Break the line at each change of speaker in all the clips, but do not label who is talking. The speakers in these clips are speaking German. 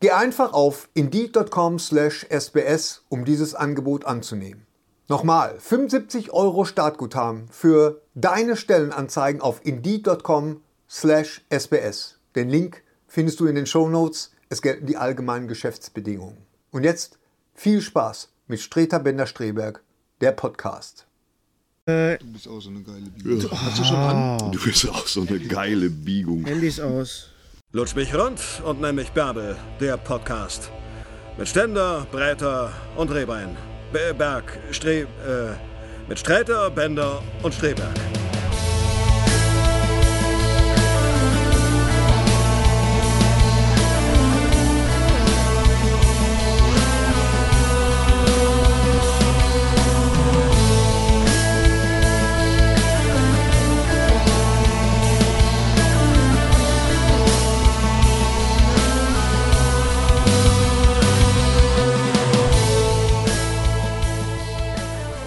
Geh einfach auf indeed.com/sbs, um dieses Angebot anzunehmen. Nochmal, 75 Euro Startguthaben für deine Stellenanzeigen auf indeed.com/sbs. Den Link findest du in den Shownotes. Es gelten die allgemeinen Geschäftsbedingungen. Und jetzt viel Spaß mit Streter Bender-Streberg, der Podcast.
Du bist auch so eine geile Biene.
Ja.
Hast du schon
Ah.
an?
Du bist auch so eine geile Biegung.
Handys aus.
Lutsch mich rund und nenn mich Bärbel, der Podcast. Mit Ständer, Breiter und Rehbein. Be- Berg, Stre... Äh, mit Sträter, Bänder und Streberg.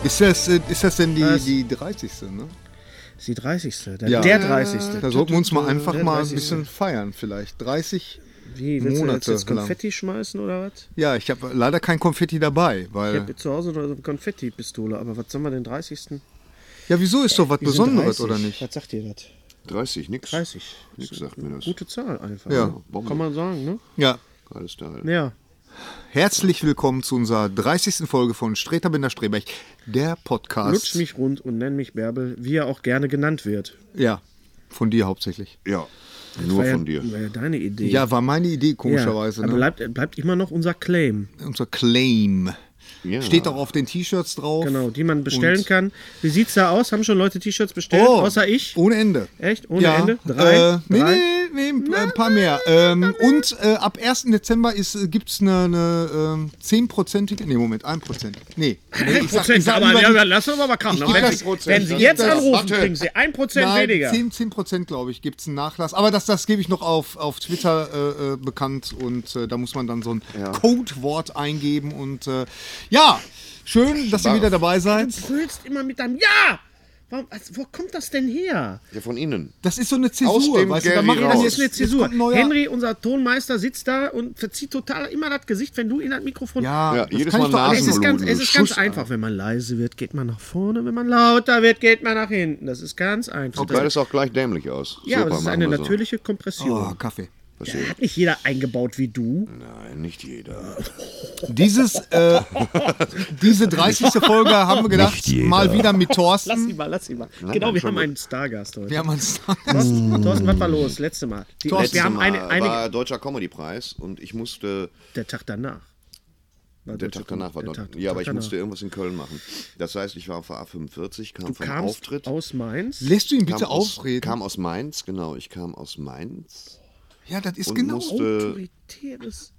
Ist das, äh, ist das denn die,
Was?
die 30. Ne?
Das ist die 30. Der,
Ja.
der 30.
Da sollten wir uns mal einfach
Der
mal ein
30..
bisschen feiern vielleicht. 30
Wie, willst du jetzt,
Monate
jetzt
lang.
Konfetti schmeißen oder was?
Ja, ich habe leider kein Konfetti dabei,
Ich
weil.
habe zu Hause noch so eine Konfetti-Pistole, aber was sollen wir den 30.? Wir
Ja, wieso ist doch was
sind
Besonderes
30.
oder nicht?
Was sagt ihr das?
30, nix.
30.
Nix sagt mir das.
Gute Zahl einfach.
Ja,
ne?
Bombe.
Kann man sagen, ne?
Ja.
Alles da.
Ja.
Herzlich willkommen zu unserer 30. Folge von Streter Binder Strebech, der Podcast.
Lutsch mich rund und nenn mich Bärbel, wie er auch gerne genannt wird.
Ja, von dir hauptsächlich.
Ja, nur
War ja-
von dir.
War ja deine Idee.
Ja, war meine Idee,
Ja,
komischerweise.
aber
ne?
bleibt, bleibt immer noch unser Claim,
Unser Claim.
Ja.
Steht auch auf den T-Shirts drauf.
genau, die man bestellen
Und-
kann. Wie sieht's da aus? Haben schon Leute T-Shirts bestellt,
Oh,
außer ich?
Ohne Ende.
Echt? Ohne Ende? Drei?
Drei? Äh, nee,
Drei?
nee, nee, nee, ein paar mehr. Ähm, und äh, ab 1. Dezember ist, äh, gibt's eine, eine ähm, 10%ige, nee, Moment, 1%. Nee. nee ich sag- ich
Prozent,
sag
aber
lieber
ja,
die-
ja, lass uns aber krachen.
Ich
Aber
geb
ne? Wenn,
das-
Sie- wenn Sie
das-
jetzt
das-
anrufen,
warte.
kriegen Sie 1% Prozent
Nein,
weniger.
10, 10% glaube ich, gibt es einen Nachlass. Aber das, das gebe ich noch auf, auf Twitter äh, äh, bekannt und äh, da muss man dann so ein Codewort eingeben. Und äh, ja, schön, dass ihr wieder dabei seid.
Du füllst immer mit deinem Ja! Warum, also, wo kommt das denn her?
Ja, von innen.
Das ist so eine Zäsur,
dem
weißt du, da
Gary
macht
raus.
man
Das
Aus.
ist eine Zäsur.
kommt ein neuer-
Henry, unser Tonmeister, sitzt da und verzieht total immer das Gesicht, wenn du in das Mikrofon.
Ja,
Ja,
das
jedes
kann
Mal
ich doch
Es
alles-
ist ganz, es
Nasenbluten,
ist ganz
Schuss.
einfach. Wenn man leise wird, geht man nach vorne. Wenn man lauter wird, geht man nach hinten. Das ist ganz einfach.
Sieht beides auch gleich dämlich aus.
ja, aber es ist
machen
eine
wir so.
natürliche
Oh,
Kompression.
Kaffee.
Da hat nicht jeder eingebaut wie du.
Mhm.
Nein, nicht jeder.
Äh,
Dieses, äh, diese 30. Folge haben wir gedacht, mal wieder mit
Lass ihn
Thorsten.
mal, lass ihn mal. genau,
nein,
wir
schon
haben
gut.
einen Stargast heute.
Wir haben uns
Thorsten, Thorsten, was war los? Letzte Mal. Die,
Thorsten,
wir haben eine,
Mm. Mal
eine
war Deutscher Comedy-Preis und ich musste,
der Tag danach. War
der
Deutsche
Tag danach war
der
dort.
Tag-
ja, aber
Tag
ich musste
danach.
irgendwas in Köln machen. Das heißt, ich war auf der A45, kam
Du
vom
kamst
Auftritt.
aus Mainz.
Lässt du ihn
kam
bitte
aus,
ausreden?
Kam aus Mainz, genau. Ich kam aus Mainz.
Ja, das ist
und
genau.
musste-
Autoritäres.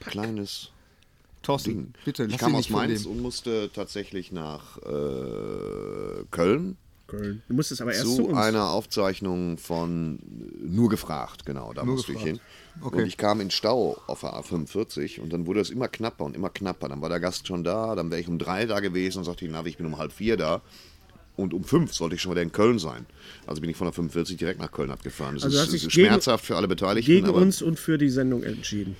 Kleines
Thorsten, bitte,
Ich
lass
kam
ihn
aus
nicht von
Mainz
dem.
und musste tatsächlich nach äh, Köln
Köln. Du musstest aber erst zu,
zu
uns.
einer Aufzeichnung von äh, Nur gefragt, genau, da musste ich hin.
Okay.
Und ich kam in Stau auf der A45 und dann wurde es immer knapper und immer knapper. Dann war der Gast schon da, dann wäre ich um drei da gewesen und sagte ich, na, ich bin um halb vier da. Und um fünf sollte ich schon wieder in Köln sein. Also bin ich von der 45 direkt nach Köln abgefahren. Das
Also hast
ist,
dich
ist
gegen-
schmerzhaft für alle Beteiligten.
Gegen
aber-
uns und für die Sendung entschieden.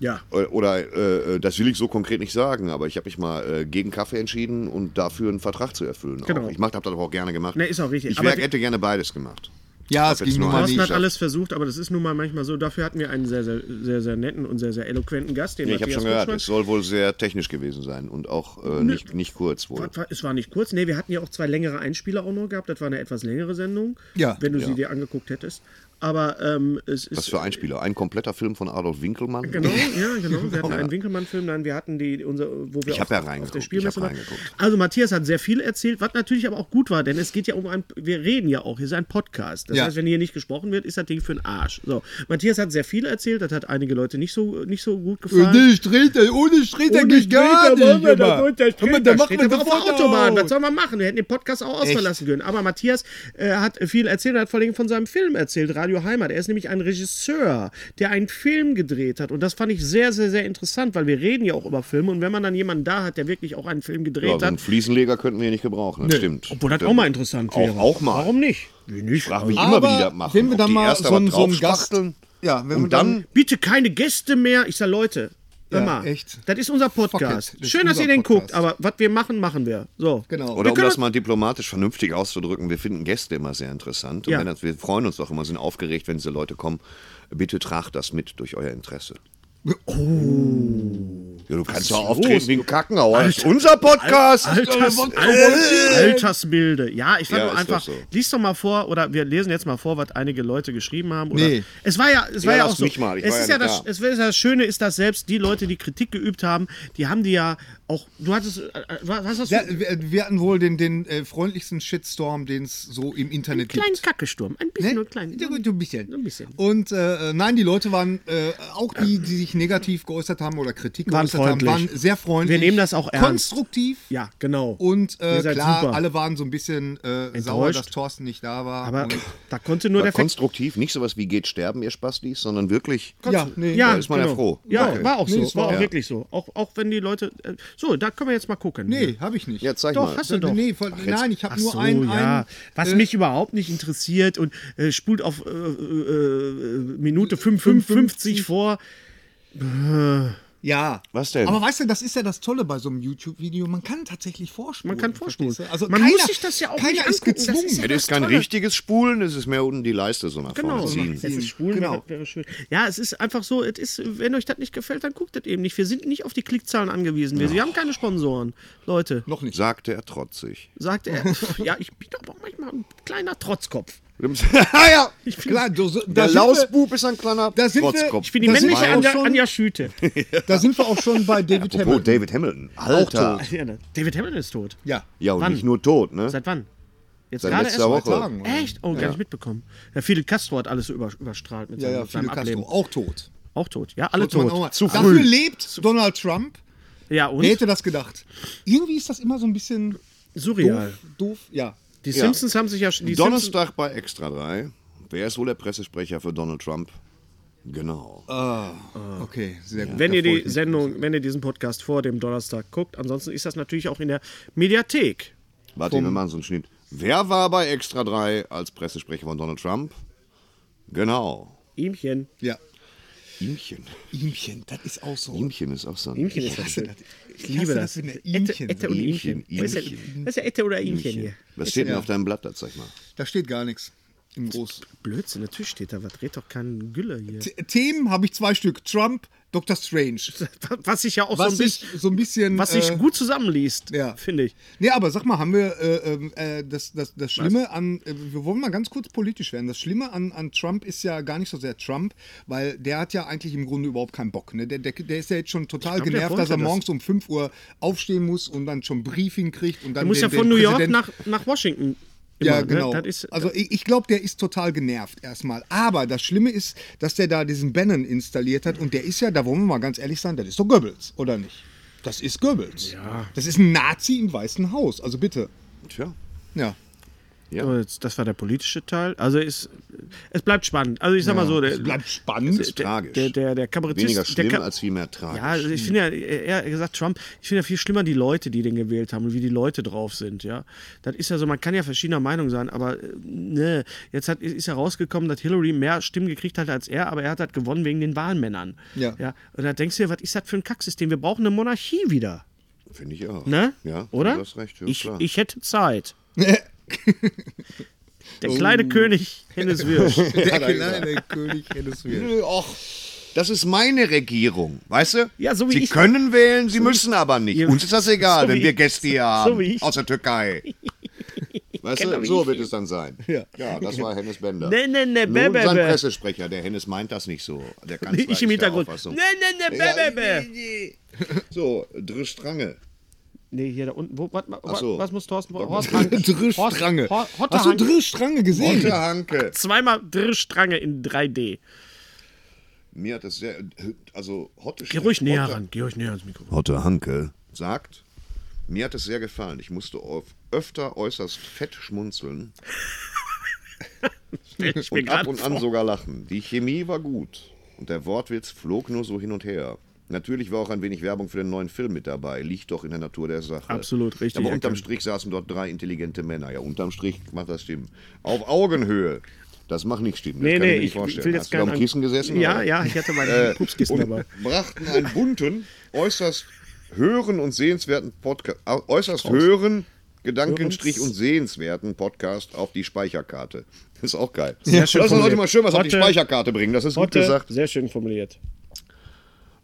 Ja.
oder äh, das will ich so konkret nicht sagen, aber ich habe mich mal äh, gegen Kaffee entschieden und dafür einen Vertrag zu erfüllen.
Genau.
Auch. Ich mache, habe das aber auch gerne gemacht.
Ne, ist auch richtig.
Ich
Aber
wär,
die-
hätte gerne beides gemacht.
Ja, es
jetzt
ging nun
nur
mal
einen
Thorsten
nicht.
hat alles versucht, aber das ist nun mal manchmal so. Dafür hatten wir einen sehr, sehr, sehr, sehr netten und sehr, sehr eloquenten Gast, den
Nee, ich habe
Matthias
schon gehört, es
Kutschmann.
soll wohl sehr technisch gewesen sein und auch äh, nicht, nicht kurz wohl.
War- war- Es war nicht kurz. Nee, wir hatten ja auch zwei längere Einspieler auch noch gehabt. Das war eine etwas längere Sendung,
Ja.
wenn du sie dir angeguckt hättest. Aber ähm, es ist.
Was für Einspieler? Ein kompletter Film von Adolf Winkelmann?
Genau, ja, genau. Wir hatten einen Winkelmann-Film, nein, wir hatten die, unser, wo wir
Ich hab ja
auf
reingeguckt,
der
ich
Spielmesse
hab
waren.
reingeguckt.
Also Matthias hat sehr viel erzählt, was natürlich aber auch gut war, denn es geht ja um ein, wir reden ja auch, hier ist ein Podcast. Das
Ja.
heißt, wenn hier nicht gesprochen wird, ist das Ding für den Arsch. So, Matthias hat sehr viel erzählt, das hat einige Leute nicht so, nicht so gut
Äh,
gefallen.
Ohne Streter, äh, ohne Streter
Ohne
geht gar
Streter wollen
nicht.
wir da
aber-
runter,
Hör mal,
Streter
Da machen
steht
wir
aber auf der
sofort
Autobahn. Was
aus.
soll man machen? Wir hätten den Podcast auch
Echt?
ausfallen lassen können. Aber Matthias äh, hat viel erzählt, er hat vor allem von seinem Film erzählt, Radio Heimat. Er ist nämlich ein Regisseur, der einen Film gedreht hat. Und das fand ich sehr, sehr, sehr interessant, weil wir reden ja auch über Filme. Und wenn man dann jemanden da hat, der wirklich auch einen Film gedreht
Ja, so einen
hat,
Fliesenleger könnten wir hier nicht gebrauchen, das stimmt.
obwohl das
Der-
auch mal interessant
Auch-
wäre.
auch mal.
Warum nicht?
Ich frage mich
Aber
immer, wie die das machen.
wenn wir
Ob
dann
die
mal
erst
so, einen-
aber
so einen Gast.
draufspachteln
Ja, wenn wir
und dann
Bitte keine Gäste mehr. Ich sag, Leute, hör
Ja,
mal,
echt.
das ist unser Podcast.
Fuck it, das ist
Schön, dass
unser
ihr den
Podcast.
guckt, aber was wir machen, machen wir. So.
Genau.
Oder
Wir
um
können-
das mal diplomatisch vernünftig auszudrücken, wir finden Gäste immer sehr interessant. Und
Ja.
wenn das, wir freuen uns doch immer, sind aufgeregt, wenn diese Leute kommen. Bitte tragt das mit durch euer Interesse. Oh. Ja, du kannst ja auch auftreten wie ein Kackenhauer. Das ist unser Podcast. Äh.
Alters, Alters, Altersbilde. Ja, ich fand
Ja,
nur
ist
einfach,
doch so.
lies doch mal vor, oder wir lesen jetzt mal vor, was einige Leute geschrieben haben. Oder
Nee.
Es war ja, es war ja,
lass
auch so.
mich mal, ich
es
war
ist
ja
ja
nicht
das,
da.
es ist ja das Schöne ist, dass selbst die Leute, die Kritik geübt haben, die haben die ja auch. Du hattest. äh, Was hast du?
Ja, wir, wir hatten wohl den, den äh, freundlichsten Shitstorm, den es so im Internet
kleinen
gibt. Ne?
Kackesturm. Ein bisschen nur klein.
Ja, gut, ein bisschen.
Ein bisschen.
Und äh, äh, nein, die Leute waren, äh, auch die, die sich negativ geäußert haben oder Kritik
Waren
geäußert haben,
freundlich.
waren sehr freundlich.
Wir nehmen das auch ernst.
Konstruktiv.
Ja, genau.
Und äh,
Ihr seid
klar,
super.
alle waren so ein bisschen äh, sauer, dass
Enttäuscht.
Thorsten nicht da war.
aber
und,
da konnte nur der Fakt.
konstruktiv, nicht sowas wie geht sterben, ihr Spastis, sondern wirklich.
ja, nee.
Ja,
Da ist man ja
genau.
froh.
Ja,
Okay.
war auch
Nee,
so.
es war
war auch
ja.
wirklich so. Auch, auch wenn die Leute. Äh, so, da können wir jetzt mal gucken.
Nee, habe ich nicht.
Ja, zeig
Doch,
mal.
hast du doch.
Nee, von, nein, ich habe nur
so,
einen,
ja.
einen.
Was mich überhaupt nicht interessiert und äh, spult auf äh, äh, äh, Minute 55 vor.
Ja.
Was denn?
Aber weißt du, das ist ja das Tolle bei so einem YouTube-Video. Man kann tatsächlich vorspulen.
Man kann vorspulen.
verstehst du? Also
Man
keiner,
muss sich das ja auch
keiner
nicht
ist
angucken, das
gezwungen.
ist ja-
Es ist kein richtiges Spulen, es ist mehr unten die Leiste so nach
Genau,
vorne ziehen.
das ist schwul,
Genau.
wäre- wäre schön. Ja, es ist einfach so, es ist, wenn euch das nicht gefällt, dann guckt das eben nicht. Wir sind nicht auf die Klickzahlen angewiesen. Wir, wir haben keine Sponsoren. Leute,
Noch nicht.
Sagte er trotzig.
sagt er. ja, ich bin aber auch manchmal ein kleiner Trotzkopf.
ah ja!
Klar, du, so- da,
Der
sind wir,
Lausbub ist ein kleiner
da sind wir-
Trotzkopf.
Ich bin die
Das
männliche
war ja
Anja,
schon-
Anja Schüte.
da sind wir auch schon bei David
Apropos
Hammond.
David Hamilton. Alter.
Ja, ne. David Hamilton ist tot.
Ja.
Ja, und
Wann?
nicht nur tot, ne?
Seit wann? Jetzt
Seit
gerade
letzter
erst?
Woche.
Tagen. oder?
Echt? Oh, gar nicht mitbekommen. Ja, Fidel Castro hat alles so über, überstrahlt mit
Ja,
seinem,
ja, Fidel
seinem Ableben.
Castro. Auch tot.
Auch tot. Ja, alle
Muss man
tot.
auch mal-
Zu
Dafür
früh.
lebt Donald Trump.
Ja, und
Wer hätte das gedacht? Irgendwie ist das immer so ein bisschen
surreal.
doof, doof. Ja.
Die Simpsons haben sich ja schon. die Simpsons-
Donnerstag bei Extra 3. Wer ist wohl der Pressesprecher für Donald Trump? Genau.
Okay, sehr gut.
Ah. Wenn ihr
Erfolg.
die Sendung, wenn ihr diesen Podcast vor dem Donnerstag guckt, ansonsten ist das natürlich auch in der Mediathek.
Warte, wir machen so einen Schnitt. Wer war bei Extra 3 als Pressesprecher von Donald Trump? Genau.
Ihmchen.
Ja.
Ihmchen.
Ihmchen, das ist auch so.
Ihmchen ist auch so ein
Ihmchen ist das
hasse
schön.
das.
Ich,
Ich hasse
liebe
das,
das.
wenn der
Ette,
Ihmchen-
Ette und
Ihmchen,
Ihmchen. Was ist
Ihmchen.
denn- was ist ja Ette oder Ihmchen
Ihmchen.
hier?
Was steht denn auf deinem Blatt, das sag mal?
Da steht gar nichts. Im Groß.
Blödsinn, natürlich steht da was. Red doch kein Gülle hier.
Th- Themen habe ich zwei Stück. Trump, Dr. Strange.
Was ich ja auch
Was
so ein
sich
bisschen.
so ein bisschen.
Was sich
äh,
gut zusammenliest,
ja.
finde ich.
Nee, aber sag mal, haben wir äh, ähm, äh, das, das, das Schlimme an, äh, wir wollen mal ganz kurz politisch werden. Das Schlimme an, an Trump ist ja gar nicht so sehr Trump, weil der hat ja eigentlich im Grunde überhaupt keinen Bock. Ne? Der, der, der ist ja jetzt schon total
glaub, der
genervt, dass er
wollte das.
morgens um 5 Uhr aufstehen muss und dann schon Briefing kriegt und dann.
Du musst ja
den,
von
den
New York
Präsidenten-
nach, nach Washington.
Ja,
immer,
genau.
Ne? Das ist,
also ich, ich glaube, der ist total genervt erstmal. Aber das Schlimme ist, dass der da diesen Bannon installiert hat und der ist ja, da wollen wir mal ganz ehrlich sein, das ist doch Goebbels, oder nicht? Das ist Goebbels. Ja. Das ist ein Nazi im Weißen Haus. Also bitte.
Tja.
Ja.
So, jetzt- das war der politische Teil. Also ist, es bleibt spannend. Also ich sag mal so, der,
Es bleibt spannend.
der,
tragisch.
Der, der, der Kabarettist.
Weniger
der
schlimm
Ka-
als vielmehr tragisch.
Ja, also ich finde ja, eher gesagt, Trump, ich finde ja viel schlimmer die Leute, die den gewählt haben und wie die Leute drauf sind, ja. Das ist ja so, man kann ja verschiedener Meinung sein, aber äh, ne, jetzt hat, ist ja rausgekommen, dass Hillary mehr Stimmen gekriegt hat als er, aber er hat halt gewonnen wegen den Wahlmännern.
Ja.
ja. Und da denkst du dir, was ist das für ein Kacksystem? Wir brauchen eine Monarchie wieder,
Finde ich auch.
ne?
Ja,
Oder?
Du hast recht, ja,
ich,
klar.
ich hätte Zeit. Der
Oh.
kleine König Hennes Wirsch.
Der
Hat er gesagt.
kleine König Hennes Wirsch.
Nö, Och, das ist meine Regierung, weißt du?
Ja, so wie
sie
ich-
können wählen, sie müssen aber nicht.
Ja,
Uns ist das egal,
so
wenn
wie
wir
ich-
Gäste hier
so
haben
wie ich. Genau
aus der Türkei. Weißt du, so wird es dann sein. Ja, das war Hennes Bender.
Nee, nee, nee,
Nun
bä, bä,
sein
bä.
Pressesprecher, der Hennes meint das nicht so. Der Kanzler
Ich im
ist der
Hintergrund. Nee,
Auffassung.
nee, nee,
Ja,
bäh, bäh, bäh.
So, Drischstrange.
Nee, hier da unten. Wo, wat, wat,
Ach so.
Was muss Thorsten? Horst
Drischstrange.
Horst- Horst-
Hast du
Horst-
Drischstrange gesehen?
Otto Hanke.
Zweimal Drischstrange in 3D.
Mir hat das sehr. Also, Hotte
Geh ruhig näher ran. Geh ruhig näher ans Mikro.
Hotte Hanke sagt, mir hat es sehr gefallen. Ich musste auf öfter äußerst fett schmunzeln
Ich bin
und ab
gerade
und an sogar lachen. Die Chemie war gut und der Wortwitz flog nur so hin und her. Natürlich war auch ein wenig Werbung für den neuen Film mit dabei, liegt doch in der Natur der Sache.
Absolut, richtig
Aber unterm
erkannt.
Strich saßen dort drei intelligente Männer. Ja, unterm Strich macht das stimmen. Auf Augenhöhe. Das macht nicht stimmen.
Nee,
das kann
nee,
ich mir nicht
ich
vorstellen.
will jetzt
Hast du da
keinen
am Kissen gesessen?
Ja,
oder?
ja, ich hatte mein
Äh,
Pupskissen
und
dabei.
brachten einen bunten, äußerst hören und sehenswerten Podcast, au- äußerst hören, Gedankenstrich und sehenswerten Podcast auf die Speicherkarte. Das ist auch geil.
Sehr schön
Lass uns heute
formuliert.
mal schön was auf die
Hotte-
Speicherkarte bringen, das ist gut gesagt.
sehr schön formuliert.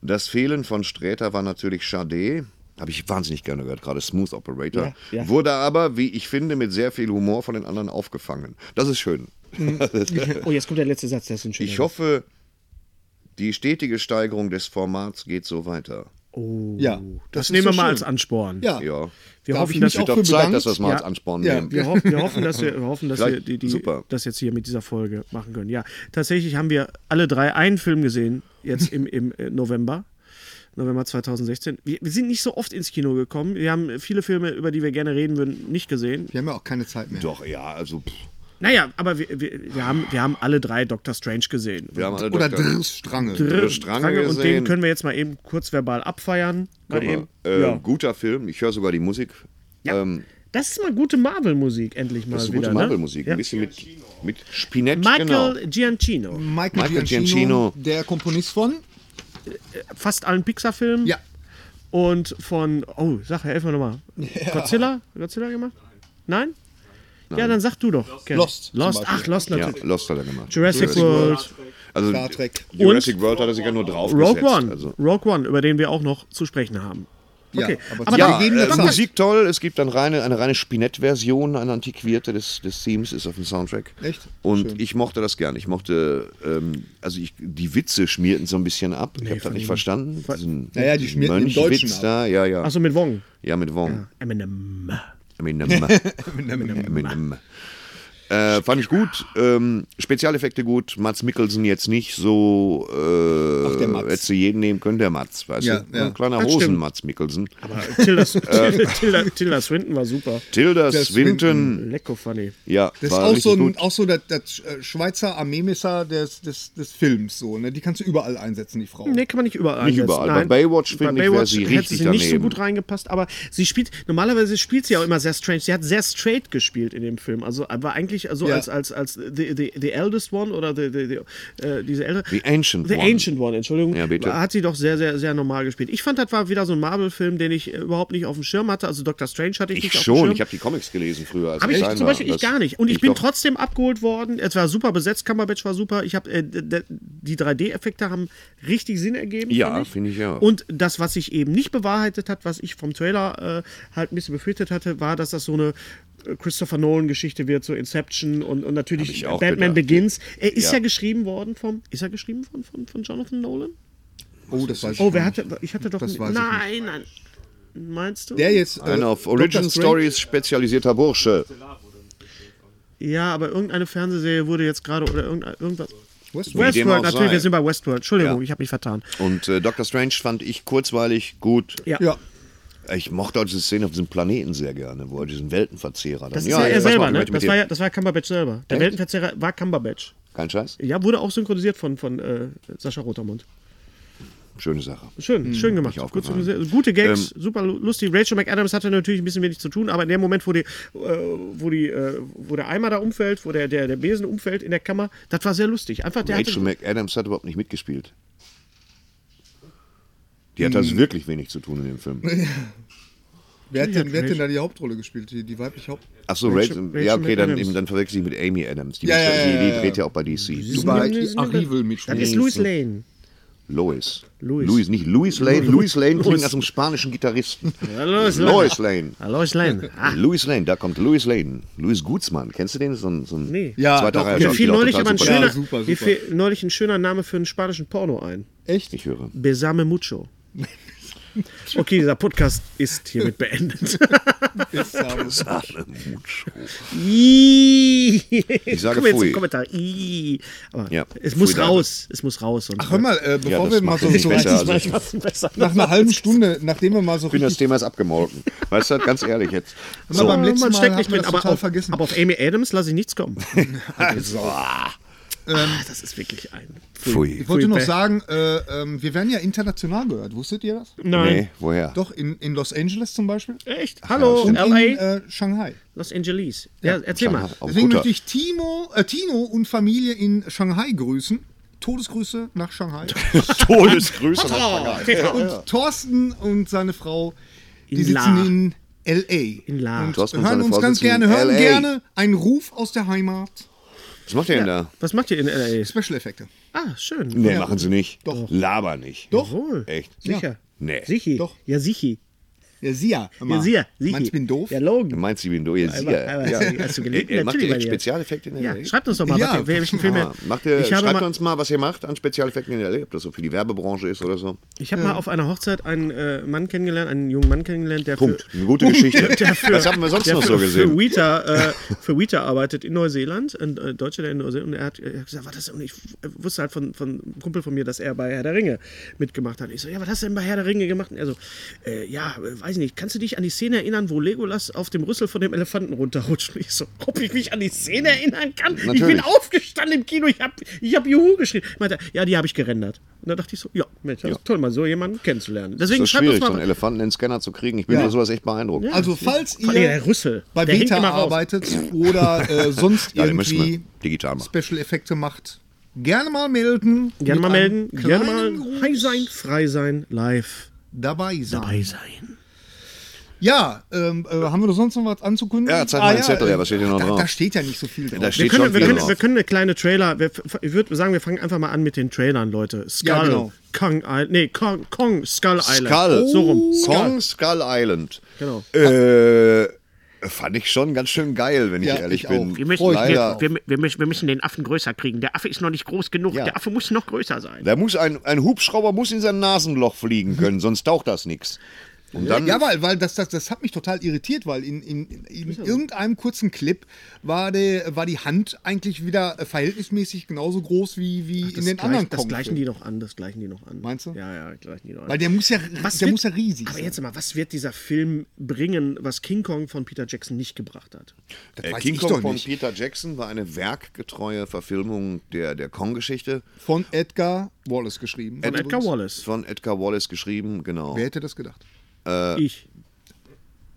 Das Fehlen von Sträter war natürlich Schade. Habe ich wahnsinnig gerne gehört, gerade Smooth Operator.
Ja, ja.
Wurde aber, wie ich finde, mit sehr viel Humor von den anderen aufgefangen. Das ist schön.
Oh, jetzt kommt der letzte Satz, das ist ein schöner.
Ich hoffe, die stetige Steigerung des Formats geht so weiter.
Ja.
das
ist
nehmen wir
so
mal
schön.
als Ansporn.
Ja.
Ja.
Wir
Darf
hoffen,
ich
dass
mich
wir,
auch
Wird doch
für
Zeit,
bedanken.
dass wir es mal
Ja.
als Ansporn
Ja.
nehmen.
wir, hoffen, wir hoffen, dass wir, wir hoffen, dass wir
Vielleicht-
die, die,
super.
das jetzt hier mit dieser Folge machen können. Ja, tatsächlich haben wir alle drei einen Film gesehen, jetzt im, im äh, November. November 2016. Wir, wir sind nicht so oft ins Kino gekommen. Wir haben viele Filme, über die wir gerne reden würden, nicht gesehen.
Wir haben ja auch keine Zeit mehr.
Doch, ja, also pff,
Naja, aber wir, wir, wir, haben, wir haben alle drei Dr. Strange gesehen.
wir haben alle
Oder
Doktor-
Drischstrange.
Dr.
Strange
und
gesehen.
den können wir jetzt mal eben kurz verbal abfeiern. Mal
Guck mal,
eben.
äh,
ja.
Guter Film, ich höre sogar die Musik.
Ja.
Ähm,
Das ist mal gute Marvel-Musik endlich mal
das ist
wieder.
gute
ne?
Marvel-Musik,
Ja.
ein bisschen mit, mit Spinett,
Michael
genau.
Giancino.
Michael,
Michael
Giancino,
Giancino.
der Komponist von?
Fast allen Pixar-Filmen.
Ja.
Und von, oh, sag, helf mir nochmal. Godzilla? Godzilla gemacht? Nein? Ja, dann sag du doch. Ken.
Lost zum
Lost,
Beispiel.
ach, Lost
Ja,
natürlich.
Lost hat er gemacht.
Jurassic, World,
Also,
Star Trek.
Jurassic World hat er sich ja nur drauf
Rogue
gesetzt,
One.
Also.
Rogue One, über den wir auch noch zu sprechen haben. Okay.
Ja, aber,
Aber
ja,
da-
Ja,
wir geben
äh,
jetzt mal-
Musik toll. Es gibt dann reine, eine reine Spinett-Version, eine antiquierte des, des Themes ist auf dem Soundtrack.
Echt?
Und ich mochte das gern. Ich mochte, ähm, also ich, die Witze schmierten so ein bisschen ab. ich habe das nicht verstanden. Diesen
Naja, die schmierten im
Mönchwitz
Deutschen ab.
da, ja, ja.
Achso, mit Wong.
Ja, mit Wong.
Eminem.
Eminem. Eminem. Äh, fand ich gut. Ähm, Spezialeffekte gut. Mats Mikkelsen jetzt nicht so. Äh,
Ach, der Mats.
Hättest du jeden nehmen können, der Mats. Weißt
Ja,
du?
ja.
Ein kleiner
Das stimmt.
Hosen-Mats Mikkelsen.
Aber Tilda, Tilda, Tilda, Tilda Swinton war super.
Tilda
Der
Swinton.
Lecko funny.
Ja,
Das ist
war
auch
richtig
so, ein,
gut.
auch so das, das äh, Schweizer Armeemesser des, des, des Films. So, ne? Die kannst du überall einsetzen, die Frau.
Nee, kann man nicht überall
Nicht
einsetzen.
überall. Bei
Nein.
Baywatch, finde ich, wär
Baywatch
sie
hätte
richtig
sie nicht so
daneben.
gut reingepasst, aber sie spielt, normalerweise spielt sie auch immer sehr strange. Sie hat sehr straight gespielt in dem Film. Also war eigentlich so
Ja.
als, als, als the, the, the Eldest One oder the, the, the, äh, diese ältere.
The Ancient
the
One.
Ancient One, Entschuldigung.
Ja, bitte.
Hat sie doch sehr, sehr, sehr normal gespielt. Ich fand, das war wieder so ein Marvel-Film, den ich äh, überhaupt nicht auf dem Schirm hatte. Also Doctor Strange hatte ich,
Ich
nicht auf dem
schon.
Schirm.
Ich habe die Comics gelesen früher. Als
Habe ich
klein
zum
war.
Beispiel ich
Das-
gar nicht. Und ich, bin
doch.
trotzdem abgeholt worden. Es war super besetzt, Cumberbatch war super. Ich habe äh, d- d- die 3D-Effekte haben richtig Sinn ergeben.
Ja,
fand ich.
finde ich auch.
Und das, was sich eben nicht bewahrheitet hat, was ich vom Trailer äh, halt ein bisschen befürchtet hatte, war, dass das so eine äh, Christopher Nolan-Geschichte wird, so Inception und, und natürlich
ich auch
Batman
gedacht.
Begins. Er ist ja.
Ja.
geschrieben worden vom. Ist er geschrieben von, von, von Jonathan Nolan?
Oh, das weiß ich
Oh, wer
gar
hatte.
nicht.
Ich hatte doch.
Das weiß ich
nein, nein. Meinst du?
Der jetzt. äh,
Ein auf
Dr.
Origin
Strange-
Stories spezialisierter Bursche.
Ja, aber irgendeine Fernsehserie wurde jetzt gerade oder irgendein, irgendwas.
Westworld.
dem
Westworld,
auch
natürlich,
sei.
wir sind bei Westworld. Entschuldigung, ich habe mich vertan.
Und äh, Doctor Strange fand ich kurzweilig gut.
Ja.
Ja.
Ich mochte auch diese Szene auf diesem Planeten sehr gerne, wo er diesen Weltenverzehrer dann.
Das ist ja, er
was
selber,
machen wir
ne?
heute mit
Das war,
dir?
ja, das war Cumberbatch selber. Der Weltenverzehrer war Cumberbatch.
Kein Scheiß.
Ja, wurde auch synchronisiert von, von äh, Sascha Rotermund.
Schöne Sache.
Schön, schön gemacht. Gut synchronisiert. Gute Gags,
Ähm.
super lu- lustig. Rachel McAdams hatte natürlich ein bisschen wenig zu tun, aber in dem Moment, wo, die, äh, wo, die, äh, wo der Eimer da umfällt, wo der, der, der Besen umfällt in der Kammer, das war sehr lustig. Einfach der
Rachel
hatte,
McAdams hat überhaupt nicht mitgespielt. also
Hm.
Die hat das wirklich wenig zu tun in dem Film.
Wer hat denn, wer hat denn da die Hauptrolle gespielt? Die, die weibliche Hauptrolle?
Achso,
Rachel-
Rachel, ja,
Rachel
okay, dann,
McAdams.
dann verwechsel ich mit Amy Adams. Die,
Ja,
mit-
ja, ja,
die,
ja.
die dreht ja auch bei DC.
ist bei
nimm- nimm-
Arrival
Das
mitspielen.
ist Louis Lane.
Lois.
Louis.
Louis, nicht Louis Lane. Louis Lane klingt nach einem spanischen Gitarristen.
Louis Lane.
Lois Lane.
Ah, Louis Lane. Ah,
Louis Lane, da kommt Louis Lane. Louis Gutzmann, kennst du den? So ein, so ein
Nee.
Ja,
zweiter
doch,
Reihe.
mir
Ja,
fiel
Schauspieler,
neulich
total
aber ein
super.
schöner,
Ja, super,
Mir
super.
fiel neulich ein schöner Name für einen spanischen Porno ein.
Echt?
Ich höre.
Besame mucho. Okay, dieser Podcast ist hiermit beendet.
äh,
ich
Ich sage
Komm jetzt
pfui.
im Kommentar. Ii. Aber
Ja,
es muss
pfui, David.
raus. Es muss raus. Sonst
Ach, hör mal, äh, bevor
das
wir mal
macht
so,
nicht
so
besser,
richtig,
also ich
besser.
nach einer halben Stunde, nachdem wir mal so
Ich bin das
richtig.
Thema ist abgemolken. Weißt du, ganz ehrlich jetzt.
Hör mal, beim letzten
man
Mal
steckt
haben
nicht
wir
mit,
das
aber
total
auf,
vergessen.
aber auf Amy Adams lasse ich nichts kommen.
Also,
ah,
Ähm.
das ist wirklich ein.
pfui.
Ich wollte noch
Pfui,
sagen, äh, ähm, wir werden ja international gehört. Wusstet ihr das?
Nein.
Nee, woher?
Doch, in, in Los Angeles zum Beispiel.
Echt? Hallo,
Und
LA,
in äh, Shanghai.
Los Angeles. Ja, erzähl mal.
Auf
Deswegen
guter-
möchte ich Timo, äh, Tino und Familie in Shanghai grüßen. Todesgrüße nach Shanghai.
Todesgrüße. nach Shanghai.
und Thorsten und seine Frau, die
In La.
sitzen in L.A.
In La.
Und
Thorsten und
hören
seine
uns
Frau
ganz
sitzen in
gerne, hören
LA.
gerne einen Ruf aus der Heimat.
Was macht ihr denn da?
Was macht ihr in LA?
Special Effekte.
Ah, schön.
Nee,
Ja.
machen sie nicht. Doch. Laber nicht.
Doch.
Jawohl.
Echt?
Sicher.
Nee.
Sichi.
Doch.
Ja, Sichi.
Ja, sie ja.
Ja, sicher. Sichi.
Meinst du, ich bin doof?
Ja,
Du
Logan.
meinst, sie bin du jetzt
Aber- aber- hast du geliebt?
Ey, ey, Äh, Macht
Natürlich
ihr
bei
echt
dir.
Spezialeffekte in
Ja,
LA?
schreibt uns doch mal,
Ja.
was ihr, welchen Film
Ah,
ihr...
macht ihr,
ich habe
schreibt
mal,
uns mal, was ihr macht an Spezialeffekten in LA, ob das so für die Werbebranche ist oder so.
ich hab mal auf einer Hochzeit einen äh, Mann kennengelernt, einen jungen Mann kennengelernt, der
Punkt.
für...
Eine gute Geschichte. was haben wir sonst
der
noch
für,
so gesehen?
Für Weta, äh, für Weta arbeitet in Neuseeland, ein äh, Deutscher, der in Neuseeland, und er hat, er hat gesagt, was das, und ich wusste halt von, von einem Kumpel von mir, dass er bei Herr der Ringe mitgemacht hat. Ich so, ja, was hast du denn bei Herr der Ringe gemacht? Und er so, äh, ja, äh, weiß nicht, kannst du dich an die Szene erinnern, wo Legolas auf dem Rüssel von dem Elefanten runterrutscht? Und ich so, ob ich mich an die Szene erinnern kann? Ich bin
Natürlich.
aufgestanden im Kino, ich hab, ich hab Juhu geschrieben. Meinte, er, ja, die habe ich gerendert. Und da dachte ich so, ja, Mensch, das ist toll, mal so jemanden kennenzulernen.
Ist
Deswegen
das
schreibt uns
schwierig, so
mal...
einen Elefanten in den Scanner zu kriegen. Ich bin bei sowas echt beeindruckt.
Also, falls
Vor allem
ihr
der Rüssel.
bei
Der hängt
Beta
immer raus.
arbeitet oder äh, sonst
Ja, den müssen wir
irgendwie
digital machen.
Special Effekte macht, gerne mal melden.
Gerne mal
Mit einem
melden, gerne
kleinen
mal high sein, frei sein, live
dabei sein.
bei sein.
Ja, ähm, äh, haben wir noch sonst noch was anzukündigen? Ah, äh,
Ja, zeig mal den Zettel her, was steht denn noch
da,
drauf?
Da steht ja nicht so viel drauf.
Da
Wir
steht schon
können, wir,
viel
können, wir
drauf.
können eine kleine Trailer, wir, f- ich würde sagen, wir fangen einfach mal an mit den Trailern, Leute. Skull,
Ja, genau.
Kong, Island, nee, Kong, Kong, Skull Island.
Skull.
Oh. So
Oh,
rum.
Kong Skull Island.
Genau.
Äh, fand ich schon ganz schön geil, wenn ich
Ja,
ehrlich
ich
bin.
auch.
Wir müssen,
Leider.
wir, wir, wir, müssen, wir müssen den Affen größer kriegen. Der Affe ist noch nicht groß genug.
Ja.
Der Affe muss noch größer sein.
Da muss ein, ein Hubschrauber muss in sein Nasenloch fliegen können, sonst taucht das nichts. Und dann
Ja, weil, weil das, das, das hat mich total irritiert, weil in, in, in irgendeinem kurzen Clip war, der, war die Hand eigentlich wieder äh, verhältnismäßig genauso groß wie, wie in
Das
den
gleich-
anderen
Das
Kong-Filmen.
gleichen die noch an, das gleichen die noch an.
Meinst du?
Ja, ja, gleichen die noch an.
Weil der muss ja,
Was
der
wird-
muss ja riesig
Aber
sein.
jetzt mal, was wird dieser Film bringen, was King Kong von Peter Jackson nicht gebracht hat?
das
äh,
weiß
King
ich
Kong
doch
von
nicht.
Peter Jackson war eine werkgetreue Verfilmung der, der Kong-Geschichte.
Von Edgar Wallace geschrieben.
Von Edgar Wallace.
Von Edgar Wallace geschrieben, genau.
Wer hätte das gedacht?
ich.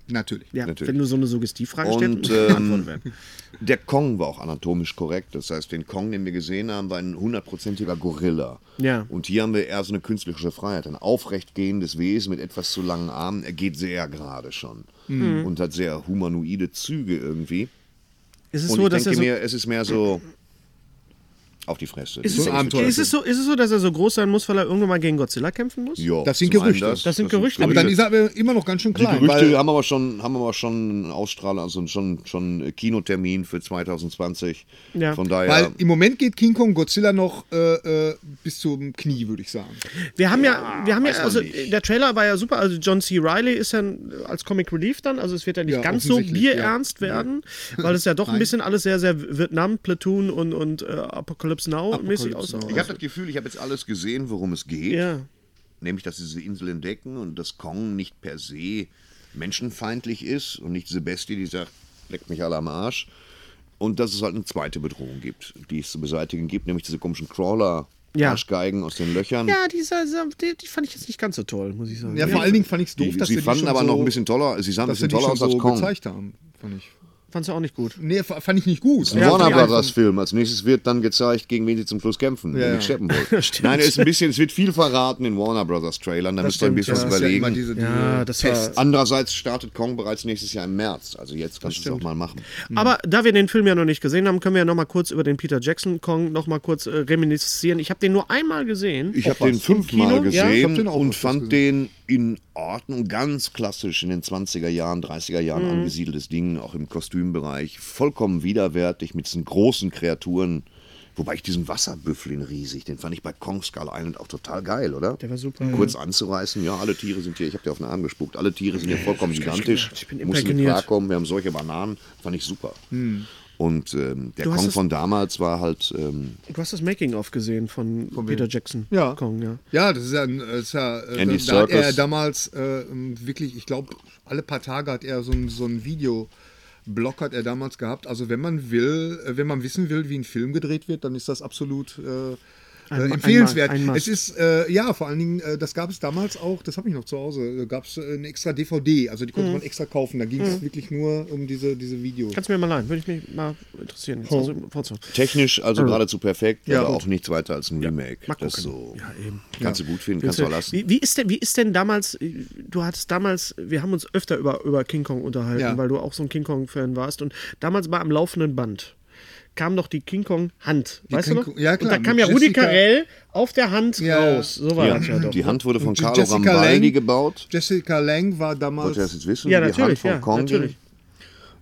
Natürlich.
Ja,
Natürlich.
wenn du so eine Suggestivfrage stellst,
Und
muss ich beantworten
ähm,
werden.
der Kong war auch anatomisch korrekt. Das heißt, den Kong, den wir gesehen haben, war ein hundertprozentiger Gorilla.
Ja.
Und hier haben wir eher so eine künstlerische Freiheit. Ein aufrecht gehendes Wesen mit etwas zu langen Armen. Er geht sehr gerade schon.
Mhm.
Und hat sehr humanoide Züge irgendwie.
Ist es
Und
so,
ich
dass
denke
er so.
mir, es ist mehr so auf die Fresse.
Ist es,
ein Abenteuer.
ist, es so, ist es so, dass er so groß sein muss, weil er irgendwann mal gegen Godzilla kämpfen muss?
Ja,
Das sind
zum einen
Gerüchte.
Das sind Gerüchte.
Aber dann ist er aber immer noch ganz schön
Die
klein.
Gerüchte
Weil,
haben aber schon, haben aber schon einen Ausstrahler, also schon, schon einen Kinotermin für 2020.
Ja.
Von daher.
weil im Moment geht King Kong Godzilla noch äh, äh, bis zum Knie, würde ich sagen.
Wir haben ja, wir haben ja,
weiß man
also
nicht.
der Trailer war ja super. Also John C. Riley ist dann als Comic Relief dann, also es wird ja nicht
Ja,
ganz so
offensichtlich, ja.
bierernst werden, weil es ja doch ein bisschen alles sehr, sehr Vietnam, Platoon und, und äh, Apocalypse Now-mäßig aussah.
ich habe das Gefühl, ich habe jetzt alles gesehen, worum es geht.
Ja.
Nämlich, dass diese Insel entdecken und dass Kong nicht per se menschenfeindlich ist und nicht diese Bestie, die sagt, leckt mich alle am Arsch. Und dass es halt eine zweite Bedrohung gibt, die es zu beseitigen gibt, nämlich diese komischen Crawler.
Ja.
Arschgeigen aus den Löchern.
Ja, die, sah- sah- die, die fand ich jetzt nicht ganz so toll, muss ich sagen.
Ja, vor allen Dingen fand ich es doof,
die,
dass
sie
wir die
fanden
schon
aber
so,
noch ein bisschen toller, sie sahen ein
dass sie
bisschen
die schon
toller aus als
so
Kong.
gezeigt haben, fand ich.
Fandst du auch nicht gut.
Nee, fa- fand ich nicht gut.
Ein
Ja,
Warner
finde ich
Brothers Film. Als nächstes wird dann gezeigt, gegen wen sie zum Schluss kämpfen. Ja,
ja.
Mit Steppenwolf. Nein, es ist ein bisschen, es wird viel verraten in Warner Brothers Trailern. Da müsst ihr ein bisschen
das
was
ist ja immer
überlegen.
diese, diese
Ja, das war,
Andererseits startet Kong bereits nächstes Jahr im März. Also jetzt kannst du es auch mal machen.
Aber da wir den Film ja noch nicht gesehen haben, können wir ja noch mal kurz über den Peter Jackson Kong noch mal kurz äh, reminiszieren. Ich habe den nur einmal gesehen.
Ich
Oh,
habe den
Im
fünfmal
Kino? Ja, ich
gesehen
hab den auch
und
öfters
fand den in Ordnung, ganz klassisch in den 20er Jahren, 30er Jahren
Mhm.
angesiedeltes Ding, auch im Kostümbereich. Vollkommen widerwärtig mit diesen großen Kreaturen. Wobei ich diesen Wasserbüffel in riesig, den fand ich bei Kong Skull Island auch total geil, oder?
Der war super.
Kurz anzureißen, ja, alle Tiere sind hier, ich habe dir auf den Arm gespuckt, alle Tiere sind hier vollkommen gigantisch.
gedacht. Ich bin
Mussten mit
imprägniert. Hm.
klarkommen, wir haben solche Bananen, fand ich super. Und ähm, der
Du hast
Kong
es-
von damals war halt ähm,
Du hast das Making of gesehen von, Peter Jackson
Ja.
Kong, ja.
Ja, das ist ja, ein- das ist ja äh,
Andy
da, da hat er
Serkis.
damals äh, wirklich, ich glaube, alle paar Tage hat er so ein, so ein Video. Block hat er damals gehabt. Also wenn man will, äh, wenn man wissen will, wie ein Film gedreht wird, dann ist das absolut äh,
Ein-
äh,
ein
empfehlenswert.
Must, ein Must.
es ist äh, ja vor allen Dingen, äh, das gab es damals auch. Das habe ich noch zu Hause. Da gab es äh, eine extra DVD, also die
Mhm.
konnte man extra kaufen. Da ging es wirklich nur um diese diese Videos.
Kannst du mir mal leihen, würde ich mich mal interessieren. Jetzt also, fortfahren.
Technisch also geradezu perfekt,
Ja,
aber
gut.
auch nichts weiter als ein Remake.
Mal
das
gucken.
so
Ja, eben.
kannst du gut finden, kannst du auch lassen.
äh, Wie, wie, ist denn, wie ist denn damals, äh, du hattest damals, wir haben uns öfter über, über King Kong unterhalten,
Ja.
weil du auch so ein King Kong-Fan warst. Und damals war am laufenden Band kam noch die King Kong Hand, weißt
King
du noch?
Kong- ja,
Und
klar,
da kam
mit
ja Rudi
Jessica-
Carell auf der Hand
Ja.
raus. So war
Ja,
das ja doch.
die Hand wurde von
Und
Carlo Rambaldi gebaut.
Jessica Lang war damals.
Wollt ihr das jetzt wissen?
Ja,
wie die Hand
natürlich,
von
ja,
Kong
natürlich.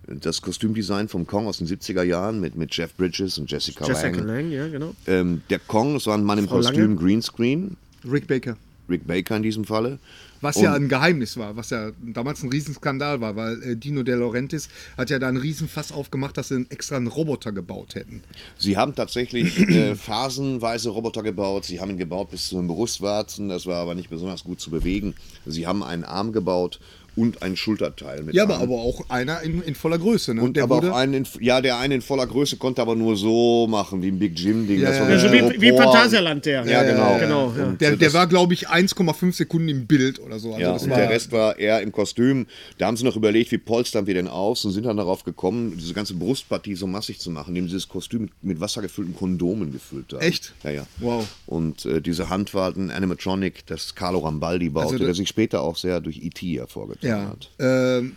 ging? Das Kostümdesign vom Kong aus den 70er Jahren mit, mit Jeff Bridges und Jessica,
Jessica
Lange.
Lang, ja, genau.
Ähm, der Kong, das war ein Mann im
Frau Lange.
Kostüm, Greenscreen,
Rick Baker.
Rick Baker in diesem Falle.
Was ja ein Geheimnis war, was ja damals ein Riesenskandal war, weil äh, Dino De Laurentiis hat ja da einen Riesenfass aufgemacht, dass sie einen extra einen Roboter gebaut hätten.
Sie haben tatsächlich äh, phasenweise Roboter gebaut. Sie haben ihn gebaut bis zu einem Brustwarzen. Das war aber nicht besonders gut zu bewegen. Sie haben einen Arm gebaut und ein Schulterteil mit
Ja,
Arm.
aber, aber auch einer in, in voller Größe. Ne?
Und aber auch einen in, ja, der eine in voller Größe konnte aber nur so machen, wie ein Big Jim-Ding.
Ja,
Das war
ja,
mit
so
Also wie- wie
Styropor.
Phantasialand der.
Ja,
Ja,
genau.
ja, genau, ja.
Und,
der,
äh,
der
das-
war, glaube ich, 1,5 Sekunden im Bild oder so. Also
ja,
das
und
war,
der Rest war eher im Kostüm. Da haben sie noch überlegt, wie polstern wir denn aus und sind dann darauf gekommen, diese ganze Brustpartie so massig zu machen, indem sie das Kostüm mit, mit wassergefüllten Kondomen gefüllt haben.
Echt?
Ja, ja.
Wow.
Und äh, diese Hand war halt ein Animatronic, das Carlo Rambaldi baute,
Also das-
der sich später auch sehr durch E.T. hervorgetan
ja.
hat.
Ähm,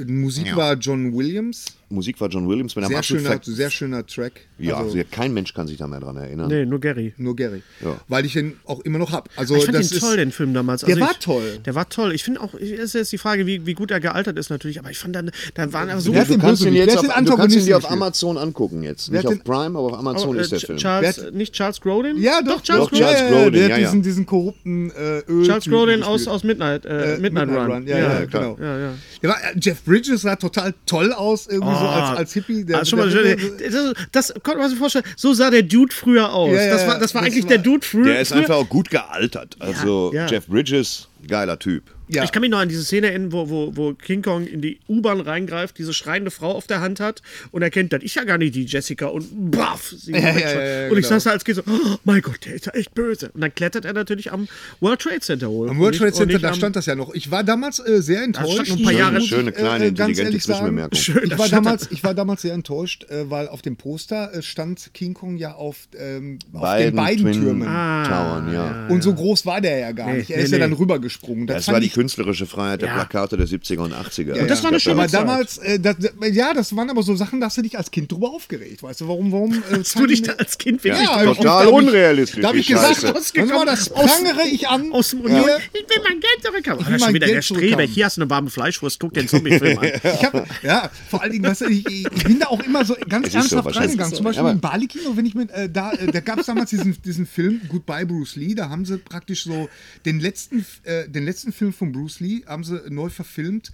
äh, Musik war John Williams.
Musik war John Williams mit einem
Sehr
absolut
schöner,
ver-
sehr schöner Track.
Ja,
also,
sehr- kein Mensch kann sich da mehr dran erinnern.
Nee, nur Gary.
nur Gary.
Ja.
Weil ich ihn auch immer noch habe. Also,
Ah, Ich fand
das
den
ist,
toll, den Film damals. Also
Der war
ich,
toll.
Der war toll. Ich finde auch, es ist jetzt die Frage, wie, wie gut er gealtert ist natürlich, aber ich fand dann, da waren einfach so
Wer hat
Du
den
kannst, ihn
Bösewicht?
jetzt
Wer
auf,
hat den
du kannst ihn
Antagonisten
dir auf
gespielt?
Amazon angucken jetzt.
Wer
Nicht
hat
auf
den- Oh,
Prime, aber auf Amazon
äh,
ist der Film.
Charles,
Wer hat-
nicht Charles Grodin?
Ja, doch,
Charles
doch, Charles
Grodin.
Grodin.
Grodin,
Der hat
ja, ja.
diesen, diesen korrupten äh, Öl.
Charles Grodin aus, aus Midnight, äh, Midnight, Run.
Ja, ja, genau. Der war, äh, Jeff Bridges sah total toll aus, irgendwie so als, als Hippie. Der,
Ah, schon mal,
der,
das, das konnte man sich vorstellen. So sah der Dude früher aus.
Ja, ja,
das war, das war
das
eigentlich
war-
der Dude früher.
Der ist
früher.
einfach auch gut gealtert. Also
Ja, ja.
Jeff Bridges, geiler Typ.
ja.
Ich kann mich noch an diese Szene erinnern, wo, wo, wo King Kong in die U-Bahn reingreift, diese schreiende Frau auf der Hand hat und erkennt, das ist ja gar nicht die Jessica und baff, sie
ja,
wegschweißt.
ja, ja,
Und ich
genau.
saß da als Kind so, oh mein Gott, der ist ja echt böse. Und dann klettert er natürlich am World Trade Center hoch.
Am World Trade
Und
Center,
nicht
da
am-
stand das ja noch. Ich war damals äh, sehr enttäuscht.
stand noch ein paar
Ich-
Jahre-
muss ich,
Schöne, kleine,
äh, ganz
intelligente
ehrlich sagen,
Zwischenbemerkung.
Schön, da
ich, war
stand
damals, ich war damals sehr enttäuscht, äh, weil auf dem Poster äh, stand King Kong ja auf, ähm, auf den beiden
Twin
Türmen. Ah.
Towern, ja.
Und so groß war der ja gar
Ah. Nee,
nicht. Er
nee,
ist ja
nee.
dann rübergesprungen.
Das
fand
war die
ich-
künstlerische Freiheit der
Ja.
Plakate der 70er und 80er.
Ja,
das war eine
Ich glaub,
schöne
aber
da-
damals,
Zeit.
äh, das, ja, das waren aber so Sachen, da hast du dich als Kind drüber aufgeregt. Weißt du, warum, warum? Äh,
Hast du dich da als Kind wirklich
Ja,
drauf-
ich- da
total
hab ich-
unrealistisch.
Da habe
die
ich gesagt,
Scheiße.
was war das? Prangere ich an.
aus dem Union.
Ja.
Ich will mein Geld zurückhaben.
will
Ah, da ist schon
mein
wieder
Geld
der Streber.
zurückhaben.
Hier hast du eine warme Fleischwurst. Guck den Zombie-Film an.
Ich hab, ja, vor allen Dingen, weißt du, ich, ich bin da auch immer so ganz
Es ist so,
ernsthaft
wahrscheinlich
reingegangen.
ist es so.
Zum Beispiel
Aber-
im Bali-Kino, wenn ich mit, äh, da, äh, da gab es damals diesen, diesen Film Goodbye Bruce Lee, da haben sie praktisch so den letzten, äh, den letzten Film von Bruce Lee haben sie neu verfilmt.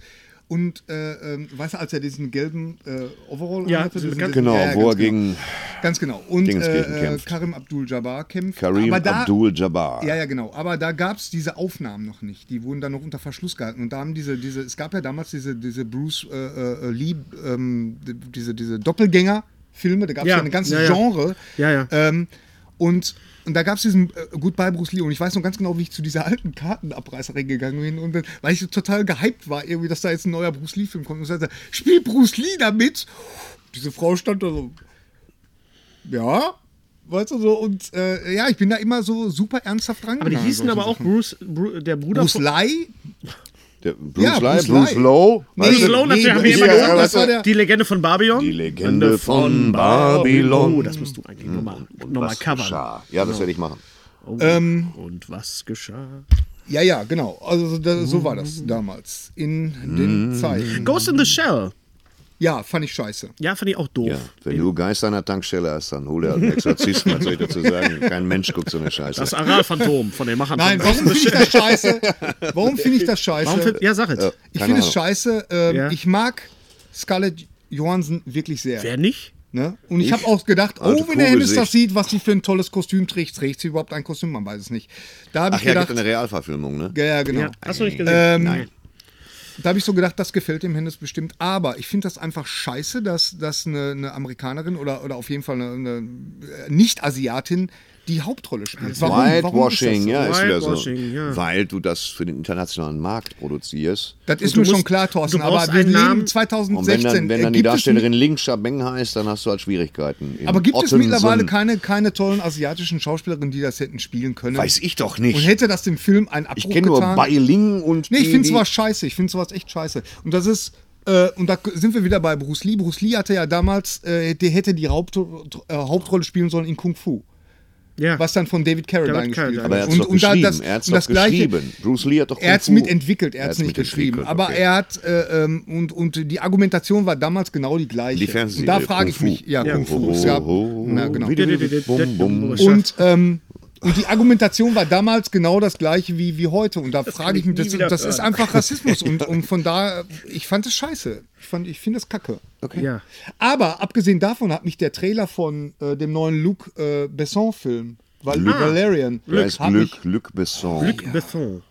Und äh, ähm, weißt du, als er diesen gelben äh, Overall
Ja,
anhatte,
diesen
diesen-
ganz-
Genau,
ja, ja,
wo er
ganz genau.
gegen
Ganz genau. Und
Dingenskirchen
äh, äh,
kämpft.
Karim Abdul-Jabbar kämpft.
Karim
Aber da-
Abdul-Jabbar.
Ja, ja, genau. Aber da gab es diese Aufnahmen noch nicht. Die wurden dann noch unter Verschluss gehalten. Und da haben diese, diese es gab ja damals diese, diese Bruce äh, äh, Lee, ähm, die- diese, diese Doppelgänger-Filme. Da gab es
Ja,
ja, eine ganze
ja, ja.
Genre.
Ja, ja.
Ähm, Und, und da gab es diesen äh, Goodbye Bruce Lee und ich weiß noch ganz genau, wie ich zu dieser alten Kartenabreißer gegangen bin und dann- weil ich so total gehypt war, irgendwie, dass da jetzt ein neuer Bruce Lee Film kommt und sagte, spiel Bruce Lee damit. Diese Frau stand da so, ja, weißt du so und äh, ja, ich bin da immer so super ernsthaft dran.
Aber die hießen aber auch Bruce, Bru der Bruder
Bruce
von.
Lee.
Der Bruce
Ja,
Lai,
Bruce
Bruce
Lai.
Low.
Nee,
Bruce Lowe natürlich, haben wir
ja,
immer gesagt,
das war
der
der-
Die Legende von Babylon.
Die Legende von Babylon.
Oh, das musst du eigentlich nochmal noch covern.
Ja, das werde ich machen.
Oh, und was geschah?
Ja, ja, genau. Also da, so war das damals in
Mhm.
den Zeiten.
Ghost in the Shell.
Ja, fand ich scheiße.
Ja, fand ich auch doof.
Ja, wenn du Geister an der Tankstelle hast, dann hol dir halt einen Exorzisten, was soll ich dazu sagen? Kein Mensch guckt so eine Scheiße.
Das Aral-Phantom von den Machern.
Nein,
von
warum finde ich das scheiße? Warum finde ich das scheiße?
Warum find, ja, sag jetzt.
ich
Keine
finde es
Ahnung.
scheiße. Ähm,
Ja.
Ich mag Scarlett Johansson wirklich sehr.
Wer nicht?
Ne? Und ich, habe
Ich?
auch gedacht,
Alte
oh, wenn der Hennis
Kuhgesicht.
das sieht, was sie für ein tolles Kostüm trägt, trägt sie überhaupt ein Kostüm? Man weiß es nicht. Da habe
Ach
ich
ja, gibt
gedacht,
eine Realverfilmung, ne?
ja, ja, genau.
Ja, hast du nicht gesehen? Nein.
Da habe ich so gedacht, das gefällt dem Hennes bestimmt. Aber ich finde das einfach scheiße, dass, dass eine, eine Amerikanerin oder, oder auf jeden Fall eine, eine äh, Nicht-Asiatin die Hauptrolle spielt. Warum, warum ist das
Also Whitewashing,
so?
ja, ist wieder so.
Whitewashing, ja.
Weil du das für den internationalen Markt produzierst.
Das ist
du
mir schon
musst-
klar, Thorsten,
du
aber
brauchst
wir
einen Namen.
leben
Und wenn
2016.
dann, wenn dann
Äh, gibt
die
es
Darstellerin Ling Shabeng heißt, dann hast du halt Schwierigkeiten. In
mi- aber gibt
Ottensen-
es mittlerweile keine, keine tollen asiatischen Schauspielerinnen, die das hätten spielen können?
Weiß ich doch
Und
nicht.
hätte das dem Film einen Abbruch
Ich kenne nur
getan?
Bai Ling und.
Nee, ich
die-
finde
die-
sowas scheiße. Ich finde sowas echt scheiße. Und das ist, äh, und da sind wir wieder bei Bruce Lee. Bruce Lee hatte ja damals, äh, der hätte die Haupt, äh, Hauptrolle spielen sollen in Kung Fu.
Ja.
Was dann von David Carradine
David
gespielt
Carradine.
wurde.
Aber er hat es
Und-
doch
und da-
geschrieben.
das-
er hat's
und das
doch
Gleiche-
geschrieben. Bruce Lee hat doch
Er hat es
Kung Fu.
mitentwickelt, er hat es
hat's
nicht geschrieben.
mitentwickelt,
Aber
okay.
er hat, äh, ähm, und, und die Argumentation war damals genau die gleiche.
Die Fernsehserie.
und da frage
Kung
ich
Fu.
mich, ja,
Ja.
Kung Fu. es gab- na, genau.
Bum, bum.
Und, ähm, und die Argumentation war damals genau das gleiche wie, wie heute. Und da frage ich mich, das, das ist einfach Rassismus. Und, und von da, ich fand es scheiße. Ich, fand- ich finde es kacke.
ja.
Aber abgesehen davon hat mich der Trailer von äh, dem neuen Luc äh, Besson-Film, Val Valerian,
Er heißt
hat,
Ah. Glück,
mich,
Glück Besson.
Luc Besson.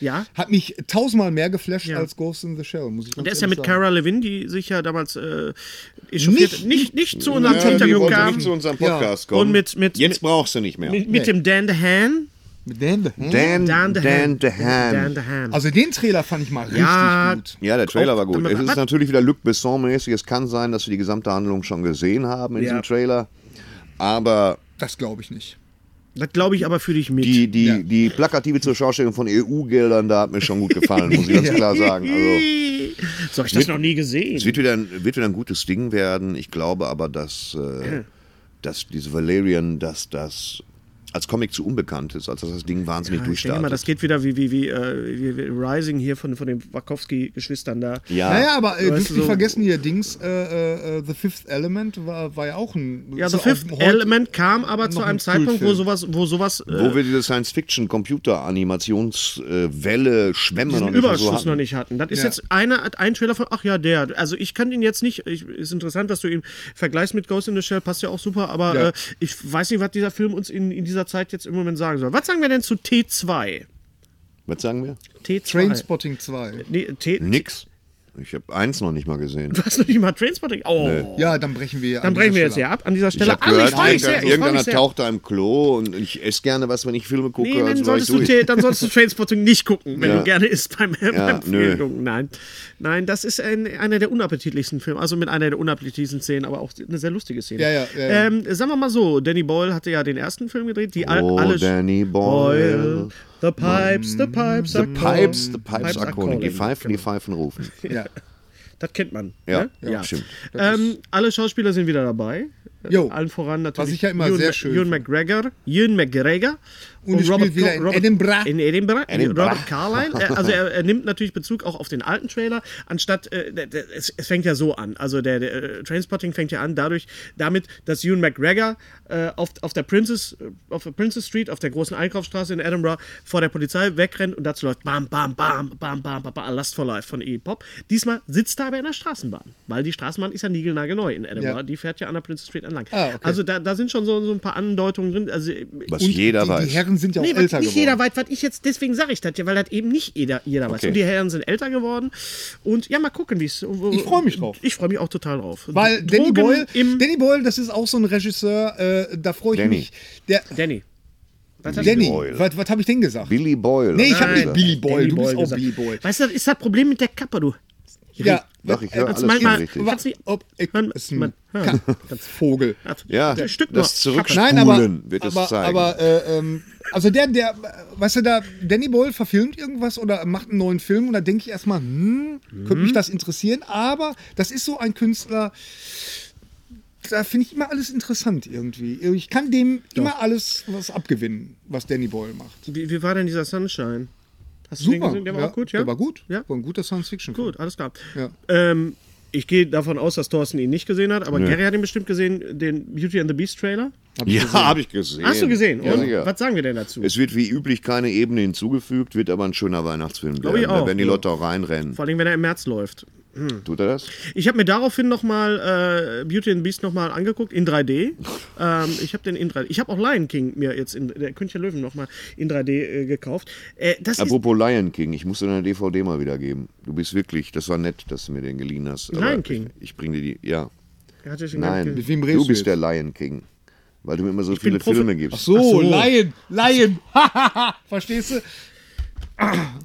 Ja.
hat mich tausendmal mehr geflasht
Ja.
als Ghost in the Shell, muss ich ganz
Der ist ja
ehrlich
mit
sagen.
Cara Levin, die sich ja damals äh, echauffiert, nicht,
Nicht-
nicht, zu unserem
Ja, die
Interview
wollte
kam.
nicht zu uns-
unserem
Ja.
kommen.
Und mit- mit-
Jetzt brauchst du nicht mehr.
Mit, mit dem Dan DeHaan.
Mit dem, hm?
Dan,
Dan
Dan,
DeHaan. Dan
DeHaan.
DeHaan.
Also den Trailer fand ich mal
Ja.
richtig gut.
Ja, der Trailer war gut.
Damit-
Es ist
was?
natürlich wieder Luc Besson-mäßig. Es kann sein, dass wir die gesamte Handlung schon gesehen haben in
Ja.
diesem Trailer. Aber
Das glaube ich nicht.
das glaube ich aber für dich mit.
die, die,
Ja.
die plakative Zurschaustellung von EU-Geldern, da hat mir schon gut gefallen, muss ich ganz klar sagen. Also,
so habe ich das noch nie gesehen. Ah,
Es wird wieder, ein, wird wieder ein gutes Ding werden. Ich glaube aber, dass, äh, dass diese Valerian, dass das als Comic zu unbekannt ist, als dass das Ding wahnsinnig
ich denke
durchstartet.
mal, das geht wieder wie, wie, wie, äh, wie, wie Rising hier von, von den Wachowski-Geschwistern da.
ja,
Naja, aber äh,
Weißt
dürfen
du,
wir
so-
vergessen hier Dings, äh, äh, äh, The Fifth Element war, war ja auch ein.
Ja,
ist Also
The
auch
Fifth
heute-
Element kam aber zu
noch
einem
ein
Zeitpunkt, wo
Kultfilm.
sowas, wo sowas, äh,
wo wir diese Science-Fiction-Computer-Animationswelle schwemmen
diesen
und so
Überschuss
hatten.
noch nicht hatten. Das ist
Ja.
jetzt einer, hat ein Trailer von, ach ja, der. Also ich kann ihn jetzt nicht, ich, ist interessant, dass du ihn vergleichst mit Ghost in the Shell, passt ja auch super, aber
Ja.
äh, ich weiß nicht, was dieser Film uns in, in dieser Zeit jetzt im Moment sagen soll. Was sagen wir denn zu T2?
Was sagen wir?
T2.
Trainspotting 2.
Nee, T
Nix. Ich habe eins noch nicht mal gesehen.
Du hast noch nicht mal Trainspotting. Oh.
Ja, dann brechen wir.
Dann brechen wir jetzt hier
ja.
ab an dieser
Ich
Stelle. Ah,
habe gehört,
freu mich sehr,
irgendeiner-
ich freu mich
irgendeiner
sehr.
taucht da im Klo und ich esse gerne was, wenn ich Filme gucke.
Nee, dann
also war ich
solltest, du,
durch.
T- dann solltest du Trainspotting nicht gucken, wenn
Ja.
du gerne isst beim, beim
nö.
Film gucken. Nein. Nein, das ist ein, einer der unappetitlichsten Filme. Also mit einer der unappetitlichsten Szenen, aber auch eine sehr lustige Szene.
Ja, ja, ja, ja.
Ähm, sagen wir mal so, Danny Boyle hatte ja den ersten Film gedreht, die all-
Oh,
alle.
Danny Boyle.
The Pipes, the Pipes,
The Pipes, the Pipes are calling. Die Pfeifen, die
Genau.
Pfeifen rufen.
Ja.
Das kennt man.
Ja,
ne?
ja, stimmt.
Ähm, alle Schauspieler sind wieder dabei. Äh,
Jo.
Allen voran natürlich.
Was ich ja immer
Ewan
sehr
Ma-
schön
Ewan
finde.
McGregor. Ewan McGregor.
Und es spielt wieder in Edinburgh.
In Edinburgh.
Edinburgh.
Robert Carlyle. Äh, Also er, er nimmt natürlich Bezug auch auf den alten Trailer, anstatt, äh, der, der, es, es fängt ja so an. Also der, der äh, Trainspotting fängt ja an dadurch, damit, dass Ewan McGregor äh, auf, auf der Princess, äh, auf der Princess Street, auf der großen Einkaufsstraße in Edinburgh vor der Polizei wegrennt und dazu läuft bam, bam, bam, bam, bam, bam, bam, Last for Life von E-Pop. Diesmal sitzt er aber in der Straßenbahn, weil die Straßenbahn ist ja niegelnagelneu in Edinburgh.
Ja.
Die fährt ja an der Princess Street entlang.
Ah, okay.
Also da, da sind schon so, so ein paar Andeutungen drin. Also
Was jeder
die,
weiß.
Die Herren Herren sind ja auch
Nee, was
älter
nicht
geworden.
jeder weiß, was ich jetzt, deswegen sage ich das ja, weil das eben nicht jeder, jeder weiß.
Okay.
Und die Herren sind älter geworden. Und ja, mal gucken, wie es. äh,
Ich freu mich drauf.
Ich freue mich auch total drauf.
Weil Danny
Drogen
Boyle,
im.
Danny Boyle, das ist auch so ein Regisseur, äh, da freue ich
Danny.
mich. Der,
Danny. Was hast du
Danny,
Boyle.
was, was habe ich denn gesagt?
Billy Boyle.
Nee, ich
hab
habe nicht
Nein.
Billy Boyle,
Danny
du bist
Boyle
auch
gesagt.
Billy Boyle.
Weißt du, das ist das Problem mit der Kappe, du.
Ja,
Doch, ich höre
äh,
alles
manchmal-
schon richtig.
kannst du nicht-
Ob, ich,
Man-
ist ein
man-
Ka- Vogel.
Ja,
Ein Stück nur.
das Zurückspulen
Nein, aber,
wird es
aber,
zeigen.
aber äh, ähm, also der, der, äh, weißt du, da Danny Boyle verfilmt irgendwas oder macht einen neuen Film und da denke ich erstmal, hm, könnte mich das interessieren, aber das ist so ein Künstler, da finde ich immer alles interessant irgendwie. Ich kann dem immer alles was abgewinnen, was Danny Boyle macht.
Wie, wie war denn dieser Sunshine? Hast du den
Super.
gesehen? Der war auch gut, ja?
Der war gut.
Ja.
War ein guter Science-Fiction.
Gut, alles klar.
Ja.
Ähm, ich gehe davon aus, dass Thorsten ihn nicht gesehen hat, aber Gary hat ihn bestimmt gesehen, den Beauty and the Beast Trailer.
ja, habe ich gesehen.
Hast du gesehen?
Ja,
Und
sicher.
Was sagen wir denn dazu?
Es wird wie üblich keine Ebene hinzugefügt, wird aber ein schöner Weihnachtsfilm
Glaub ich
bleiben. Da
auch,
werden die
ja.
Leute auch reinrennen.
Vor allem, wenn er im März läuft.
Tut er das?
Ich habe mir daraufhin nochmal äh, Beauty and the Beast nochmal angeguckt, in 3D. ähm, ich habe den in 3D. Ich habe auch Lion King mir jetzt in der König der Löwen nochmal in 3D äh, gekauft. Äh, das ist
Apropos Lion King, ich muss dir deine DVD mal wiedergeben. Du bist wirklich, das war nett, dass du mir den geliehen hast. aber
Lion King?
Ich, ich bringe dir die, ja.
Er hat sich den
Nein,
Lion King-
Mit wem redest
du
du jetzt?
bist der Lion King. Weil du mir immer so
bin
viele
Profi-
Filme gibst.
So,
Ach so.
Lion, Lion. Verstehst du?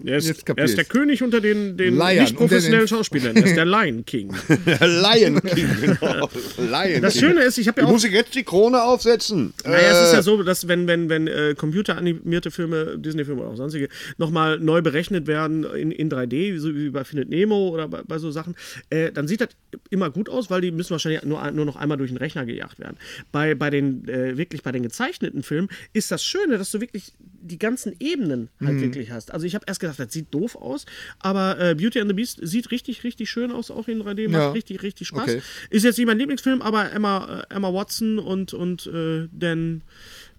Er ist,
Jetzt
er
kapier's.
ist der König unter den, den
Lion.
nicht professionellen
Und der-
Schauspielern. Er ist der Lion King.
Der Lion King, genau. Lion
Das
King.
Schöne ist, ich habe ja auch
muss ich jetzt die Krone aufsetzen? Äh,
Naja, es ist ja so, dass wenn, wenn, wenn äh, computeranimierte Filme, Disney-Filme oder auch sonstige, nochmal neu berechnet werden in, in 3D, so wie bei Findet Nemo oder bei, bei so Sachen, äh, dann sieht das immer gut aus, weil die müssen wahrscheinlich nur, nur noch einmal durch den Rechner gejagt werden. Bei, bei den, äh, wirklich bei den gezeichneten Filmen ist das Schöne, dass du wirklich die ganzen Ebenen halt wirklich hast. Also ich habe erst gedacht, das sieht doof aus, aber äh, Beauty and the Beast sieht richtig, richtig schön aus, auch in 3D, macht
Ja.
richtig, richtig Spaß.
Okay.
Ist jetzt nicht mein Lieblingsfilm, aber Emma, äh, Emma Watson und, und äh, Dan,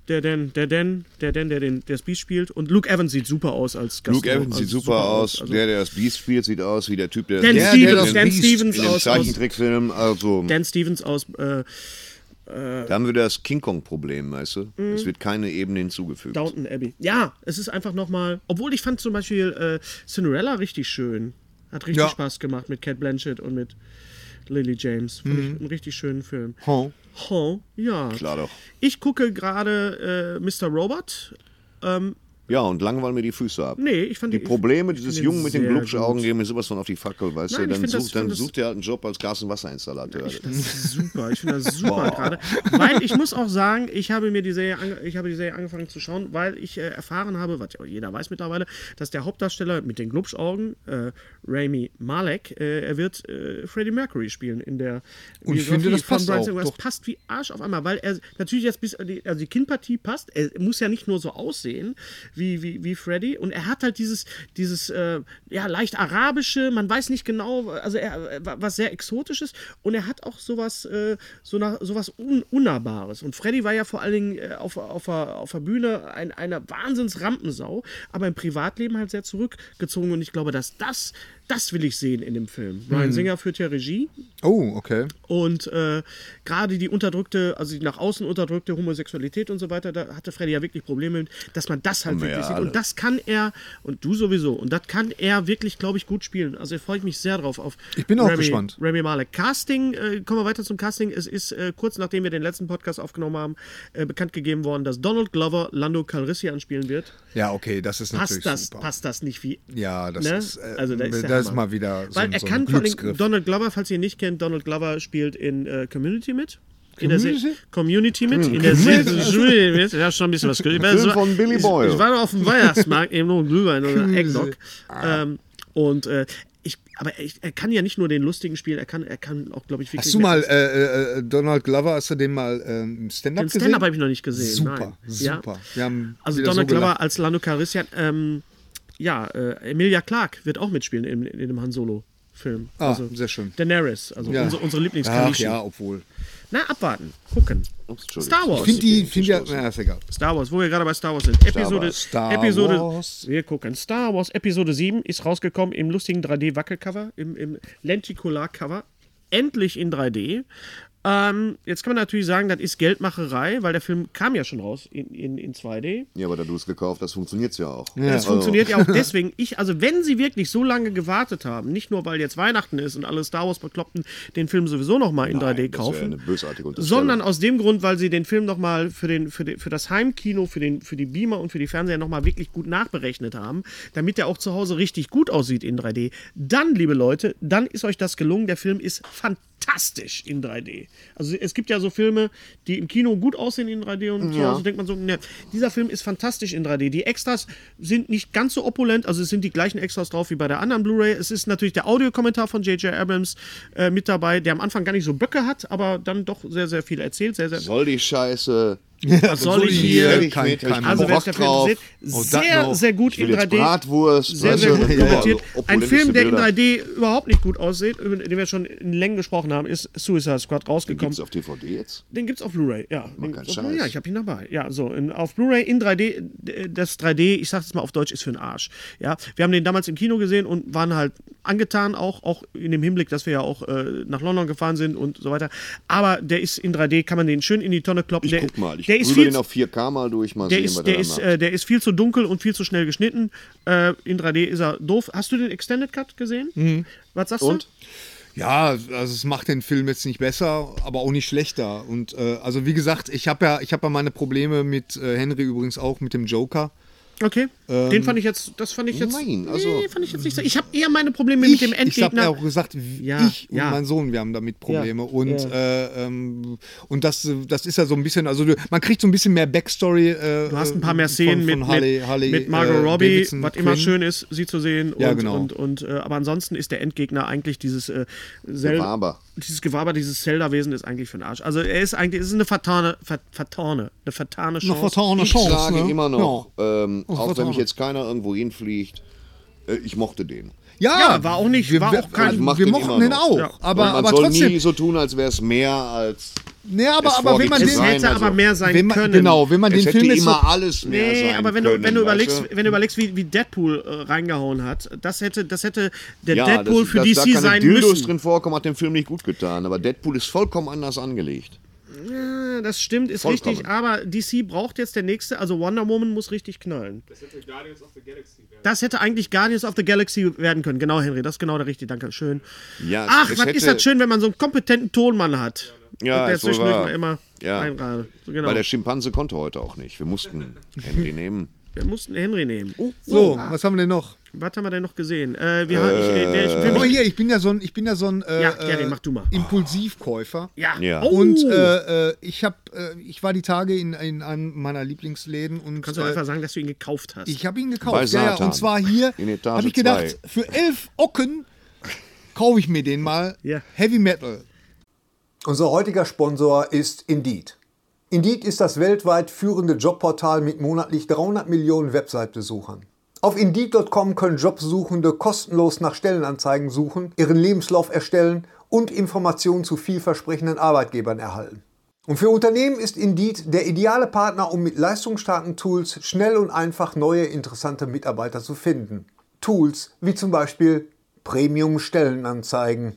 der Dan, der Dan, der Dan, der den der Speed spielt. Und Luke Evans sieht super aus als Gast. Also
Luke Evans sieht super, aus. der, der das Beast spielt, sieht aus wie der Typ, der,
Dan
der,
Stevens,
der
Dan
das Beast
Stevens
in dem
aus, also aus
Zeichentrickfilm, also
Dan Stevens aus äh,
da haben wir das King Kong Problem, weißt du?
Mhm.
Es wird keine Ebene hinzugefügt.
Downton Abbey. Ja, es ist einfach nochmal. Obwohl ich fand zum Beispiel äh, Cinderella richtig schön. Hat richtig
Ja.
Spaß gemacht mit Cat Blanchett und mit Lily James. Fand ich einen richtig schönen Film.
Oh.
Oh, ja.
Mhm. Klar doch.
Ich gucke gerade äh, Mr. Robot.
Ja, und langweilen mir die Füße ab.
Nee, ich fand
Die
ich-
Probleme
ich
dieses
find
Jungen mit den
sehr
Glubschaugen
gut.
geben mir sowas von auf die Fackel, weißt
Nein, ich
du? Dann,
find das-
sucht, dann
find das-
sucht er halt einen Job als Gas- und Wasserinstallateur.
Das ist super, ich finde das super gerade. Weil ich muss auch sagen, ich habe mir die Serie, ange ich habe die Serie angefangen zu schauen, weil ich äh, erfahren habe, was ja jeder weiß mittlerweile, dass der Hauptdarsteller mit den Glubschaugen, äh, Rami Malek, äh, er wird äh, Freddie Mercury spielen in der
Und ich finde, das
von
passt
Bryan
auch,
Singer. Das
doch.
passt wie Arsch auf einmal, weil er natürlich jetzt bis, die- also die Kinnpartie passt, er muss ja nicht nur so aussehen wie, wie, wie Freddy und er hat halt dieses, dieses äh, ja, leicht arabische, man weiß nicht genau, also er, äh, was sehr exotisches und er hat auch sowas, äh, so nach, sowas Un Unnahbares und Freddy war ja vor allen Dingen äh, auf, auf, der- auf der Bühne ein, eine Wahnsinns-Rampensau, aber im Privatleben halt sehr zurückgezogen und ich glaube, dass das, das will ich sehen in dem Film.
Mhm.
Bryan Singer führt ja Regie,
oh, okay.
und äh, gerade die unterdrückte, also die nach außen unterdrückte Homosexualität und so weiter, da hatte Freddy ja wirklich Probleme mit, dass man das halt
Haben wir
wirklich
ja
sieht.
alle.
Und das kann er, und du sowieso, und das kann er wirklich, glaube ich, gut spielen. Also freue ich mich sehr drauf. Auf
Ich bin auch
Rami-
gespannt.
Rami Malek. Casting, äh, kommen wir weiter zum Casting. Es ist äh, kurz nachdem wir den letzten Podcast aufgenommen haben, äh, bekannt gegeben worden, dass Donald Glover Lando Calrissian spielen wird.
Ja, okay, das ist natürlich
Passt das,
super.
passt das nicht wie
Ja, das
Ne?
ist, äh,
also da ist, der
da ist
Hammer.
mal wieder so,
Weil
ein-
er
so
kann
ein
vor allem
Glücksgriff.
Donald Glover, falls ihr ihn nicht kennt, Donald Glover spielt in äh, Community mit. In der Se-
Community?
Community mit. In der Serie. Ja, schon ein bisschen was gehört. Ich war-
Film
ich war-
von Billy
ich-
Boyle.
Ich war noch auf dem Weihnachtsmarkt eben noch drüber in einer Eggnog. Ähm, und äh, ich, aber ich, er kann ja nicht nur den lustigen spielen, er kann, er kann auch, glaube ich, wirklich.
Hast du mal äh, äh, äh, Donald Glover, hast du den mal ähm, Stand-Up
den
gesehen?
Stand-Up habe ich noch nicht gesehen.
Super,
Nein. Ja.
super. Wir haben
Also
wieder
Donald
so
Glover
gelacht.
als Lando Calrissian. Ähm, ja, äh, Emilia Clarke wird auch mitspielen in, in dem Han Solo-Film.
Ah,
also,
sehr schön.
Daenerys, also
Ja.
unsere, unsere
Ach
Lieblingskalische.
ja, obwohl.
Na, abwarten, gucken.
Ups, Entschuldigung.
Star Wars.
Find die, find ja, na, ist egal.
Star Wars, wo wir gerade bei Star Wars sind. Episode,
Wars.
Star
Episode,
Wars.
Wir gucken. Star Wars Episode 7 ist rausgekommen im lustigen 3D-Wackelcover, im, im Lentikular-Cover. Endlich in 3D. Ähm, jetzt kann man natürlich sagen, das ist Geldmacherei, weil der Film kam ja schon raus in, in, in 2D.
Ja, aber da du es gekauft hast, funktioniert es ja auch. Also,
Das funktioniert ja auch deswegen. Ich, also wenn sie wirklich so lange gewartet haben, nicht nur weil jetzt Weihnachten ist und alle Star Wars Bekloppten den Film sowieso nochmal in 3D
das wäre eine
kaufen,
bösartige Unterstellung.
sondern aus dem Grund, weil sie den Film nochmal für, den, für, den, für das Heimkino, für, den, für die Beamer und für die Fernseher nochmal wirklich gut nachberechnet haben, damit der auch zu Hause richtig gut aussieht in 3D. Dann, liebe Leute, dann ist euch das gelungen. Der Film ist fantastisch in 3D. Also es gibt ja so Filme, die im Kino gut aussehen in 3D und zu Hause denkt man so, ne, dieser Film ist fantastisch in 3D. Die Extras sind nicht ganz so opulent, also es sind die gleichen Extras drauf wie bei der anderen Blu-ray. Es ist natürlich der Audiokommentar von J.J. Abrams äh, mit dabei, der am Anfang gar nicht so Böcke hat, aber dann doch sehr, sehr viel erzählt, sehr, sehr
Soll die Scheiße.
Ja,
soll ich hier-
äh, Kein,
Kein-
kein
also, wenn
Bock
ihr den Film
drauf.
seht,
Oh, das
sehr,
noch.
sehr gut
Ich will
in
jetzt
3D.
Bratwurst.
sehr,
weißt
sehr
du,
gut
ja, ja,
kommentiert.
also
Ein Film, der in
Bilder.
3D überhaupt nicht gut aussieht, über den wir schon in Längen gesprochen haben, ist Suicide Squad
Gibt
rausgekommen.
es auf DVD jetzt?
Den gibt's auf Blu-ray, ja. Den
keinen
gibt's auf Blu-ray.
Oh, Scheiß.
Ja, ich habe ihn dabei. Ja, so in, auf Blu-ray in 3D. d- Das 3D, ich sag's jetzt mal auf Deutsch, ist für den Arsch. Ja, wir haben den damals im Kino gesehen und waren halt angetan, auch auch in dem Hinblick, dass wir ja auch äh, nach London gefahren sind und so weiter. Aber der ist in 3D, kann man den schön in die Tonne kloppen.
Ich
der,
guck mal. Ich
der ist
prügel
viel
den auf 4K mal durch. Mal
der
sehen,
ist,
was
der,
dann
ist,
macht.
äh, der ist viel zu dunkel und viel zu schnell geschnitten. Äh, in 3D ist er doof. Hast du den Extended Cut gesehen? Was sagst
Und?
du?
Ja, also es macht den Film jetzt nicht besser, aber auch nicht schlechter. Und äh, also wie gesagt, ich habe ja, ich habe ja meine Probleme mit äh, Henry übrigens auch mit dem Joker.
Okay. den fand ich jetzt, das fand ich jetzt.
nein, also-
nee, fand ich jetzt nicht so. Ich habe eher meine Probleme mit dem
ich habe
Endgegner.
ja auch gesagt, w-
Ja,
ich und
ja.
mein Sohn, wir haben damit Probleme.
Ja,
und
ja.
Äh, ähm, und das, das ist ja so ein bisschen, also du, man kriegt so ein bisschen mehr Backstory. Äh,
Du hast ein paar mehr Szenen mit, mit, mit Margot Robbie, was immer schön ist, sie zu sehen. Und,
Ja, genau.
Und, und, äh, aber ansonsten ist der Endgegner eigentlich dieses äh, Sel
Gewaber.
Dieses Gewaber, dieses Zelda-Wesen ist eigentlich für den Arsch. Also er ist eigentlich, es ist eine vertane, ver, vertane, eine vertane Chance. Oh,
Eine
Ich
Chance,
sage
ne?
immer noch, ähm,
Das
auch
wird
wenn
auch
mich
noch.
jetzt keiner irgendwo hinfliegt, äh, ich mochte den.
Ja,
Ja, war auch nicht-
wir,
war auch kein-
wir-
Ich mach
wir
den
mochten
immer
den
noch.
auch.
Ja.
Aber,
Und man
aber
soll
trotzdem.
nie so tun, als wäre es mehr als.
nee, aber,
es
aber wenn man
vorgibt
den.
Es
zu
Wenn
sein.
hätte
also,
aber mehr sein
man,
können.
Genau, wenn man
es
den
hätte
Film jetzt.
immer
so-
alles mehr
Nee,
sein
aber wenn
können,
du, wenn du
weißt
überlegst,
du?
wenn du überlegst, wie, wie Deadpool äh, reingehauen hat, das hätte, das hätte der
ja,
Deadpool
dass,
für
dass da
DC
keine
sein
Dildos
müssen.
drin vorkommen, hat dem Film nicht gut getan. Aber Deadpool ist vollkommen anders angelegt.
Ja, Das stimmt, ist
Vollkommen.
richtig, aber DC braucht jetzt der nächste, also Wonder Woman muss richtig knallen. Das hätte eigentlich Guardians of the Galaxy werden können. Genau, Henry, das ist genau der richtige, danke schön.
Ja, es-
Ach,
es
was
hätte-
ist das schön, wenn man so einen kompetenten Tonmann hat.
Ja,
der
ist wohl
zwischendurch
wahr.
mal immer
Ja.
einradet. So, genau.
Weil der Schimpanse konnte heute auch nicht. Wir mussten Henry nehmen.
Wir mussten Henry nehmen.
Oh,
So, was haben wir denn noch?
Was haben wir denn noch gesehen? Äh, wir haben, ich, äh, der, ich,
Oh,
Film,
hier, ich bin ja so ein, ich bin ja so ein äh,
Ja, Gary,
äh,
mach du mal.
Impulsivkäufer.
ja.
Ja.
Oh.
Und äh, äh, ich habe, äh, ich war die Tage in, in einem meiner Lieblingsläden und
Kannst du
äh,
einfach sagen, dass du ihn gekauft hast?
ich habe ihn
Bei
gekauft. Ja, ja,
Satan.
und zwar hier
In Etage
habe ich gedacht,
zwei.
für elf Ocken kaufe ich mir den mal.
Ja.
Heavy Metal.
Unser heutiger Sponsor ist Indeed. Indeed ist das weltweit führende Jobportal mit monatlich 300 Millionen Website-Besuchern. Auf Indeed.com können Jobsuchende kostenlos nach Stellenanzeigen suchen, ihren Lebenslauf erstellen und Informationen zu vielversprechenden Arbeitgebern erhalten. Und für Unternehmen ist Indeed der ideale Partner, um mit leistungsstarken Tools schnell und einfach neue interessante Mitarbeiter zu finden. Tools wie zum Beispiel Premium-Stellenanzeigen.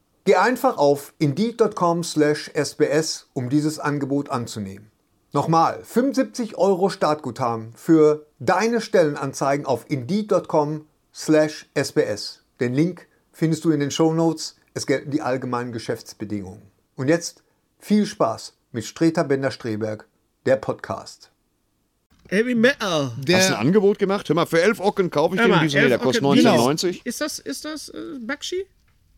Geh einfach auf indeed.com slash sbs, um dieses Angebot anzunehmen. Nochmal, 75 Euro Startguthaben für deine Stellenanzeigen auf indeed.com slash sbs. Den Link findest du in den Shownotes. Es gelten die allgemeinen Geschäftsbedingungen. Und jetzt viel Spaß mit Streter Bender-Streberg, der Podcast.
Heavy Metal.
Hast du ein
Der,
Angebot gemacht? Hör mal, für 11 Ocken kaufe ich den
Emma,
diesen hier. Der
elf-
kostet
okay, genau.
19,90.
Ist das, ist das äh, Bakshi?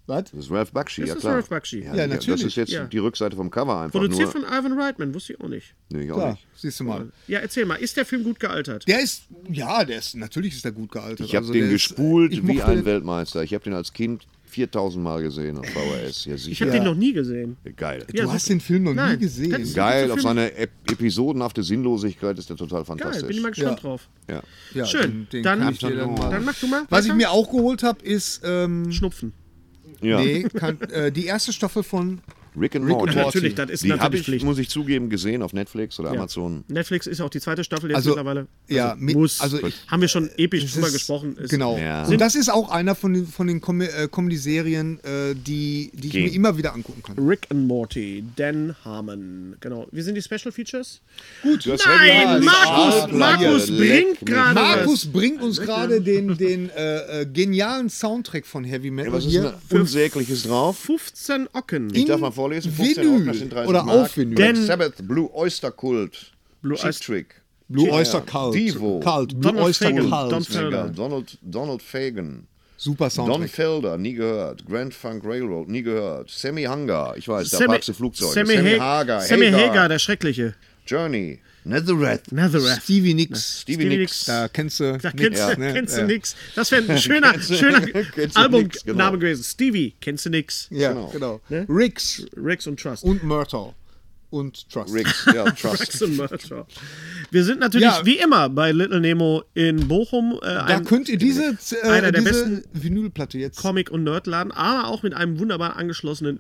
was?
Das ist Ralph Bakshi,
Ist
ja
das
klar.
Ralph Bakshi? Ja,
sicher.
natürlich.
Das ist jetzt
Ja.
die Rückseite vom Cover einfach
Produziert von
nur.
Ivan Reitman, wusste ich auch nicht.
Nee, ich auch
Klar,
nicht.
siehst du mal.
Ja, erzähl mal, ist der Film gut gealtert?
Der ist, ja, der ist, natürlich ist der gut gealtert.
Ich habe
Also
den
der ist, äh,
gespult
ich
wie
mochte
ein
den-
Weltmeister. Ich habe den als Kind 4000 Mal gesehen auf VHS. Ja, sicher.
Ich habe den noch nie gesehen.
Geil.
Du
Ja,
hast
super.
den Film noch nie
Nein, das
gesehen.
ist-
Geil,
Film-
auf seine ep episodenhafte Sinnlosigkeit ist der total fantastisch.
Geil, bin ich mal gespannt
Ja.
drauf.
ja.
Ja,
Schön.
den- den
dann,
kann ich dir dann mal-
dann mach du mal.
Was ich
weiter.
mir auch geholt habe, ist ähm,
Schnupfen.
Ja.
nee, kann, äh, die erste Staffel von
Rick and
Rick and
Morty.
Morty.
Natürlich, das ist
die habe
natürlich
ich,
Pflicht.
muss ich zugeben, gesehen auf Netflix oder
Ja.
Amazon.
Netflix ist auch die zweite Staffel jetzt
Also,
mittlerweile.
ja, mit-
muss.
also
Also
ich-
haben wir schon episch
Das
drüber
ist-
gesprochen. Ist-
Genau.
Ja.
Und das ist auch einer von den, von den Com äh, Comedy-Serien, äh, die, die ich
Gehen.
mir immer wieder angucken kann.
Rick and Morty, Dan Harmon. Genau. Wie sind die Special Features?
Gut, das
Nein, Markus,
Schnapper.
Markus
Leck
bringt
mich.
gerade. was.
Markus bringt uns gerade den, den äh, äh, genialen Soundtrack von Heavy Metal
Was ist denn
hier.
da Unsägliches drauf?
15 Ocken.
Ich darf mal vorlesen. 15
Vinyl
Euro, das sind 30
oder
Mark.
auf Vinyl.
Black
Denn-
Sabbath, Blue Oyster Cult,
Blue
Cheap
Oyster-
Trick,
Blue
Ja,
Oyster
ja.
Cult.
Devo.
Cult. Blue
Donald
Oyster
Fagan.
Cult.
Don Felder.
Egal, Donald, Donald Fagan,
Super
Don
Soundtrack.
Felder, nie gehört, Grand Funk Railroad, nie gehört, Sammy Hunger, ich weiß, da
Sammy-
parkst du Flugzeuge,
Sammy, Hager,
Hagar,
Sammy
Hagar,
Hagar, der Schreckliche.
Journey, Netherrath,
Nazareth.
Stevie Nicks.
Stevie
Stevie
Nicks,
Da kennst du
Da
nix,
kennst, du,
ne?
kennst
Ja.
du nix. Das wäre ein schöner, schöner
kennst du
Albumname
nix, genau.
gewesen. Stevie, kennst du nix.
Ja, genau.
Ne?
Ricks
Rex und Trust.
und Myrtle und Trust.
Riggs, ja, Trust.
Rex und Murder. Wir sind natürlich
Ja.
wie immer bei Little Nemo in Bochum. Äh,
Da
ein
könnt ihr diese, äh,
einer der
diese
besten
Vinylplatte jetzt
Comic- und Nerdladen, aber auch mit einem wunderbar angeschlossenen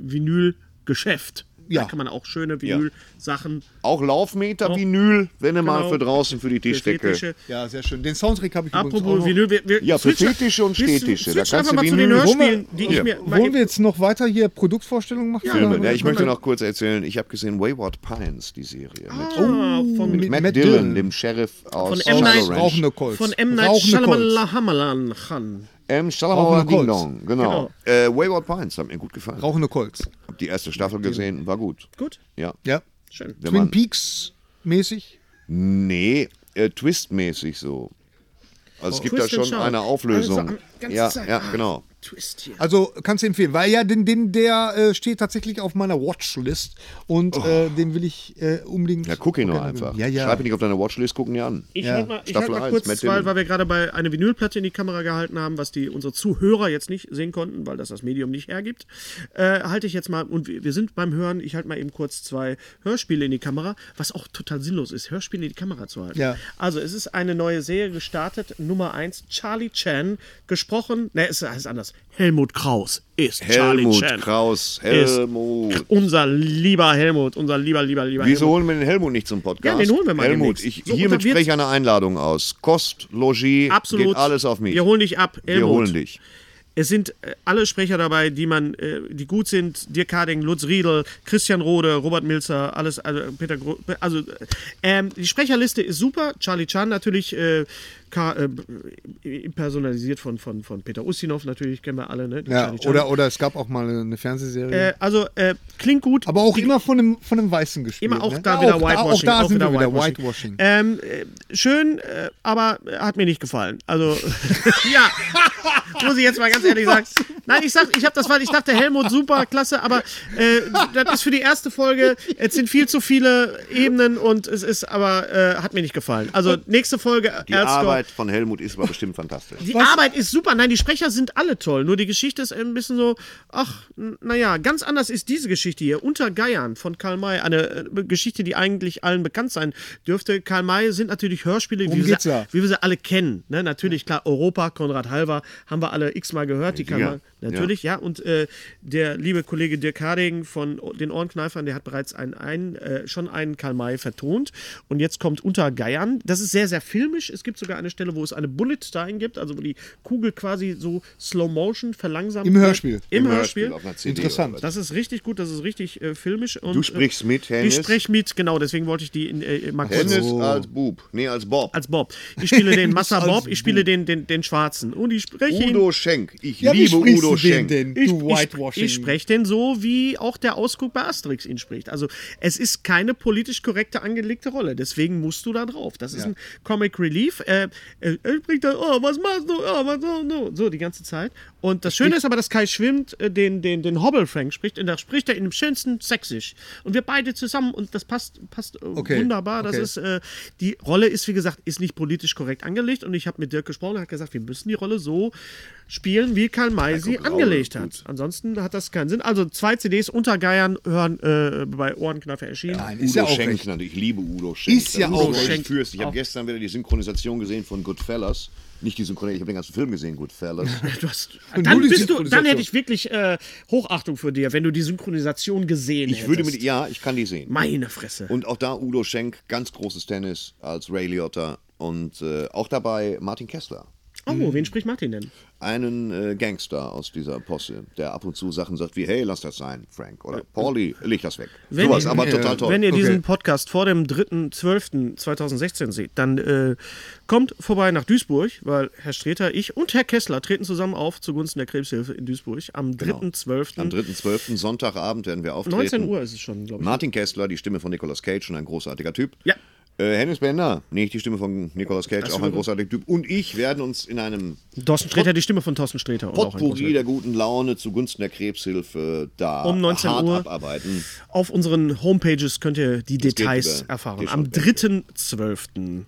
Vinylgeschäft. Da
Ja.
kann man auch schöne Vinyl-Sachen
Auch Laufmeter Vinyl, wenn ihr mal
Genau.
für draußen für die Tischdecke.
Fetische.
Ja, sehr schön. Den Soundtrack habe ich übrigens
Apropos
auch noch.
Vinyl, wir, wir
Ja, für
switchen-
Fetische und
switchen-
Stetische.
Switchen
Da kannst
einfach
du
mal zu den
Vinyl-
Hörspielen, die ich
Ja.
mir Ah, mal
Wollen wir jetzt noch weiter hier Produktvorstellungen machen?
Filme.
Oder?
Ja, ich möchte noch kurz erzählen, ich habe gesehen Wayward Pines, die Serie. mit
Ah, von,
Mit Matt,
Oh, Matt
Dillon,
Dillon.
dem Sheriff
Von
aus
M.
Shadow
Night-
Ranch.
Rauchende Colts.
von M. Night
Rauchende Colts.
Shyamalan Khan.
M.
Rauchende
Shalamala Ding
Colts.
Dong, genau. Äh, Wayward Pines hat mir gut gefallen.
Rauchende Colts.
Hab die erste Staffel gesehen, war gut.
Gut,
Ja.
Ja.
schön.
Wenn
Twin
man,
Peaks mäßig.
nee, äh, twistmäßig so. Also es gibt da
Oh, Twist and
schon
Shout.
eine Auflösung.
Also, am- ganze
ja,
Zeit.
Ah.
ja, genau.
Twist hier.
Also kannst du empfehlen, weil ja, den, den, der äh, steht tatsächlich auf meiner Watchlist und äh, den will ich äh, unbedingt.
Oh. Ja, guck ihn nur
Okay,
einfach.
Ja, ja.
Schreib ihn nicht auf deine Watchlist, guck ihn dir an.
Ich
Ja.
halte mal, ich halt
Staffel
mal
1,
kurz,
Matt
weil,
Dillon.
weil wir gerade bei eine Vinylplatte in die Kamera gehalten haben, was die unsere Zuhörer jetzt nicht sehen konnten, weil das das Medium nicht hergibt, äh, halte ich jetzt mal, und wir, wir sind beim Hören, ich halte mal eben kurz zwei Hörspiele in die Kamera, was auch total sinnlos ist, Hörspiele in die Kamera zu halten.
Ja.
Also es ist eine neue Serie gestartet, Nummer 1, Charlie Chan, gesprochen, ne, es heißt anders, Helmut Kraus ist Charlie
Helmut
Chan.
Kraus,
Ist-
Helmut.
Unser lieber Helmut, unser lieber, lieber, lieber
Wieso
Helmut.
holen wir den Helmut nicht zum Podcast?
Ja, den holen wir mal
Helmut,
demnächst.
ich,
So,
hiermit
unter- wir-
spreche ich eine Einladung aus. Kost, Logis,
Absolut.
geht alles auf mich.
Wir holen dich ab, Helmut.
Wir holen dich.
Es sind äh, alle Sprecher dabei, die man, äh, die gut sind. Dirk Kading, Lutz Riedel, Christian Rode, Robert Milzer, alles, also Peter Gro also äh, ähm, die Sprecherliste ist super. Charlie Chan natürlich, äh, ka- äh, personalisiert von, von, von Peter Ustinov natürlich, kennen wir alle, ne? Den
Ja,
Charlie Chan.
oder, oder es gab auch mal eine Fernsehserie.
äh, also äh, klingt gut.
aber auch immer von einem, von einem Weißen gespielt.
Immer auch
ne?
da
Ja,
wieder
auch, da-
Whitewashing.
Auch da sind
wieder
wir wieder Whitewashing.
Ähm, äh, schön, äh, aber äh, hat mir nicht gefallen. Also, ja, muss ich jetzt mal ganz ehrlich sagen. Nein, ich sag, ich habe das, weil ich dachte, Helmut, super, klasse, aber äh, das ist für die erste Folge. Es sind viel zu viele Ebenen und es ist aber, äh, hat mir nicht gefallen. Also, nächste Folge,
Die
Erzko-
Arbeit von Helmut ist aber bestimmt fantastisch.
die Arbeit ist super. Nein, die Sprecher sind alle toll. Nur die Geschichte ist ein bisschen so, ach, n- naja, ganz anders ist diese Geschichte hier. Unter Geiern von Karl May. Eine äh, Geschichte, die eigentlich allen bekannt sein dürfte. Karl May sind natürlich Hörspiele, wie, wir
geht's
sie,
da?
wie wir sie alle kennen. Ne? Natürlich, klar, Europa, Konrad Halver, haben wir alle x-mal gehört. Die Karl
Ja,
May, natürlich, ja. Und äh, der liebe Kollege Dirk Harding von O- den Ohrenkneifern, der hat bereits einen, einen, äh, schon einen Karl May vertont. Und jetzt kommt Unter Geiern. Das ist sehr, sehr filmisch. Es gibt sogar eine Stelle, wo es eine Bullet Time gibt, also wo die Kugel quasi so Slow Motion verlangsamt
Im
wird.
Hörspiel.
Im, Hörspiel.
auf einer CD
Interessant.
oder was.
Das ist richtig gut, das ist richtig äh, filmisch. Und,
Du sprichst mit,
äh, Ich
Hennes?
spreche mit, genau, deswegen wollte ich die in, äh, mal kurz
Also-
Hennes als Bub, nee, als Bob.
als Bob. Ich spiele den Massa
Als
Bob, ich spiele den, den, den Schwarzen. Und ich spreche ihn
Udo Schenk. Ich
Ja, wie
liebe
sprichst
Udo
du den
Schenk.
denn,
Ich,
du Whitewashing?
ich, ich spreche den so, wie auch der Ausguck bei Asterix ihn spricht. Also es ist keine politisch korrekte angelegte Rolle. Deswegen musst du da drauf. Das ist ein Comic Relief. Äh, äh, er spricht dann, oh, was machst du? Oh, was, oh, no. So die ganze Zeit. Und das Schöne ist aber, dass Kai Schwimmt äh, den, den, den Hobble Frank spricht. Und da spricht er in dem schönsten Sächsisch. Und wir beide zusammen. Und das passt, passt äh,
Okay,
wunderbar. Das
okay.
ist äh, die Rolle ist, wie gesagt, ist nicht politisch korrekt angelegt. Und ich habe mit Dirk gesprochen und hat gesagt, wir müssen die Rolle so spielen, wie Karl May sie irgendwie angelegt hat. Ansonsten hat das keinen Sinn. Also zwei CDs unter Geiern hören äh, bei Ohrenknaffe erschienen.
Nein,
Udo
ist ja auch
Schenk
recht.
natürlich. Ich liebe Udo Schenk.
Ist ja
Udo
auch
Schenk.
recht.
Fürst. Ich
Auch.
habe gestern wieder die Synchronisation gesehen von Goodfellas. Nicht die Synchronisation, ich habe den ganzen Film gesehen, Goodfellas.
Du hast,
Und
dann,
nur die
bist du, dann
Synchronisation.
hätte ich wirklich äh, Hochachtung für dir, wenn du die Synchronisation gesehen
ich
hättest.
würde mit, ja, ich kann die sehen.
Meine Fresse.
Und auch da Udo Schenk, ganz großes Tennis als Ray Liotta. Und äh, auch dabei Martin Kessler.
oh, wen spricht Martin denn?
einen äh, Gangster aus dieser Posse, der ab und zu Sachen sagt wie, hey, lass das sein, Frank. Oder Pauli, leg das weg.
Äh, Wenn
Sowas,
ihr- äh,
aber total toll.
Wenn ihr
Okay.
diesen Podcast vor dem 3.12.2016 seht, dann äh, kommt vorbei nach Duisburg, weil Herr Streter, ich und Herr Kessler treten zusammen auf zugunsten der Krebshilfe in Duisburg am 3.12.
Genau. Am 3.12. Sonntagabend werden wir auftreten.
19 Uhr ist es schon, glaube ich.
Martin Kessler, die Stimme von Nicolas Cage, schon ein großartiger Typ.
Ja.
Äh, Hennes Bender, nicht die Stimme von Nicolas Cage, auch ein
würde-
großartiger Typ. Und ich werden uns in einem
Thorsten Streter, die Stimme von Thorsten Streter. und auch ein
Potpourri
großer-
der guten Laune zugunsten der Krebshilfe da
Um 19
hart
Uhr.
abarbeiten.
Auf unseren Homepages könnt ihr die Details
über
erfahren.
die
Am
Shopwelt.
3.12.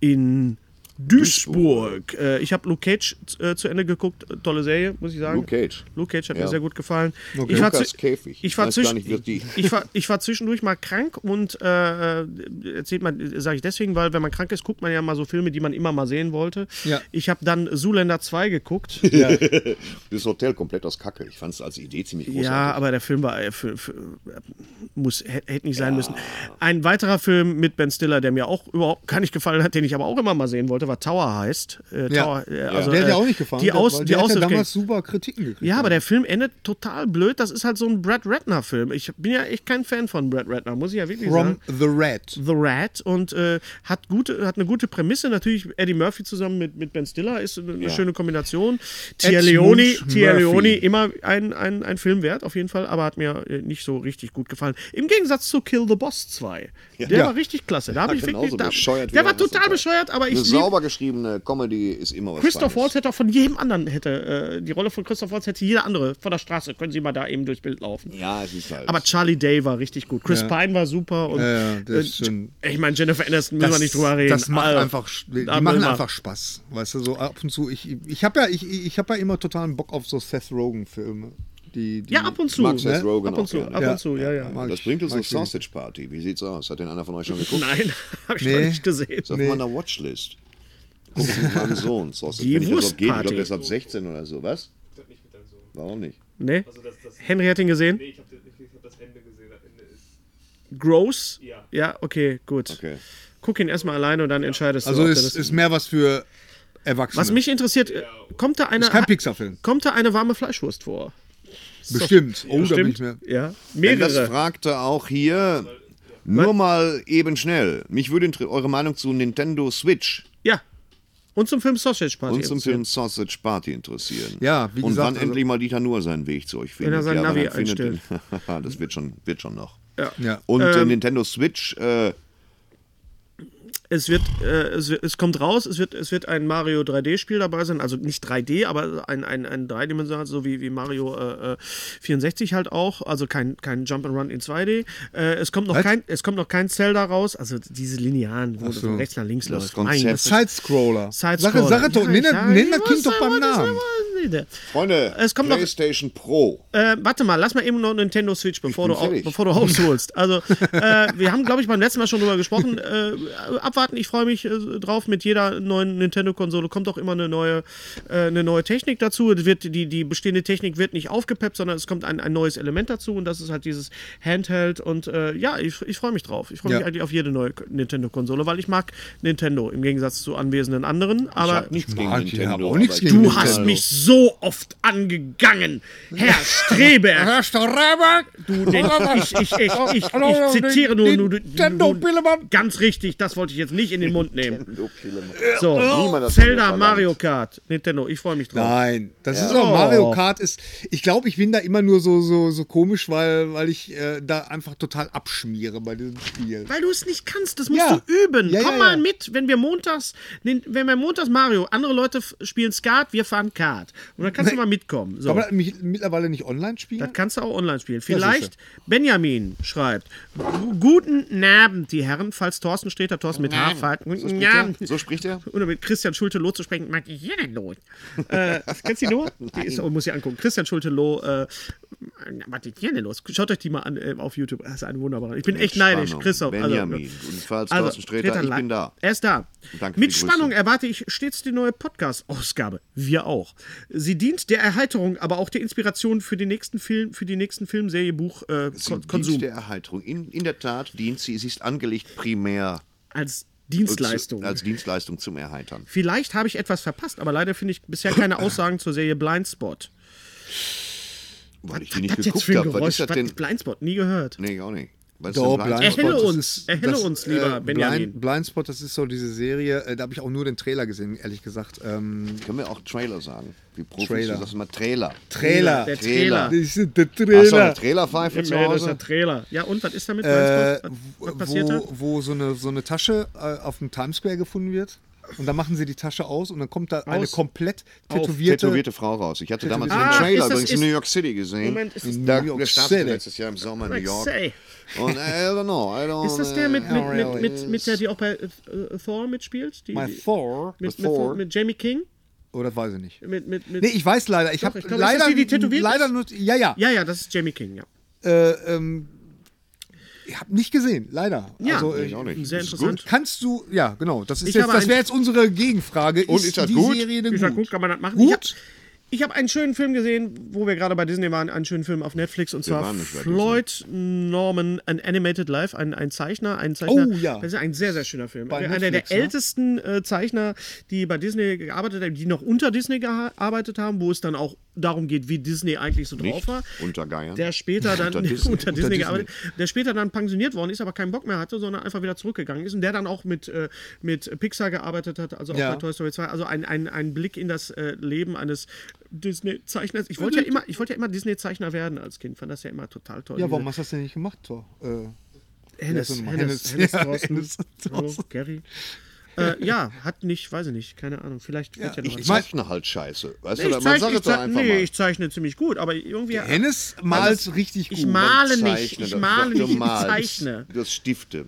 in Duisburg. Äh, ich habe Luke Cage äh, zu Ende geguckt. Tolle Serie, muss ich sagen.
Luke Cage.
Luke Cage hat
Ja.
mir sehr gut gefallen. Ich, war
Lukas
zwi-
Käfig.
Ich, war
Weiß gar
zwisch-
nicht, wird die-
ich, war, ich war zwischendurch mal krank und äh, erzählt man, sage ich deswegen, weil wenn man krank ist, guckt man ja mal so Filme, die man immer mal sehen wollte.
Ja.
Ich habe dann Zuländer 2 geguckt.
Dieses Hotel komplett aus Kacke. Ich fand es als Idee ziemlich großartig.
Ja, aber der Film war äh, für, für, muss hä- hätte nicht sein müssen. Ein weiterer Film mit Ben Stiller, der mir auch überhaupt gar nicht gefallen hat, den ich aber auch immer mal sehen wollte, war Tower heißt. Äh,
Ja.
Tower, äh, also,
der hat ja
äh,
auch nicht gefallen.
Die Aus,
der
die
hat ja
Aussicht-
damals super Kritiken gekriegt.
ja, aber der Film endet total blöd. Das ist halt so ein Brad Ratner Film. Ich bin ja echt kein Fan von Brad Ratner, muss ich ja wirklich sagen.
From the Red.
The Rat und äh, hat, gute, hat eine gute Prämisse. Natürlich Eddie Murphy zusammen mit, mit Ben Stiller ist eine schöne Kombination. Tia
Edmund
Leoni, Tia
Murphy.
Leoni immer ein, ein, ein Film wert auf jeden Fall, aber hat mir äh, nicht so richtig gut gefallen. Im Gegensatz zu Kill the Boss 2. Der
Ja.
war richtig klasse. Da hab ich
genauso
wirklich, da,
bescheuert wie
der war
der erste
total
Teil.
bescheuert, aber
Eine
ich lieb,
sauber geschriebene Comedy ist immer was
Christoph
Feines.
Waltz hätte auch von jedem anderen hätte äh, die Rolle von Christoph Waltz hätte jeder andere von der Straße. Können Sie mal da eben durchs Bild laufen.
Ja, es ist halt.
Aber Charlie Day war richtig gut. Chris Pine war super. Und,
Ja, ja, das
äh,
ist schon-
ich meine, Jennifer Aniston müssen
Das-
wir nicht drüber reden. Äh,
Das macht
Alter.
einfach, sch- die
Da
machen
müssen wir-
einfach Spaß, weißt du, so ab und zu. Ich, ich habe ja, ich, ich habe ja immer totalen Bock auf so Seth Rogen Filme, die, die
Ja, ab und zu.
Mag
ne?
Seth Rogen
ab und
auch
zu,
gerne.
ab
Ja.
und zu, ja, ja.
Mag
das
ich-
bringt uns
mag
eine
ich nicht.
Sausage Party. Wie sieht's aus? Hat den einer von euch schon geguckt?
Nein, habe ich noch
Nee.
nicht gesehen.
Ist auf meiner Watchlist. Guck es mit meinem Sohn. Sausage.
Die
Wenn ich das auch gebe, ich
Wurstparty.
glaube, der ist ab 16 oder so. Was? Warum nicht?
Nee? Henry hat ihn gesehen?
Also Nee, ich habe hab das Ende gesehen. Das Ende ist.
Gross?
Ja.
Ja, okay, gut.
Okay.
Guck ihn erstmal alleine und dann entscheidest
Also
du. ob du
ist,
das-
ist mehr was für Erwachsene.
Was mich interessiert, äh, kommt da eine,
ist kein Pixar-Film.
kommt da eine warme Fleischwurst vor?
Bestimmt. Oh, da bin ich mehr.
Ja,
Wenn das
mehrere.
fragte auch hier. Nur mal eben schnell. Mich würde inter- eure Meinung zu Nintendo Switch
Ja. Und zum Film Sausage Party.
und zum Film Sausage Party interessieren.
Ja, wie
Und
gesagt,
wann
also-
endlich mal Dieter Nuhr seinen Weg zu euch findet.
er sein
ja, wann
Navi
findet den- das wird schon, wird schon noch.
Ja.
Und
Ähm,
äh, Nintendo Switch, äh,
Es wird, äh, es, wird- es kommt raus, es wird, es wird ein Mario 3D-Spiel dabei sein, also nicht 3D, aber ein, ein, ein dreidimensional, so wie, wie Mario äh, äh, 64 halt auch, also kein, kein Jump'n'Run in 2D. Äh, es, kommt noch kein, es kommt noch kein Zelda raus, also diese linearen, wo das von rechts nach links läuft. Mein
Konzept.
Gott, das-
Side-Scroller. Sache,
Side-Scroller.
Sache doch,
Ja,
nenn,
ja,
das- nenn das
ich
Kind
weiß,
doch beim
aber das-
Namen.
Freunde,
Es kommt noch-
PlayStation Pro.
Äh, warte mal, lass mal eben noch Nintendo Switch, bevor du,
bin
au-
fertig.
bevor du ausholst. Also, äh, wir haben, glaube ich, beim letzten Mal schon drüber gesprochen. Äh, abwarten, ich freue mich äh, drauf. Mit jeder neuen Nintendo-Konsole kommt auch immer eine neue, äh, eine neue Technik dazu. Es Wird, die, die bestehende Technik wird nicht aufgepeppt, sondern es kommt ein, ein neues Element dazu und das ist halt dieses Handheld. Und äh, ja, ich, ich freue mich drauf. Ich freue
Ja.
mich eigentlich auf jede neue K- Nintendo-Konsole, weil ich mag Nintendo im Gegensatz zu anwesenden anderen.
Ich
Aber
hab nichts gegen
mag- ich
Nintendo.
hab auch
aber
nichts
ich-
gegen
du
Nintendo.
hast mich so oft angegangen, Herr Streber.
Du,
Den, ich, ich, ich, ich, ich zitiere nur, nur,
Nintendo Pillemann.
ganz richtig, das wollte ich jetzt nicht in den Mund nehmen. So,
Niemand hat von mir
Zelda,
verlangt.
Mario Kart, Nintendo, ich freue mich drauf.
Nein, das ist auch Mario
Oh.
Kart ist. Ich glaube, ich bin da immer nur so so so komisch, weil weil ich äh, da einfach total abschmiere bei diesem Spiel.
Weil du es nicht kannst, das musst
Ja.
du üben.
Ja,
Komm
ja,
mal
ja.
mit, wenn wir montags, nin- wenn wir montags Mario, andere Leute f- spielen Skat, wir fahren Kart. Und dann kannst du mal mitkommen. So.
Kann
äh,
man das mich- mittlerweile nicht online
Das
spielen?
kannst du auch online spielen.
siehste.
Vielleicht Benjamin schreibt: "Gu- Guten Abend, die Herren. Falls Thorsten steht, da Thorsten mit H fragt.
So
Guten
spricht er.
Abend.
So spricht er.
Oder Um mit Christian Schulte-Loh zu sprechen, mag ich hier denn Loh? äh, kennst du die Nummer? Die ist, oh, muss ich angucken. Christian Schulte-Loh, äh, was ist hier denn los? Schaut euch die mal an äh, auf YouTube. Das ist ein wunderbarer. Ich bin echt neidisch,
Spannung.
Christoph. Also, äh,
Benjamin. Und falls Thorsten Sträter,
Streter
ich bin
li-
da.
Er ist da.
Danke für
Mit
die Grüße.
Spannung erwarte ich stets die neue Podcast-Ausgabe. Wir auch. Sie dient der Erheiterung, aber auch der Inspiration für den nächsten Film, für die nächsten Filmserie, Buch, äh, Kon- Konsum.
Dienst der Erhaltung. In, in der Tat dient sie, es ist angelegt primär
als
zu-
Dienstleistung.
als Dienstleistung zum Erheitern.
Vielleicht habe ich etwas verpasst, aber leider finde ich bisher keine Aussagen zur Serie Blindspot.
Weil ich die nicht
Was jetzt
geguckt
für ein
habe. Was
Geräusch?
ist das
Was
denn?
ist Blindspot? Nie gehört.
Nee, auch nicht. Was
Doch,
denn Blindspot?
Erhelle
Blindspot, das äh,
uns, erhelle uns, lieber Benjamin.
Blind, Blindspot, das ist so diese Serie, äh, da habe ich auch nur den Trailer gesehen, ehrlich gesagt. Ähm,
Können wir auch Trailer sagen? Wie Profis,
Trailer.
du sagst immer Trailer.
Trailer.
Der
Trailer.
Trailer.
Das ist der
Hast du auch eine
Trailer.
Trailerpfeife zu
Ja, das ist
Hause?
der Trailer. Ja, und was ist damit?
Äh,
Blindspot? was, was passiert da?
wo, wo so eine, so eine Tasche äh, auf dem Times Square gefunden wird. Und dann machen sie die Tasche aus und dann kommt da eine komplett tätowierte.
Tätowierte Frau raus. Ich hatte damals
Tätowierte-
einen
Ah,
Trailer
ist das-
übrigens in
ist-
New York City gesehen.
Moment, ist das-
da
New York
wir starteten
City.
letztes Jahr im Sommer in New York.
Say.
Und äh, I don't know, I don't äh,
Ist das der mit, mit, mit, mit, mit der,
der
die auch bei äh, äh, Thor mitspielt? Die,
My
die-
Thor.
mit, mit,
Thor.
Thor. mit Jamie King?
Oder Oh, weiß ich nicht.
Mit, mit, mit,
Nee, ich weiß leider. Ich
Doch,
habe
ich glaub, ist das
leider,
die, die tätowiert
leider
ist?
nur. Ja, ja.
ja, ja, das ist Jamie King, ja.
Äh, ähm, ich habe nicht gesehen, leider.
Ja,
Also,
Ich
äh,
auch nicht.
sehr
Ist
interessant.
kannst du. Ja, genau. Das, ist
Ich
jetzt,
habe
das
ein-
wäre jetzt unsere Gegenfrage.
Und ist das
die
gut?
Serie denn
Ich
gut?
sag, gut, kann man das machen?
Gut?
Ich hab, ich habe einen schönen Film gesehen, wo wir gerade bei Disney waren, einen schönen Film auf Netflix und zwar
waren nicht bei
Floyd Norman, an Animated Life, ein, ein Zeichner, ein Zeichner.
Oh, ja.
Das ist ein sehr, sehr schöner Film.
Bei
Einer
Netflix,
der
ne?
ältesten äh, Zeichner, die bei Disney gearbeitet haben, die noch unter Disney gearbeitet haben, wo es dann auch darum geht, wie Disney eigentlich so drauf
Nicht
war.
untergeiern.
Der später dann unter Disney,
Disney.
Disney.
gearbeitet, der später dann pensioniert worden ist, aber keinen Bock mehr hatte, sondern einfach wieder zurückgegangen ist und der dann auch mit, äh, mit Pixar gearbeitet hat, also auch
Ja.
bei Toy Story 2, also ein, ein, ein Blick in das äh, Leben eines Disney-Zeichners. Ich wollte ja immer, ich wollte ja immer Disney-Zeichner werden als Kind, fand das ja immer total toll.
Ja, warum hast du das denn nicht gemacht, Thor? Äh,
Hennes,
Ja, so ein Hennes,
Hennes, Hennes,
ja,
Thorsten.
Hennes Thorsten.
Hallo, Gary. Äh, ja, hat nicht, weiß ich nicht, keine Ahnung. Vielleicht wird ja, noch
Ich
was.
zeichne halt Scheiße. Weißt
Nee,
du,
ich
man
zeichne,
sagt
ich,
es doch
zeichne,
einfach
nee,
mal.
ich zeichne ziemlich gut, aber irgendwie.
Hennes malt richtig gut.
Also, ich male
Zeichne,
nicht, ich
das
male
wird
nicht, ich
gemalt.
zeichne.
Das Stifte.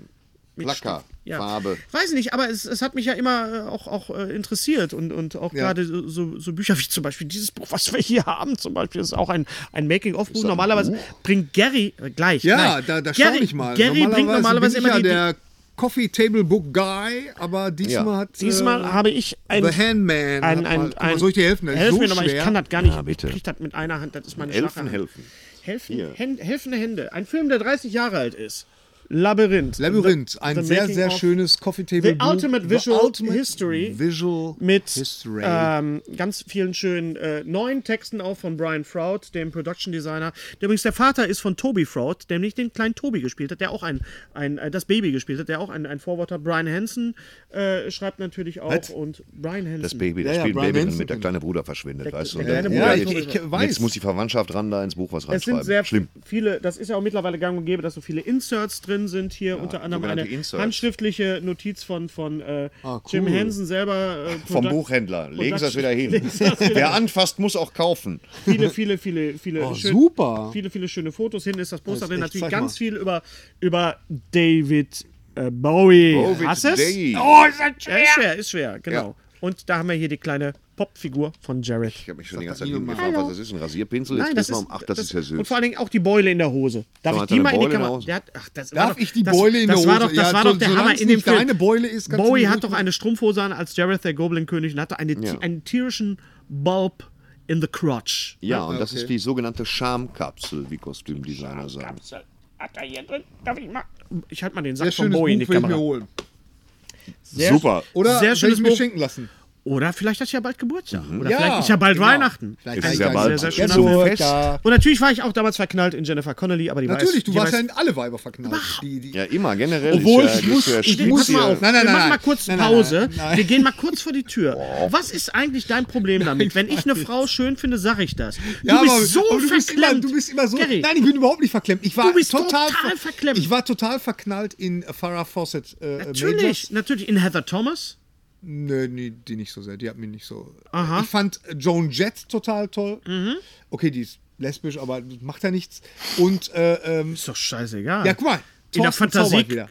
Placker,
Ja.
Farbe.
Weiß nicht, aber es, es hat mich ja immer äh, auch, auch äh, interessiert und, und auch gerade so- so, so Bücher wie zum Beispiel dieses Buch, was wir hier haben, zum Beispiel, ist auch ein, ein Making-of-Buch.
das ein
Normalerweise
Buch?
bringt Gary äh, gleich.
Ja,
nein,
da, da
Gary,
schau ich mal.
Gary bringt normalerweise
bin ich
immer die.
ja der Coffee Table Book Guy, aber diesmal
Ja.
hat.
diesmal habe ich ein.
äh, The Handman. hat
Ein, ein,
mal- guck mal,
ein,
soll ich dir helfen? Das ist
Helf
so
mir nochmal, ich
schwer.
kann das gar nicht.
Ja, bitte.
Ich krieg das mit einer Hand, das ist meine
Elfen
Schlaghand.
helfen.
Helfen, Hen, helfende Hände. Ein Film, der 30 Jahre alt ist. Labyrinth.
Labyrinth,
The-
ein
The
sehr,
Making
sehr
of-
schönes Coffee Table
The
Book.
Ultimate Visual
Ultimate
History
Visual
mit
History.
ähm, ganz vielen schönen äh, neuen Texten auch von Brian Froud, dem Production Designer, der übrigens der Vater ist von Toby Froud, der nämlich den kleinen Toby gespielt hat, der auch ein, ein äh, das Baby gespielt hat, der auch ein, ein Vorwort hat. Brian Hansen äh, schreibt natürlich auch und Brian Hansen.
Das Baby, das
Ja, ja,
spielt ein
Brian
Baby drin
Hansen
mit, der
kennt-
kleine Bruder verschwindet, weißt du.
der
Und dann-
kleine
ja,
Bruder
ich,
ist-
ich
Jetzt
weiß.
Jetzt muss die Verwandtschaft ran, da ins Buch was
Es
reinschreiben.
sind sehr
Schlimm.
viele, das ist ja auch mittlerweile gang und gäbe, dass so viele Inserts drin sind. Hier unter anderem eine
sogenannte Inserts.
handschriftliche Notiz von, von äh,
Ah,
Jim
cool.
Henson selber. Äh,
Vom
Product-
Buchhändler. Legen Sie das
Production-
wieder hin.
Legen Sie das wieder
Wer
hin.
anfasst, muss auch kaufen.
Viele, viele, viele, viele.
Oh, super.
Viele, viele schöne Fotos. Hinten ist das Poster
Das ist
drin.
echt,
Natürlich
zeig
ganz
mal.
viel über, über David äh, Bowie.
Covid
Hast du's? Oh,
Day.
Ja, ist schwer, ist schwer, genau. Und da haben wir hier die kleine Popfigur von Jared.
Ich habe mich schon die ganze Zeit gefragt, was das ist. Ein Rasierpinsel? Jetzt
Nein, das
wissen wir
ist,
um- Ach, das ist ja
Und
süß.
vor allen Dingen auch die Beule in der Hose. Darf
So,
ich
hat
die
er
mal
eine
in die
Beule in der
Kamera?
Hose?
Der hat- ach, das war
Darf
doch-
ich die
das-
Beule in der
Das
Hose?
war doch, das
Ja,
war doch
so-
der
solange
Hammer
es
in dem
nicht
Film.
deine Beule ist, kannst du
Bowie
die
hat
ruhig
doch
machen.
eine Strumpfhose an als Jareth der Goblin-König und hatte eine, ti- einen tierischen Bulb in the crotch.
Ja, und das ist die sogenannte Schamkapsel, wie Kostümdesigner sagen.
Hat er hier drin? Darf ich mal? Ich halte mal den
Sehr
Sack von
schönes Buch
Bowie in die
will ich mir
Kamera.
holen.
Sehr-
Super.
Oder
Sehr
will ich
schönes
mir
Buch.
schenken lassen.
Oder vielleicht hat ja bald Geburtstag. Oder
Ja,
vielleicht ist ja bald
genau.
Weihnachten.
Vielleicht
Ist
Ein
es ja bald.
Sehr, sehr
Jetzt so
schöner Film.
fest. da.
Und natürlich war ich auch damals verknallt in Jennifer Connelly, aber die war
Natürlich,
erst-
du
die
warst
war
ja
erst-
in alle Weiber verknallt. Die, die,
Ja, immer generell. äh,
Obwohl,
ist ja,
ich
gehst
muss-
du ja äh,
ich
Schnitt-
muss
Pass mal
hier-
auf,
Nein, nein,
wir
nein,
machen mal
nein.
kurz
Nein, nein,
Pause.
nein, nein. Oh.
Wir gehen mal kurz vor die Tür. Was ist eigentlich dein Problem damit? Wenn ich eine Frau schön finde, sag ich das. Du
Ja,
bist
aber-
so
aber du bist, immer,
verklemmt.
du bist immer so.
Gary,
Nein, ich bin überhaupt nicht verklemmt. Ich war
Du bist
total,
total verklemmt.
Ich war total verknallt in Farrah Fawcett. Äh,
natürlich, natürlich in Heather Thomas.
Nö, nee, die nicht so sehr. Die hat mich nicht so.
Aha. Mhm.
Ich fand äh, Joan Jett total toll. Okay, die ist lesbisch, aber das macht ja nichts. Und äh, ähm,
Ist doch scheißegal.
ja, guck mal.
In der
Thorsten
Fantasie-
zaubert wieder.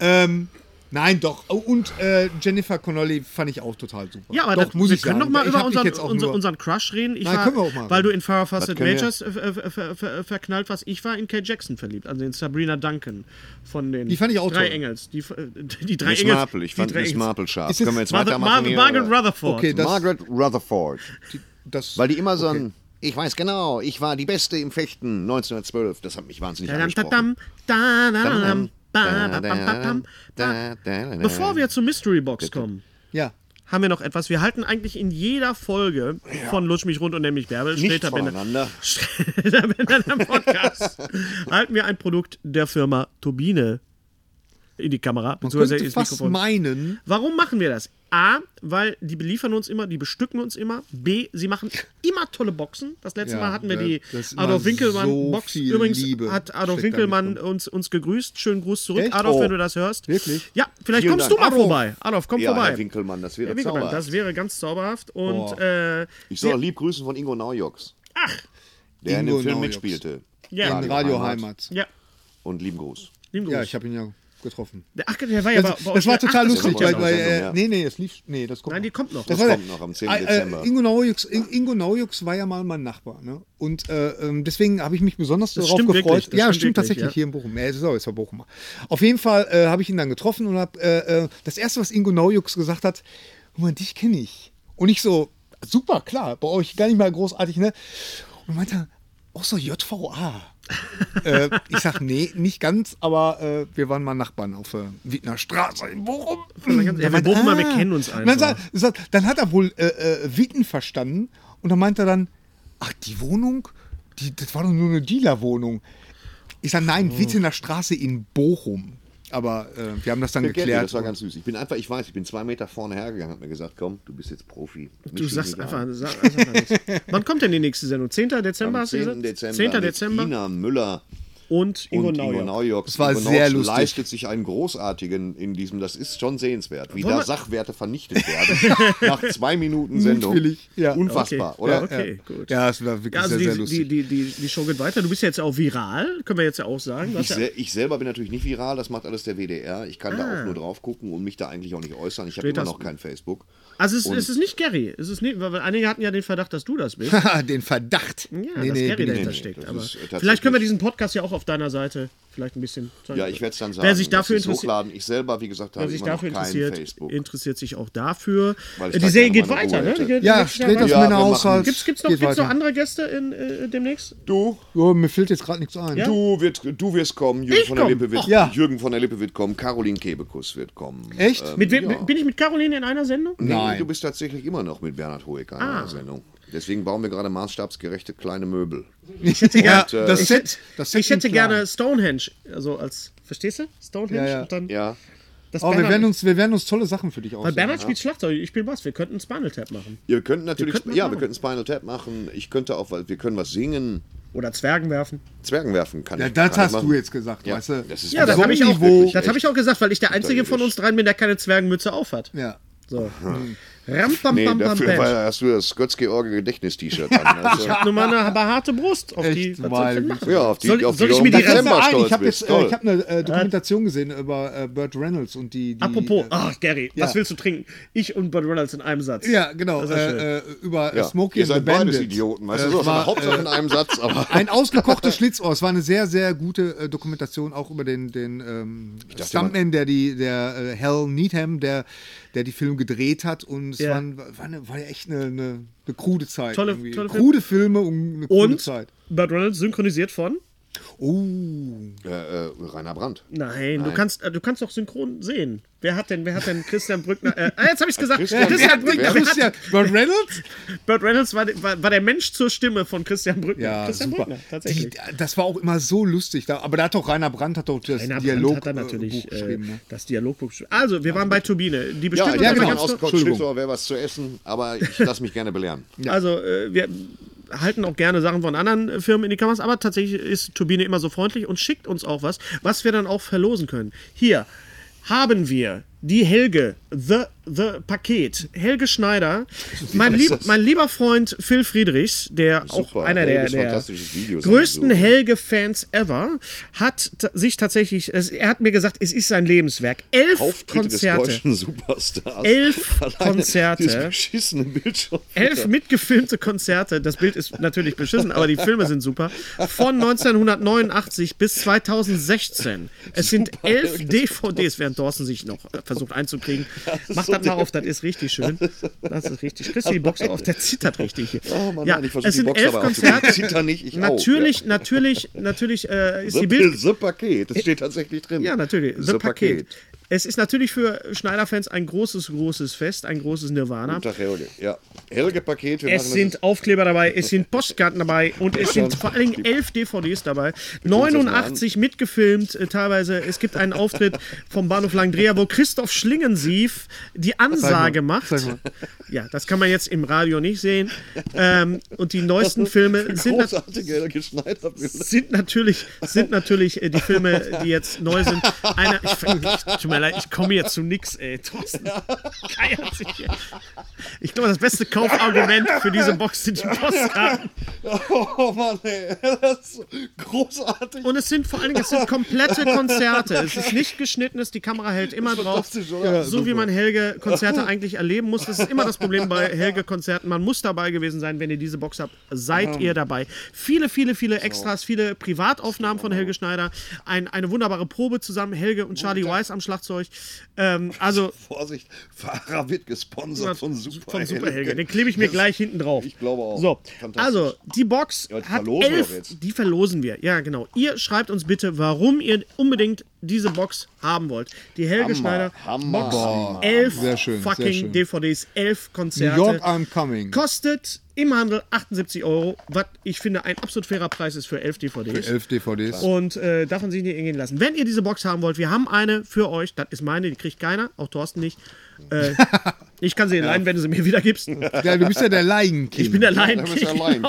Ähm, nein, doch. Oh, Und äh, Jennifer Connolly fand ich auch total super.
Ja, aber
doch,
das, wir können doch mal
Ich
über
hab dich
unseren,
jetzt auch
unser,
nur-
unseren Crush reden. Ich
Nein,
war,
können wir auch mal.
Weil du in Farrah Fawcett
können wir-
Majors äh, ver- ver- ver- verknallt warst. Ich war in Kate Jackson verliebt, also in Sabrina Duncan von den
Die fand ich auch
drei
toll.
Engels. Die, äh, die drei
Miss
Engels.
Marple, ich
die
fand
drei
Miss
Engels.
Marple scharf.
Ist es-
Können wir jetzt
Mar Mar
weitermachen
Mar
hier? äh,
Margaret
oder?
Rutherford.
Okay, das-
Margaret Rutherford.
das,
Weil die immer so ein, ich weiß genau, ich war die Beste im Fechten 1912. Das hat mich wahnsinnig
Dadam,
angesprochen.
dadam, dadadam, ba- ba- ba- ba- ba-
dadam.
Bevor wir zur Mystery Box kommen,
Ja.
haben wir noch etwas. Wir halten eigentlich in jeder Folge von Lutsch mich rund und nämlich Bärbel,
nicht
Sträter Bender,
voneinander.
Sträter Bender der Podcast, halten wir ein Produkt der Firma Turbine in die Kamera,
Man
beziehungsweise
könnte
ins
fast
Mikrofon.
meinen,
Warum machen wir das? A, weil die beliefern uns immer, die bestücken uns immer. B, sie machen immer tolle Boxen. Das letzte
Ja,
Mal hatten wir
da-
die
das ist immer
Adolf Winkelmann
so
Box.
viel
Übrigens
Liebe
hat Adolf
steckt da
Winkelmann
mit
uns, uns gegrüßt. Schönen Gruß zurück.
Echt?
Adolf,
Oh.
wenn du das hörst.
Wirklich?
Ja, vielleicht
Vielen
kommst
Dank.
du mal
Adolf.
vorbei. Adolf, komm
Ja,
vorbei.
Herr Winkelmann, das
Herr
wäre
Winkelmann, das
zauberhaft.
wäre ganz zauberhaft. Und
Boah.
äh,
Ich soll lieb grüßen von Ingo Naujoks. Ach. Der in
Ingo
dem Film
Naujoks.
mitspielte. genau.
Ja.
in Radio Heimat.
ja,
Und lieben Gruß.
lieben Gruß.
Ja, ich habe ihn ja getroffen.
Der- Ach, der war ja bei,
Das,
bei
das war
Ach,
total lustig,
kommt
weil,
ja
bei-
noch.
noch.
weil
Das kommt
äh,
noch.
nee, nee, das lief, nee, das kommt
Nein,
noch.
die kommt noch.
Das
war
kommt
der-
noch am 10.
Äh,
Dezember.
Äh, Ingo, Naujux, In- Ingo Naujux war ja mal mein Nachbar. Ne? Und äh, ähm, deswegen habe ich mich besonders
Das
darauf
stimmt
gefreut.
wirklich, das
ja,
stimmt
stimmt,
wirklich,
tatsächlich
ja.
hier in Bochum. Ja, es ist auch, es war Bochum. Auf jeden Fall äh, habe ich ihn dann getroffen und habe äh, äh, das erste, was Ingo Naujux gesagt hat, "Guck mal, dich kenne ich. Und ich so, super, klar, bei euch gar nicht mal großartig, ne? Und meinte, er, auch so JVA. äh, ich sag, nee, nicht ganz, aber äh, wir waren mal Nachbarn auf äh, Wiedner Straße in Bochum.
Ja, wir Bochumer, wir kennen uns
Und Dann,
einfach.
ah. sagt- sagt, dann hat er wohl äh, äh, Witten verstanden und dann meint er dann, ach, die Wohnung, die, das war doch nur eine Dealerwohnung. Ich sage, nein,
Oh.
Wittener Straße in Bochum. Aber äh, wir haben das dann
Geklärt.
geklärt.
Das war ganz süß. Ich bin einfach, ich weiß, ich bin zwei Meter vorne hergegangen, hat mir gesagt, komm, du bist jetzt Profi.
Du sagst einfach,
am
sag, sag einfach nichts. Wann kommt denn die nächste Sendung? 10. Dezember hast du
10.
gesagt?
Dezember.
10.
mit
Dezember
Ina Müller.
und Ingo
und Ingo
Nauer.
Naujoks.
Das war
Ingo
sehr
Naujoks
lustig.
leistet sich einen großartigen in diesem, das ist schon sehenswert, wie
Wollen
da
wir-
Sachwerte vernichtet werden. nach zwei Minuten Sendung.
Mutwillig, ja.
Unfassbar,
Okay.
oder?
Ja, okay, gut.
Ja, es war wirklich
Ja, also
sehr,
die,
sehr lustig.
die, die, die, die Show geht weiter. Du bist ja jetzt auch viral, können wir jetzt ja auch sagen. Du
Ich,
hast ja
sel ich selber bin natürlich nicht viral, das macht alles der WDR. Ich kann
Ah.
da auch nur drauf gucken und mich da eigentlich auch nicht äußern. Ich habe immer
Spätestens-
noch kein Facebook.
Also es, es ist nicht Gary. Es ist nicht, weil einige hatten ja den Verdacht, dass du das bist. Ja,
Haha, Ah, Den Verdacht. Ja,
dass Gary
bin ich
dahinter
nicht.
steckt.
das
aber
ist, äh,
vielleicht können wir
tatsächlich-
diesen Podcast ja auch auf deiner Seite vielleicht ein bisschen.
Ja, ich werde es dann sagen.
Wer sich
dass
dafür
ich's
interessiert.
hochladen. Ich selber, wie gesagt,
Wer
habe
sich
immer noch
dafür
kein
interessiert,
Facebook.
interessiert sich auch dafür.
Weil ich
Äh,
da
Die Serie
gerne
geht
meine Ruhe
weiter, ne?
hätte.
Die geht-
ja
die geht
Sträters
weiter.
Ja, wir
Männerhaushalt.
machen-
Gibt's, gibt's, noch,
halt. geht
gibt's noch
weiter.
andere Gäste in, äh, demnächst?
du,
Ja, mir fällt jetzt gerade nichts ein.
Ja?
du, wird, du wirst kommen. Jürgen,
Ich
von der
komm.
Lippe wird,
Och. Oh. Ja.
Jürgen von der Lippe wird kommen. Caroline Kebekus wird kommen. Äh,
Echt?
Äh, Mit wem, Bin ich mit Caroline in einer Sendung?
Nee,
Nein. Ah.
du bist tatsächlich immer noch mit Bernhard Hoeker in der Sendung. Deswegen bauen wir gerade maßstabsgerechte kleine Möbel.
Ich hätte,
Ja,
gerne-
das
ich,
Set-
hätte-
das Set
ich hätte
klingt klar.
gerne Stonehenge. Also als, verstehst du?
Ja,
Stonehenge
ja.
und dann
Ja.
das
Aber wir
Bernhard-
werden, uns, wir werden uns tolle Sachen für dich
Weil
ausdenken.
Bernhard spielt Schlagzeug, ich spiele Bass. Wir könnten Spinal Tap machen.
Ihr könnt natürlich,
könnten was
ja,
machen.
wir könnten Spinal Tap machen. Ich könnte auch, wir können was singen.
Oder Zwergen werfen.
Zwergen werfen kann
Ja,
ich.
das
kann ich
hast
machen.
du jetzt gesagt,
Ja,
weißt du?
das ist
Ja, das
so
habe ich, auch-
Niveau.
das hab ich auch gesagt, weil ich der Einzige von uns dreien bin, der keine Zwergenmütze auf hat.
Ja.
So. Ram, pam,
Nee,
pam, pam,
dafür
pam.
war, hast du das Götz-George Gedächtnis-T-Shirt an. Also,
Nur mal eine behaarte Brust. Auf
Echt,
die, was soll ich
meine
denn
Güte.
machen?
ja, auf die,
Soll-
auf die
soll ich
du
mir
im
die
Mir fällt
Dezember
mir
Dezember
ein,
stolz
ich habe
bist.
jetzt, äh,
Toll.
ich habe eine äh, Dokumentation gesehen über äh, Burt Reynolds und die. die
Apropos,
Äh,
ach Gary, was willst du trinken? Ich und Bud Reynolds in einem Satz.
ja, genau.
Das ist schön.
Äh, äh, über äh,
ja.
Smokey
Ihr
and the
seid beides
Bandit.
Idioten, weißt
Äh,
du? So, das war
war,
Hauptsache
äh,
in einem Satz, aber
ein ausgekochtes Schlitzohr. Es war eine sehr, sehr gute äh, Dokumentation auch über den, den ähm, Stuntman, der die, der äh, Hal Needham, der, der die Film gedreht hat. Und es
Ja.
waren, war, eine, war echt eine, eine, eine krude Zeit.
Tolle-
irgendwie.
tolle Filme.
krude Filme und eine krude
Und
Zeit.
Bud Reynolds synchronisiert von?
Oh.
äh, äh, Rainer Brandt.
Nein, du kannst, äh, du kannst doch synchron sehen. Wer hat denn, wer hat denn Christian Brückner? Äh, ah, jetzt habe ich es gesagt.
Christian Brückner.
Brückner. Wer
Christian,
hat,
Burt Reynolds?
Burt Reynolds war, de- war, war der Mensch zur Stimme von Christian Brückner.
Ja,
Christian
super.
Brückner,
Die, äh,
tatsächlich.
das war auch immer so lustig. Da, aber da hat doch Rainer Brandt hat doch das
Rainer Brandt
Dialog
hat da
äh,
natürlich
Buch
äh,
geschrieben. Ne?
das Dialogbuch geschrieben. Also, wir waren bei Turbine. Die
Ja,
bestimmt
ich
uns
ja,
aber
genau.
ganz kurz-
ausgekocht Schlitzohr wäre was zu essen, aber ich lasse mich gerne belehren.
Also, äh, wir halten auch gerne Sachen von anderen äh, Firmen in die Kameras, aber tatsächlich ist Turbine immer so freundlich und schickt uns auch was, was wir dann auch verlosen können. Hier haben wir die Helge, The, the Paket, Helge Schneider, mein, lieb, mein lieber Freund Phil Friedrichs, der auch
Super,
einer der,
Helges
der
fantastisches Video sowieso.
größten Helge-Fans ever, hat t- sich tatsächlich, es, er hat mir gesagt, es ist sein Lebenswerk. Elf
Auftritte des
Konzerte.
deutschen Superstars.
Elf
Alleine
Konzerte.
dieses beschissene Bildschirm.
Elf mitgefilmte Konzerte, das Bild ist natürlich beschissen, aber die Filme sind super, von 1989 bis 2016. Es sind elf DVDs, während Thorsten sich noch äh, versucht einzukriegen. Mach das mal auf, das ist richtig schön. Das ist richtig. Kriegst du die Box auf, der zittert richtig hier.
Oh Mann,
ja,
nein, ich versuche
es
die
sind
Box
elf
dabei aufzunehmen.
Konzerte.
Zieht er nicht, ich
Natürlich,
auch.
natürlich, natürlich äh, ist
Ja.
die Bild... Äh,
The Paket, das steht tatsächlich drin.
Ja, natürlich. The, Paket. Es ist natürlich für Schneider-Fans ein großes, großes Fest, ein großes Nirvana.
Guten Tag, Helge. Ja, Helge-Paket. wir
Es
machen das
sind Aufkleber dabei, es sind Postkarten dabei und es sind vor allen Dingen elf DVDs dabei. 89 mitgefilmt, äh, teilweise. Es gibt einen Auftritt vom Bahnhof Langdreher, wo Christoph Schlingensief die Ansage macht. Ja, das kann man jetzt im Radio nicht sehen. Ähm, und die neuesten Filme
jetzt-
sind, nat
Großartige Helge Schneider.
sind natürlich, sind natürlich äh, die Filme, die jetzt neu sind. Einer, ich, ich, tut mir leid, ich komme jetzt zu nix, ey. Thorsten geiert sich hier. Ich glaube, das beste Kaufargument für diese Box sind die Postkarten.
Oh Mann, ey. Das ist so großartig.
Und es sind vor allen Dingen, es sind komplette Konzerte. Es ist nicht geschnittenes, die Kamera hält immer drauf.
fantastisch, oder?
So wie man Helge-Konzerte eigentlich erleben muss. Das ist immer das Problem bei Helge-Konzerten. Man muss dabei gewesen sein, wenn ihr diese Box habt. Seid ihr dabei. Viele, viele, viele Extras, viele Privataufnahmen von Helge Schneider. Ein, eine wunderbare Probe zusammen. Helge und Charlie Weiss am Schlagzeug. Ähm, also
Vorsicht, Fahrer wird gesponsert von Super,
von Super Helge. Den klebe ich mir
Das-
gleich hinten drauf.
Ich glaube auch.
So,
Fantastisch.
also die Box
Ja, die
hat
verlosen wir
elf,
doch jetzt.
die verlosen wir. Ja, genau. Ihr schreibt uns bitte, warum ihr unbedingt diese Box haben wollt. Die Helge Schneider
Hammer.
Box,
Boah.
elf
Sehr schön, sehr
fucking
schön.
DVDs, elf
New
Konzerte.
York, I'm coming.
Kostet im Handel 78 Euro, was ich finde ein absolut fairer Preis ist für elf DVDs.
Elf DVDs.
Und äh, davon sich nicht hingehen lassen. Wenn ihr diese Box haben wollt, wir haben eine für euch. Das ist meine, die kriegt keiner, auch Thorsten nicht. Äh, ich kann sie dir leihen, wenn du sie mir wieder gibst. Ich
Ja, du bist ja der Laienkind.
bin der Laien.
Da bist du allein.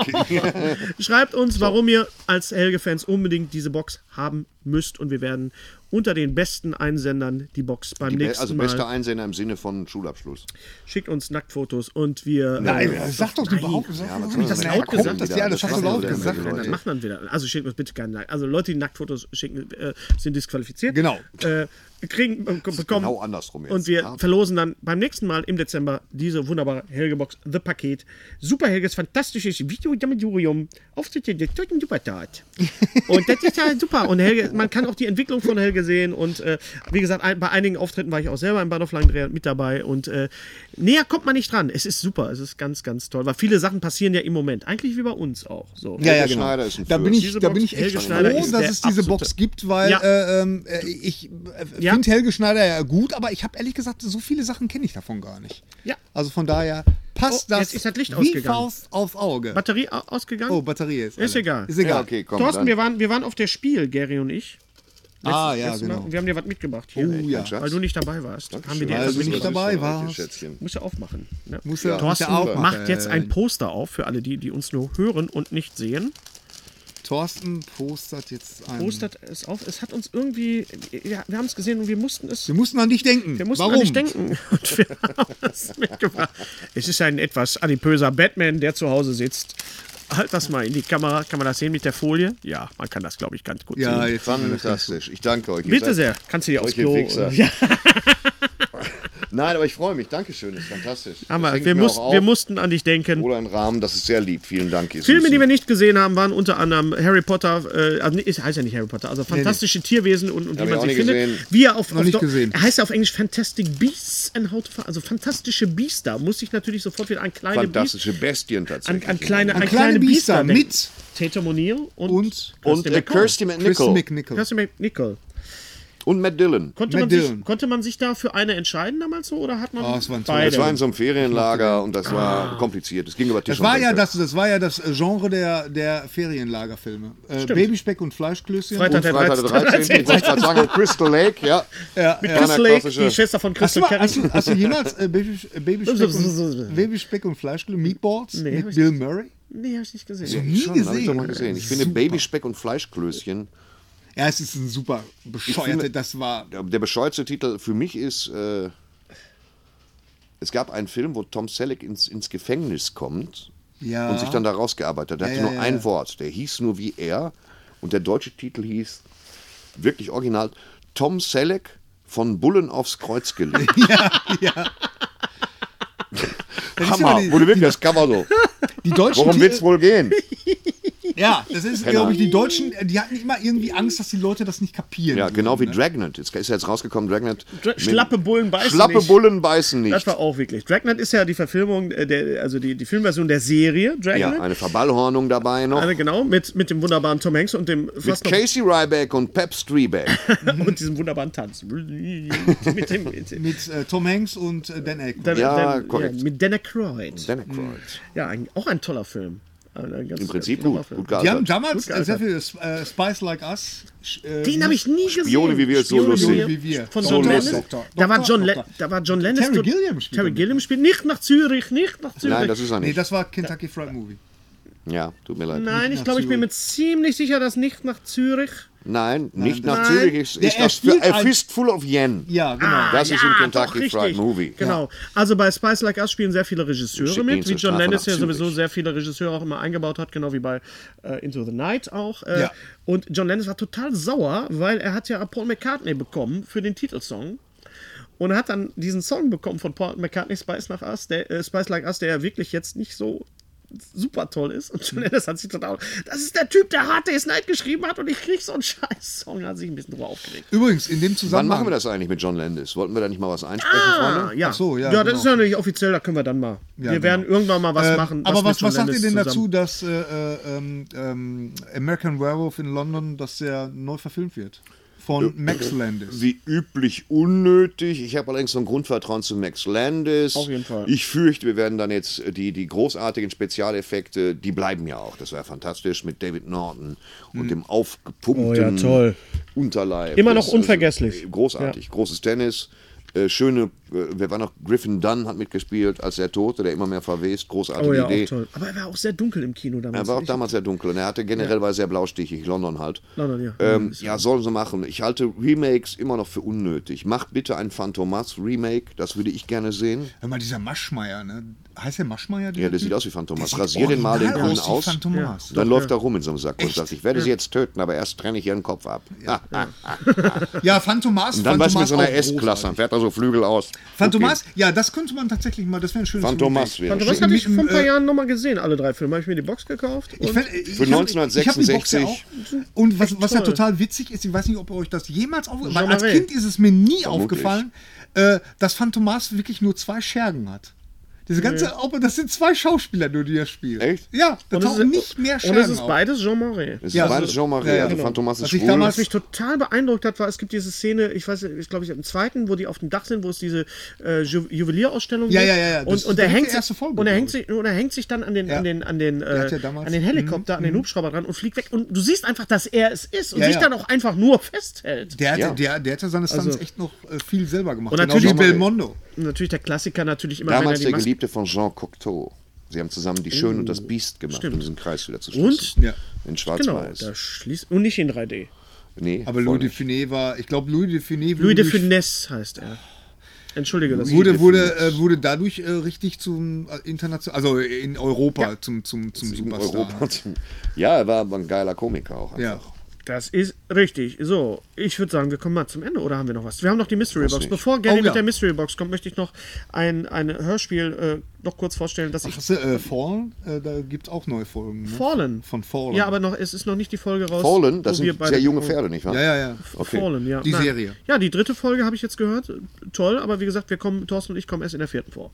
Schreibt uns, warum ihr als Helge-Fans unbedingt diese Box haben müsst. Und wir werden unter den besten Einsendern die Box beim
Die,
nächsten
also bester
Mal.
Einsender im Sinne von Schulabschluss.
Schickt uns Nacktfotos und wir.
Nein,
äh,
das sag doch nicht überhaupt. Sag doch nicht, dass
das
der
laut
laut
gesagt?
gesagt das ja, das hast du
machen
laut
wieder
gesagt.
andere Leute.
Dann macht dann wieder. Also schickt uns bitte keine Nackt. Also Leute, die Nacktfotos schicken, äh, sind disqualifiziert.
Genau.
Äh, kriegen, äh, bekommen.
Genau andersrum jetzt.
Und wir
Ja.
verlosen dann beim nächsten Mal im Dezember diese wunderbare Helgebox, The Paket. Super Helges fantastisches Video Jurium Auftritte der deutschen Supertat. Und das ist ja super. Und Helge, man kann auch die Entwicklung von Helge sehen. Und äh, wie gesagt, ein, bei einigen Auftritten war ich auch selber im Bahnhof Langdreher mit dabei. Und äh, näher kommt man nicht dran. Es ist super. Es ist ganz, ganz toll. Weil viele Sachen passieren ja im Moment. Eigentlich wie bei uns auch. So.
Ja, ja,
Helge
genau.
Schneider ist ein
da bin
Fürst.
ich,
Diese
da bin
Box,
ich
Helge
echt
Schneider
froh,
ist
dass
der
es diese
absolute-
Box gibt, weil
Ja.
äh, ähm, äh, ich äh,
Ja.
finde Helge Schneider ja gut, aber ich habe ehrlich gesagt, so viele Sachen kenne ich davon gar nicht.
Ja.
Also von daher passt
Oh,
das
jetzt ist das Licht
wie
ausgegangen.
Faust aufs Auge.
Batterie au- ausgegangen?
oh, Batterie ist.
Ist
alle.
egal.
Ist egal.
Ja, okay, komm.
Thorsten,
dann.
wir waren, wir waren auf der Spiel, Gary und ich.
ah, ja,
Letztes
genau.
Mal. Wir haben dir was mitgebracht hier.
Oh, ja. Also
Schatz.
Weil du nicht dabei warst, haben wir also, dir
Also,
Weil
etwas
du nicht
mitgebracht.
dabei
war.
warst.
Schätzchen.
Muss ja aufmachen. Ne?
Muss ja, muss
Thorsten
ja auch machen.
macht jetzt ein Poster auf für alle die, die uns nur hören und nicht sehen.
Thorsten postert jetzt ein.
Postert es auf. Es hat uns irgendwie, ja, wir haben es gesehen und wir mussten es
Wir mussten an dich denken.
Wir mussten
Warum?
an dich denken. Und wir haben das mitgebracht. Es ist ein etwas adipöser Batman, der zu Hause sitzt. Halt das mal in die Kamera. Kann man das sehen mit der Folie? Ja, man kann das, glaube ich, ganz gut
Ja,
sehen.
jetzt haben wir das.
Fantastisch. Ich danke euch. Ihr
Bitte
seid-
sehr. Kannst du dir aufs
solche
Klo...
Wichser.
Ja,
Nein, aber ich freue mich. Dankeschön. Das ist fantastisch. Das
aber
hängt
wir,
mir auch
mussten, wir
auf.
mussten an dich denken.
Oder ein Rahmen, das ist sehr lieb. Vielen Dank. ihr
Filme,
Süßen.
die wir nicht gesehen haben, waren unter anderem Harry Potter, äh, also, nee, es heißt ja nicht Harry Potter, also fantastische Tierwesen und, und wie
ich
man
auch
sie
nie
findet.
gesehen.
Wie er auf, auf
nicht
Do-
gesehen.
Er heißt ja auf Englisch Fantastic Beasts and How to Fi- also fantastische Biester. Muss ich natürlich sofort wieder an kleine Biester,
Fantastische Bestien
an,
tatsächlich.
an kleine, an
An
kleine
kleine
Biester
Biester
denken.
mit
Tatum O'Neill und,
und
und äh, Kirsty
Chris
McNichol.
McNichol.
Kirsty McNichol.
Und Matt Dillon.
Konnte
Matt
man, sich,
Dillon.
konnte man sich da für eine entscheiden damals so oder hat man
Oh, es waren zwei.
beide? Ah.
Das war in so einem Ferienlager und das war kompliziert. Es ging über Tisch
Das war,
und
ja
Bänke.
das, das war ja das Genre der, der Ferienlagerfilme. Äh, Babyspeck und Fleischklößchen.
Freitag
Und
der
Freitag der
13.
13. Ich wollte gerade sagen, und Crystal Lake, ja.
Mit
Ja,
Chris
na,
Lake,
klassische-
die Schwester von
Hast du,
Crystal
mal, hast,
Carey.
du, hast du jemals äh, Baby, äh, Babyspeck, und, Babyspeck und Fleischklößchen, Meatballs
hab
mit
ich
Bill Murray?
Nee, hab ich nicht gesehen.
Nie
Schon, hab ich doch mal gesehen. Ich finde Babyspeck und Fleischklößchen.
Ja, es ist ein super bescheuerte,
finde-
das war.
Der, der bescheuerste Titel für mich ist, äh, es gab einen Film, wo Tom Selleck ins, ins Gefängnis kommt
Ja.
und sich dann da rausgearbeitet hat.
Ja,
Der hatte
ja,
nur
ja,
ein
ja.
Wort, der hieß nur wie er und der deutsche Titel hieß, wirklich original, Tom Selleck von Bullen aufs Kreuz gelegt.
Das ist
Hammer,
immer die-
wurde wirklich das Cover so.
Die deutschen
Worum
Titel-
wird's wohl gehen?
Ja, das ist, glaube ich, die Deutschen, die hatten immer irgendwie Angst, dass die Leute das nicht kapieren.
Ja, genau wie Dragnet. Jetzt ist ja jetzt rausgekommen, Dragnet.
ne? Dra-
mit-
Schlappe Bullen beißen
Schlappe
nicht.
Bullen beißen
Das
nicht.
war auch wirklich. Dragnet ist ja die Verfilmung, äh, der, also die, die Filmversion der Serie
Ja,
Dragnet.
eine Verballhornung dabei noch.
Eine, genau, mit, mit dem wunderbaren Tom Hanks und dem
mit
fast noch,
Casey Ryback und Pep Strebeck.
und diesem wunderbaren Tanz. mit dem mit, dem-
Mit äh, Tom Hanks und äh, Dan Aykroyd.
dann,
Ja,
dann,
korrekt.
ja, mit Dana Croyd.
Dan Aykroyd.
Ja, ein, auch ein toller Film.
Im Prinzip gut, gut
Die haben
gealtert.
damals
Gut, Alter.
äh, sehr viel äh, Spice Like Us. sch- Äh,
Den habe ich nie gesehen.
Spione wie wir, so
Spione
lustig.
Wie wir.
Von
So
John
lustig.
Lennon.
Doktor,
Da war
Doktor,
John, Le
Doktor.
da war John Lennon.
Terry Gilliam spielt
Terry
damit.
Gilliam spielt nicht nach Zürich, nicht nach Zürich.
Nein, das ist er
Nee,
nicht.
das war Kentucky Fried Movie.
Ja, tut mir leid.
Nein, ich
nach
glaube, ich bin
Zürich.
mir ziemlich sicher, dass nicht nach Zürich.
Nein, nicht nach
das-
Zürich. Ist,
Der-
ist
er
das für
spielt
A
ein-
Fistful of Yen.
Ja, genau.
Das ist ein
Ah, doch,
Kentucky
richtig.
Fried Movie.
Genau. Also bei Spice Like Us spielen sehr viele Regisseure
Schicken ihn
mit, wie
zur
John
Strafe
Landis
nach
ja sowieso
Zürich.
sehr viele Regisseure auch immer eingebaut hat, genau wie bei äh, Into the Night auch. Äh,
Ja.
Und John Landis war total sauer, weil er hat ja Paul McCartney bekommen für den Titelsong. Und hat dann diesen Song bekommen von Paul McCartney, Spice, nach Us, der, äh, Spice Like Us, der ja wirklich jetzt nicht so super toll ist. Und
Mhm.
John Landis hat sich total... Das ist der Typ, der Hard Day's Night geschrieben hat und ich krieg so einen Scheiß-Song. Da hat sich ein bisschen drüber aufgeregt.
Übrigens, in dem
Wann
Zusammenhang.
machen wir das eigentlich mit John Landis? Wollten wir da nicht mal was einsprechen, Freunde?
ja.
Ach so, ja,
das
genau.
ist ja nicht offiziell, da können wir dann mal. wir
genau.
werden irgendwann mal was
Äh,
machen.
aber
mit
was,
John
was sagt ihr
Landis
denn dazu,
zusammen-
dass äh, äh, ähm, ähm, American Werewolf in London, dass der neu verfilmt wird? Von Max Landis.
äh, Wie üblich unnötig. Ich habe allerdings so ein Grundvertrauen zu Max Landis.
Auf jeden Fall.
Ich fürchte, wir werden dann jetzt äh, die, die großartigen Spezialeffekte, die bleiben ja auch. Das wäre fantastisch mit David Norton und dem aufgepumpten
Hm. Oh ja, toll.
Unterleib.
Immer
Das
noch
ist, äh,
unvergesslich.
Großartig. Großes Tennis. äh, Schöne, äh, wer war noch? Griffin Dunn hat mitgespielt als der Tote, der immer mehr verwest. Großartige
Oh ja,
Idee.
auch toll. Aber er war auch sehr dunkel im Kino damals.
Er war auch
Ich-
damals sehr dunkel und er hatte generell war er sehr blaustichig, London halt.
London, ja.
Ähm, ja, sollen sie machen. Ich halte Remakes immer noch für unnötig. Macht bitte ein Phantomas-Remake, das würde ich gerne sehen.
Hör mal, dieser Maschmeier, ne? Heißt der Maschmeier?
Ja, der sieht aus wie Phantomas. Rasier den mal den Kunden aus.
Phantom
Ja.
Maß.
Dann läuft er rum in so einem Sack und sagt, ich werde sie jetzt töten, aber erst trenne ich ihren Kopf ab. Ah, ah.
Ja, Phantomas.
Und dann was mit so einer S-Klasse,
S-Klasse.
dann fährt er so Flügel aus.
Phantomas, ja, das könnte man tatsächlich mal, das wäre ein schönes
Phantomas wäre
Warte,
schön.
was hatte ich
Mit-
vor ein paar
äh,
Jahren nochmal gesehen? Alle drei Filme. Habe ich mir die Box gekauft? Und
Ich fand, ich
Für
hab-
1966.
ich hab die Box ja auch. Und was, was ja
toll.
total witzig ist, ich weiß nicht, ob euch das jemals aufgefallen
Jean
ist. Als
Marais.
Kind ist es mir nie aufgefallen, äh, dass Phantomas wirklich nur zwei Schergen hat. Diese ganze, Oper, das sind zwei Schauspieler nur, die das spielen.
Echt?
Ja, da
und es ist-
tauchen nicht mehr
Und
Schergen
es ist
auf.
beides Jean Marais.
Das
Ja,
war
also-
Jean-Marie,
ja, ja,
also
genau.
Phantomas ist
Was ich
schwul.
damals-
Was mich total beeindruckt hat, war, es gibt diese Szene, ich weiß, ich glaube, ich im zweiten, wo die auf dem Dach sind, wo es diese äh, Ju Juwelierausstellung
Ja,
gibt.
ja, ja, ja. Das
Und,
ist
und, der
direkt
hängt
die
sich,
erste Folge,
und, er
glaub
hängt sich, und er hängt sich dann an den,
Ja.
an den, an den,
Der
äh,
hat ja damals- Mhm.
an den Helikopter, an den Hubschrauber dran und fliegt weg. Und du siehst einfach, dass er es ist und
Ja,
sich
ja.
dann auch einfach nur festhält.
Der hat
Ja.
ja der, der hat ja seine Stunts
Also-
echt noch äh, viel selber gemacht.
Und
Genau
natürlich-
wie Belmondo.
Und natürlich der Klassiker natürlich immer,
Damals
wenn
der
er die Maske
Geliebte von Jean Cocteau. Sie haben zusammen die Schön und das Biest gemacht, um diesen Kreis wieder zu
Und?
schließen.
Oh, Ja.
In
Genau,
Schwarz-Weiß.
da schließt. Und nicht in 3D.
Nee,
Aber
voll
Louis de
nicht.
Funès war, ich glaube, Louis de Funès
Louis de
durch-
Funès heißt er. Entschuldige, das
wurde,
de
wurde,
Funès.
äh, wurde dadurch äh, richtig zum äh, international, also in Europa zum, zum, zum Superstar.
Europa. zum- Ja, er war aber ein geiler Komiker auch.
Ja.
Einfach.
Das ist richtig. So, ich würde sagen, wir kommen mal zum Ende. Oder haben wir noch was? Wir haben noch die Mystery Box.
nicht.
Bevor Gary
Oh, ja.
mit der Mystery Box kommt, möchte ich noch ein, ein Hörspiel äh, noch kurz vorstellen, dass ich
Hast du äh, Fallen? Äh, da gibt es auch neue Folgen. Ne?
Fallen.
Von Fallen.
Ja, aber noch, es ist noch nicht die Folge raus.
Fallen, das
wo wir
sind
beide-
sehr junge
oh,
Pferde, nicht wahr?
Ja, ja, ja.
Okay.
Fallen, ja.
Die Serie.
Ja, die dritte Folge habe ich jetzt gehört. Toll, aber wie gesagt, wir kommen, Thorsten und ich kommen erst in der vierten vor.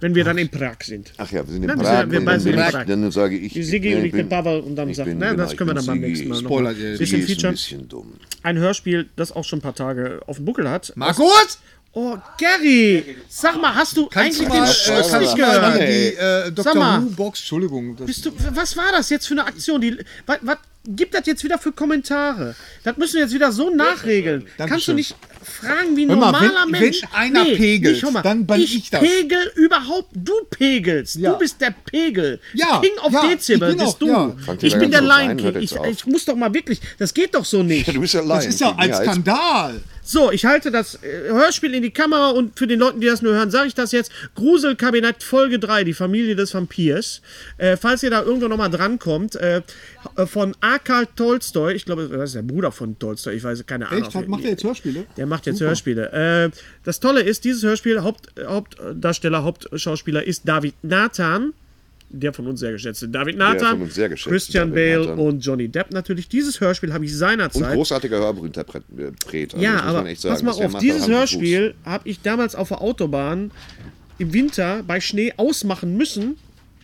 Wenn wir dann in Prag sind.
Ach ja, wir sind in
Nein, wir
Prag.
sind- wir
und
beide
dann,
sind
bin
in
ich,
Prag.
dann sage ich.
Die Siggi
ich
und
bin-
ich den Pavel und dann
ich
sagt,
bin-
ne,
genau,
das
ich
können wir dann
bin
beim
Siggi.
nächsten Mal noch.
Spoilert
mal.
ihr jetzt.
Siggi
Bisschen
ist ein
Feature.
bisschen dumm.
Ein Hörspiel, das auch schon ein paar Tage auf dem Buckel hat.
Markus!
Oh, Gary, sag mal, hast du
Kannst du
eigentlich
mal,
den
äh,
Schuss
kannst
nicht
du mal
gehört?
die
Ey.
äh,
Sag
Dr.
mal.
Who-Box, Entschuldigung. Das,
Bist du, was war das jetzt für eine Aktion? Die, was, was gibt das jetzt wieder für Kommentare? Das müssen wir jetzt wieder so
Äh,
nachregeln. Kannst du nicht fragen wie ein
Hör mal,
normaler
wenn-
Mensch?
wenn einer pegelt,
hör mal,
dann bin ich das.
pegel überhaupt. Du pegelst.
Ja.
Du bist der Pegel.
Ja,
King of
ja,
Dezibel
ich bin
bist
auch-
du.
ja.
Fangt ihr
Ich
da
bin
ganz
der
so rein?
Lion
Hört
King.
jetzt
Ich,
auf.
ich muss doch mal wirklich. Das geht doch so nicht.
Du bist ja
das
Lion
ist ja
King,
ein
jetzt-
Skandal.
So, ich halte das äh, Hörspiel in die Kamera und für den Leuten, die das nur hören, sage ich das jetzt. Gruselkabinett Folge 3, die Familie des Vampirs. Äh, falls ihr da irgendwo nochmal drankommt, äh, äh, von A.K. Tolstoi, ich glaube, das ist der Bruder von Tolstoi, ich weiß keine Ahnung.
Echt? Hat, macht er jetzt Hörspiele?
Der macht jetzt Hörspiele. Äh, das Tolle ist, dieses Hörspiel, Haupt, äh, Hauptdarsteller, Hauptschauspieler ist David Nathan. Der von uns sehr geschätzte David Nathan,
von uns sehr geschätzte
Christian
David
Bale
Nathan.
und Johnny Depp natürlich. Dieses Hörspiel habe ich
Und
seinerzeit
großartiger Hörbrinterpreter.
ja, aber pass mal auf, dieses Hörspiel habe ich damals auf der Autobahn im Winter bei Schnee ausmachen müssen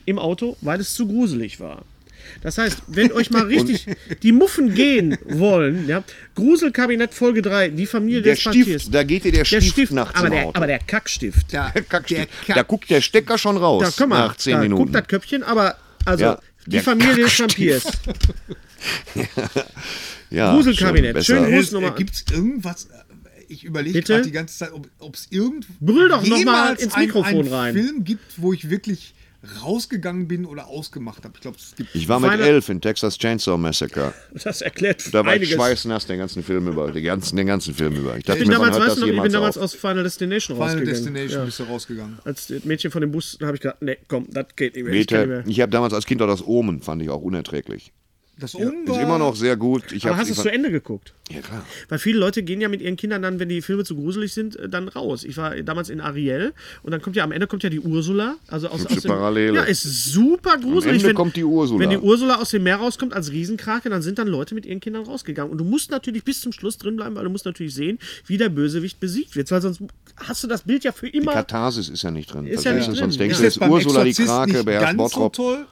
im Auto, weil es zu gruselig war. Das heißt, wenn euch mal richtig die Muffen gehen wollen, ja, Gruselkabinett Folge 3, die Familie
Der
des Vampirs.
Stift, da geht dir der,
der
Stift,
Stift,
nachts
aber
im
der,
Auto.
aber der Kackstift.
Ja,
Kackstift. da guckt der Stecker schon raus
Da, komm mal,
nach 10
da
Minuten.
guckt das Köpfchen, aber also
Ja,
die
der
Familie des Vampirs.
Kackstift. ja,
Gruselkabinett.
schon besser.
Schön Gruß nochmal.
Gibt es Äh, irgendwas? äh, Ich überlege
Bitte?
gerade die ganze Zeit, ob es irgend
Brüll doch noch mal
jemals
ins
ein-
Mikrofon
ein
rein.
Film gibt, wo ich wirklich rausgegangen bin oder ausgemacht habe. Ich glaube, es gibt
Ich war mit
Weihnacht-
elf in Texas Chainsaw Massacre.
Das erklärt
Da war ich
einiges.
schweißnass den ganzen Film über. Den ganzen, den ganzen Film über. Ich
Ich
dachte
bin
mir, wann
damals,
hört das
weißt du noch, ich bin
jemals
damals
auf?
aus Final Destination
Final
rausgegangen.
Destination
Ja.
bist du rausgegangen.
als das Mädchen von dem Bus, habe ich gedacht, nee, komm, das geht nicht mehr. Ich kann nicht
Bete.
mehr.
Ich habe damals als Kind auch das Omen, fand ich auch unerträglich.
Das oben
Ist
war
immer noch sehr gut. Ich
Aber
hab-
hast du
ich
es zu
fand-
Ende geguckt?
Ja, klar.
Weil viele Leute gehen ja mit ihren Kindern dann, wenn die Filme zu gruselig sind, äh, dann raus. Ich war damals in Ariel und dann kommt ja am Ende kommt ja die Ursula. Also aus,
Hübsche
aus dem,
Parallele.
Ja, ist super gruselig.
Ende kommt die Ursula.
Wenn die Ursula aus dem Meer rauskommt als Riesenkrake, dann sind dann Leute mit ihren Kindern rausgegangen. Und du musst natürlich bis zum Schluss drin bleiben, weil du musst natürlich sehen, wie der Bösewicht besiegt wird. Weil sonst hast du das Bild ja für
Die
immer.
Katharsis ist ja nicht drin.
Ist ja
Tatsächlich,
nicht
sonst
drin,
denkst
ja.
du,
Ist
jetzt Ursula die Krake, Beherr
ganz
Bottrop.
so toll.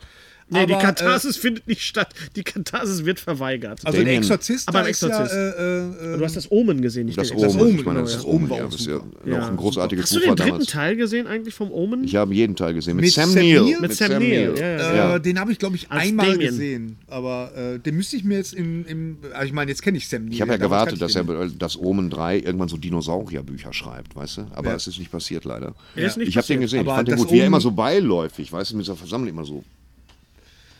nee, die
aber,
Katharsis findet nicht statt. Die Katharsis wird verweigert.
Äh, also der
Damien.
Exorzist,
Aber
da
im
ist ja,
Exorzist.
äh, äh, äh,
du hast das Omen gesehen, nicht
das
den
Omen,
Exorzisten.
Omen,
ich meine, das
genau, ja.
Omen,
Omen war
ja,
auch
das ist ja
super.
noch ein großartiges
Hast du
Buch
den
war
dritten
damals.
Teil gesehen eigentlich vom Omen?
Ich habe jeden Teil gesehen. Mit,
Mit
Sam
Sam
Neill.
Neill?
Mit Sam Neill, ja, ja.
äh,
Ja.
Den habe ich, glaube ich,
Als
einmal
Damien.
gesehen. Aber äh, den müsste ich mir jetzt im. im also ich meine, jetzt kenne ich Sam Neill.
Ich habe ja
damals
gewartet,
kannte Äh, ich
dass
den
er das Omen 3 irgendwann so Dinosaurierbücher schreibt, weißt du? Aber es ist nicht passiert, leider.
Er ist nicht
ich habe den
passiert.
gesehen, ich
Aber
fand den
das
gut. Wie er
Omen-
immer so beiläufig, weißt du, mit dieser Versammlung immer so.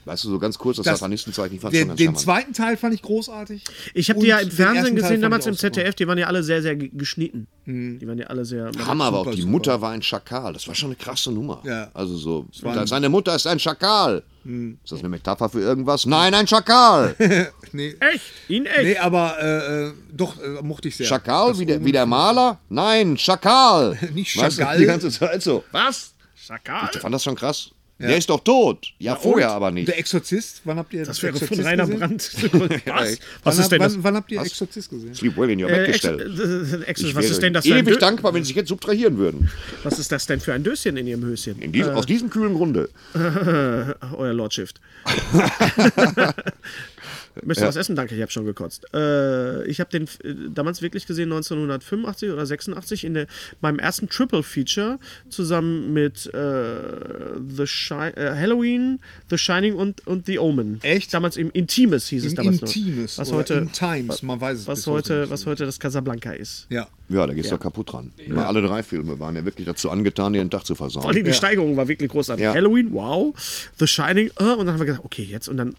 Weißt du, so ganz kurz das,
Das-
Satanistenzeichen. Ich fand
Den,
schon ganz
den
charmant.
zweiten Teil fand ich großartig.
Ich habe
Und
die ja
den
im
ersten
Fernsehen
Teil
gesehen,
fand
damals
ich
im
auch super. Mhm.
ZDF, die waren ja alle sehr, sehr ge- geschnitten. Die waren ja alle sehr.
Hammer war auch,
Super,
die
super.
Mutter war ein Schakal. Das war schon eine krasse Nummer.
Ja.
Also so, da- seine Mutter ist ein Schakal.
Hm.
Ist das eine Metapher für irgendwas? Nein, ein Schakal.
Nee,
Echt? Ihn echt?
nee aber äh, äh, doch, äh, mochte ich sehr.
Schakal wie der, wie der Maler? Nein, Schakal.
Nicht
Weißt du,
Schakal.
Die ganze Zeit so.
Was? Schakal?
Ich fand das schon krass. Der ist doch tot. Ja, vorher aber nicht.
Der Exorzist, wann habt ihr
Das wäre von
Exorzist
Rainer
gesehen?
Brandt.
ey.
Was? Was
wann,
ist denn das?
wann, wann habt ihr Exorzist gesehen?
Sleep well in your
Äh,
bed
Ex-
gestellt.
äh, Ex-
Ich
was
wäre
ist denn das für ein
ewig
Dö
dankbar, wenn sie sich jetzt subtrahieren würden.
Was ist das denn für ein Döschen in Ihrem Höschen?
In diesem, aus diesem kühlen Grunde.
Ach, euer Lordshift. Möchtest du was essen? Danke, ich habe schon gekotzt. Äh, ich habe den äh, damals wirklich gesehen, 1985 oder 86, in der, beim ersten Triple Feature zusammen mit äh, The Shi äh, Halloween, The Shining und, und The Omen.
Echt?
Damals im Intimes hieß es
Im
damals noch.
Intimes
Was
oder
heute,
in Times, man weiß es
was
bis heute
heute,
nicht.
was heute das Casablanca ist.
Ja.
Ja, da gehst du ja. kaputt dran. Weil Alle drei Filme waren ja wirklich dazu angetan, dir den Tag zu
Vor allem
versauen.
die Steigerung war wirklich großartig.
Ja.
Halloween, wow. The Shining, äh, und dann haben wir gesagt, okay, jetzt. Und dann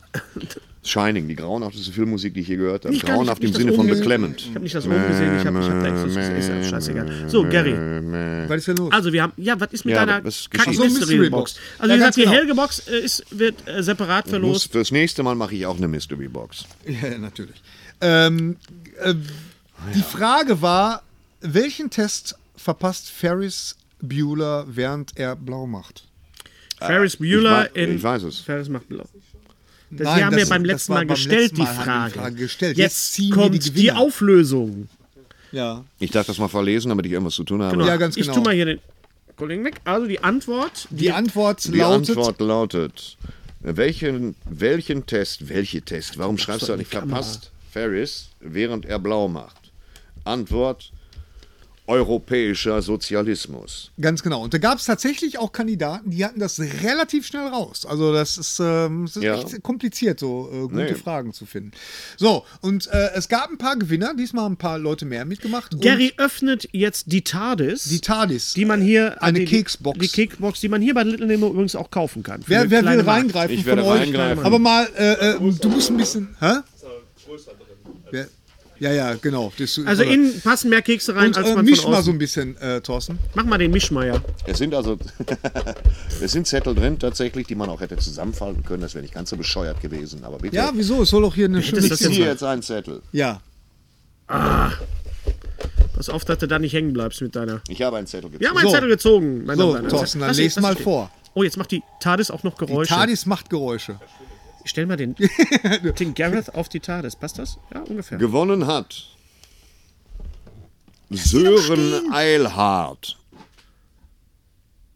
Shining, die grauenhafteste Filmmusik, die ich je gehört habe.
Ich kann- ich hab
Grauenhaft im
nicht das
Sinne von
Omen-
beklemmend.
Ich habe nicht das Oben gesehen, ich habe ich hab da Exorzist. Ist ja scheißegal. So, Gary.
Äh,
Was ist denn los?
Also, wir haben. Ja, was ist mit
Ja,
deiner
was geschieht?
kack
Ach so,
mystery box
Mystery-Box.
Also,
Ja, ganz
wie gesagt, die
genau.
hellge Box äh, ist, wird äh, separat
Muss,
verlost.
fürs nächste Mal mache ich auch eine Mystery Box.
Ja, natürlich. Ähm, äh, Die Frage war, welchen Test verpasst Ferris Bueller, während er blau macht?
Ferris Bueller
äh, ich weiß-
in.
ich weiß es.
Ferris macht blau. Das
Nein,
die haben
das-
wir beim
das
letzten
war
Mal
beim
gestellt,
letzten Mal
die
haben wir die
Frage.
Frage gestellt. Jetzt
Jetzt,
ziehen wir die
kommt die,
Gewinner.
Auflösung.
Ja.
Ich darf das mal verlesen, damit ich irgendwas zu tun habe.
Genau.
Ja, ganz
Ich
genau.
tue mal hier den Kollegen weg. Also, die Antwort.
Die Antwort
Die
lautet.
Antwort lautet: welchen, welchen Test, welche Test, warum schreibst du nicht verpasst Ferris, während er blau macht? Antwort: europäischer Sozialismus.
Ganz genau. Und da gab es tatsächlich auch Kandidaten, die hatten das relativ schnell raus. Also das ist, ähm, es ist
Ja.
echt kompliziert, so äh, gute
Nee.
Fragen zu finden. So, und äh, es gab ein paar Gewinner. Diesmal haben ein paar Leute mehr mitgemacht. Und
Gary öffnet jetzt die TARDIS.
die TARDIS.
die man hier äh,
Eine
die, die-
Keksbox.
Die Keksbox, die man hier bei Little Nemo übrigens auch kaufen kann. Für
wer
eine
wer
kleine
will
Mark.
reingreifen
Ich
von
werde
euch?
reingreifen.
Aber mal, äh, äh, du musst ein bisschen.
Ist
Hä?
aber Also größer drin.
Wer- Ja, ja, genau. Das,
Also innen passen mehr Kekse rein,
und,
als
äh,
man
misch
von
mal
außen.
so ein bisschen, äh, Thorsten.
Mach mal den Mischmeier.
Es sind also es sind Zettel drin tatsächlich, die man auch hätte zusammenfalten können. Das wäre nicht ganz so bescheuert gewesen. Aber bitte,
Ja, wieso? Es soll doch hier eine schöne.
hättest
ich
das
ziehe
jetzt mal?
jetzt einen Zettel.
Ja.
Pass auf, dass du da nicht hängen bleibst mit deiner.
Ich habe einen Zettel gezogen.
Ja, mein
So.
Zettel gezogen. Meine
So,
Damen und Herren.
Thorsten, dann
Was-
les
was-
mal vor.
Oh, jetzt macht die TARDIS auch noch
Die
Geräusche.
TARDIS macht Geräusche.
Ich stell mal den, den Gareth auf die TARDIS. Passt das? Ja, ungefähr.
Gewonnen hat Sören Eilhard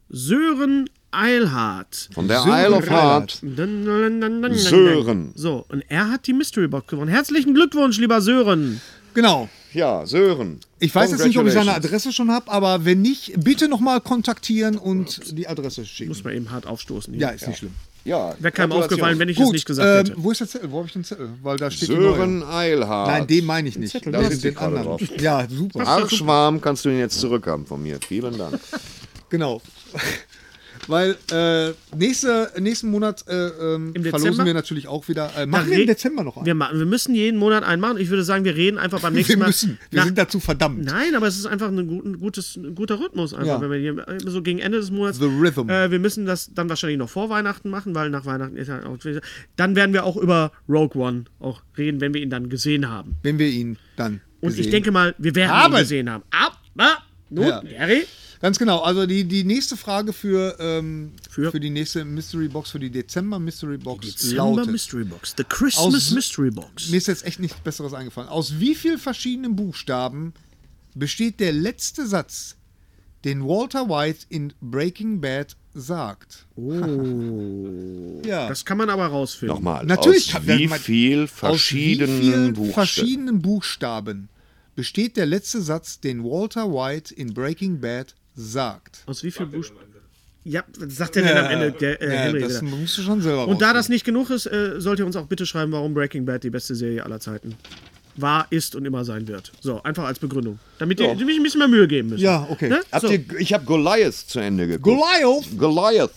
Sören Eilhardt.
von der
Sören
Isle of
Eilhard.
Heart.
Dun, dun, dun, dun, dun, dun.
Sören.
So, und er hat die Mystery Box gewonnen. Herzlichen Glückwunsch, lieber Sören.
Genau.
Ja, Sören.
Ich weiß jetzt nicht, ob ich seine
Congratulations.
Adresse schon habe, aber wenn nicht, bitte nochmal kontaktieren und die Adresse schicken.
Muss man eben hart aufstoßen. Hier.
Ja, ist nicht schlimm.
Ja,
Wäre keinem
Gratulation.
aufgefallen, wenn ich es
Gut,
nicht gesagt
ähm,
hätte.
wo ist der Zettel? Wo habe ich den Zettel? Weil da steht die neue.
Sören Eilhard.
Nein, den meine ich nicht.
Da sitzt die Karre drauf.
Ja, super.
Arschwarm kannst du ihn jetzt zurückhaben von mir. Vielen Dank.
Genau. Weil äh, nächste, nächsten Monat äh, ähm,
Dezember?
verlosen wir natürlich auch wieder. Äh,
Dann
machen wir
re-
im Dezember noch einen.
Wir, machen, wir müssen jeden Monat einen machen. Ich würde sagen, wir reden einfach beim nächsten
Wir
Mal.
müssen. Wir
Na-
sind dazu verdammt.
Nein, aber es ist einfach ein, gut, ein, gutes, ein guter Rhythmus. Einfach,
Ja.
wenn wir hier äh, so gegen Ende des Monats.
The rhythm.
Äh, wir müssen das dann wahrscheinlich noch vor Weihnachten machen, weil nach Weihnachten ist ja auch. Dann werden wir auch über Rogue One auch reden, wenn wir ihn dann gesehen haben.
Wenn wir ihn dann
Und
gesehen.
ich denke mal, wir werden
Haben.
ihn gesehen haben. Aber, nun,
Ja.
Gary,
Ganz genau. Also die, die nächste Frage für, ähm, für?
Für?
die nächste Mystery Box, für die Dezember Mystery Box
December
lautet.
Mystery Box. The Christmas
Aus-
Mystery Box.
Mir ist jetzt echt nichts Besseres eingefallen. Aus wie vielen verschiedenen Buchstaben besteht der letzte Satz, den Walter White in Breaking Bad sagt?
Oh.
Ja.
Das kann man aber rausfinden.
Nochmal.
Natürlich
aus
kann-
wie
wenn man-
viel
Aus
verschiedenen
wie vielen
Buchstaben?
verschiedenen Buchstaben besteht der letzte Satz, den Walter White in Breaking Bad sagt?
Aus wie viel Buchstaben? Ja, was sagt er denn am Ende, der, äh, Henry?
das
wieder?
musst du schon selber
Und da
rausfinden.
das nicht genug ist, äh, sollt ihr uns auch bitte schreiben, warum Breaking Bad die beste Serie aller Zeiten war, ist und immer sein wird. So, einfach als Begründung. Damit ihr die mich ein bisschen mehr Mühe geben müsst.
Ja, okay. Also,
Ne?
Habt
So.
ihr, ich habe Goliath zu Ende geguckt.
Goliath!
Goliath.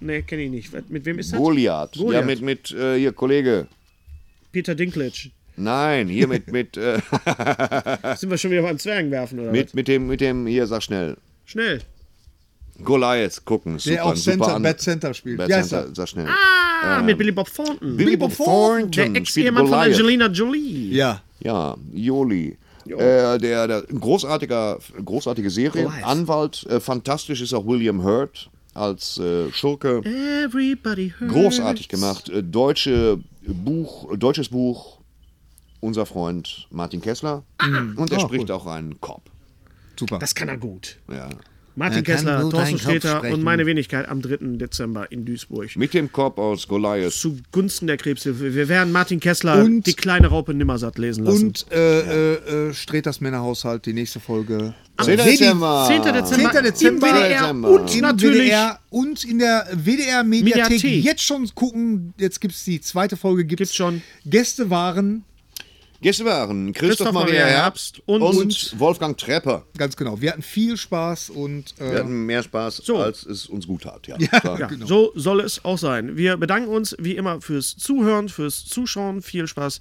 Nee, kenne ich nicht. Was- Mit wem ist das?
Goliath. Ja,
Goliath.
mit, mit äh, hier, Kollege.
Peter Dinklage.
Nein, hier mit, mit, äh,
Sind wir schon wieder beim Zwergenwerfen oder
Ah. mit, mit dem, mit dem, hier, sag schnell.
was? Schnell.
Goliath gucken. Super,
Der auch Center,
super
Bad Center spielt.
Bad
Ja, ist
Center,
er.
sag schnell.
Ah, mit Billy Bob Thornton.
Billy Bob Thornton
der
spielt
Ex-Ehemann von
Goliath.
Angelina Jolie.
Ja.
Ja, Joli. Äh, der, der ein großartiger, großartige Serie.
Goliath.
Anwalt, äh, fantastisch ist auch William Hurt als äh, Schurke.
Mhm. Everybody hurts.
Großartig gemacht. Äh, deutsche Buch, äh, deutsches Buch, unser Freund Martin Kessler.
Mhm.
Und
Ah,
er spricht auch einen Cop.
Super.
Das kann er gut.
Ja.
Martin
kann
Kessler,
gut
Thorsten
einen Kopf
Sträter
sprechen.
und meine Wenigkeit am 3. Dezember in Duisburg.
Mit dem Cop aus Goliath.
zugunsten der Krebshilfe. Wir werden Martin Kessler
Und-
die kleine Raupe Nimmersatt lesen lassen.
und äh, äh, äh, Streters Männerhaushalt, die nächste Folge.
Am
Seht ihr-
10. Dezember,
10. Dezember.
im WDR
Dezember.
und
Im
natürlich
WDR und in der WDR-Mediathek
Mediathek.
jetzt schon gucken. Jetzt gibt es die zweite Folge. Gibt's,
Gibt's schon.
Gäste waren,
Gestern waren Christoph,
Christoph
Maria
Maria
Herbst
Herbst und-
Wolfgang Trepper.
ganz genau. Wir hatten viel Spaß und
Wir
äh,
hatten mehr Spaß,
So.
als es uns gut hat. Ja, ja,
ja, genau. so soll es auch sein. Wir bedanken uns wie immer fürs Zuhören, fürs Zuschauen. Viel Spaß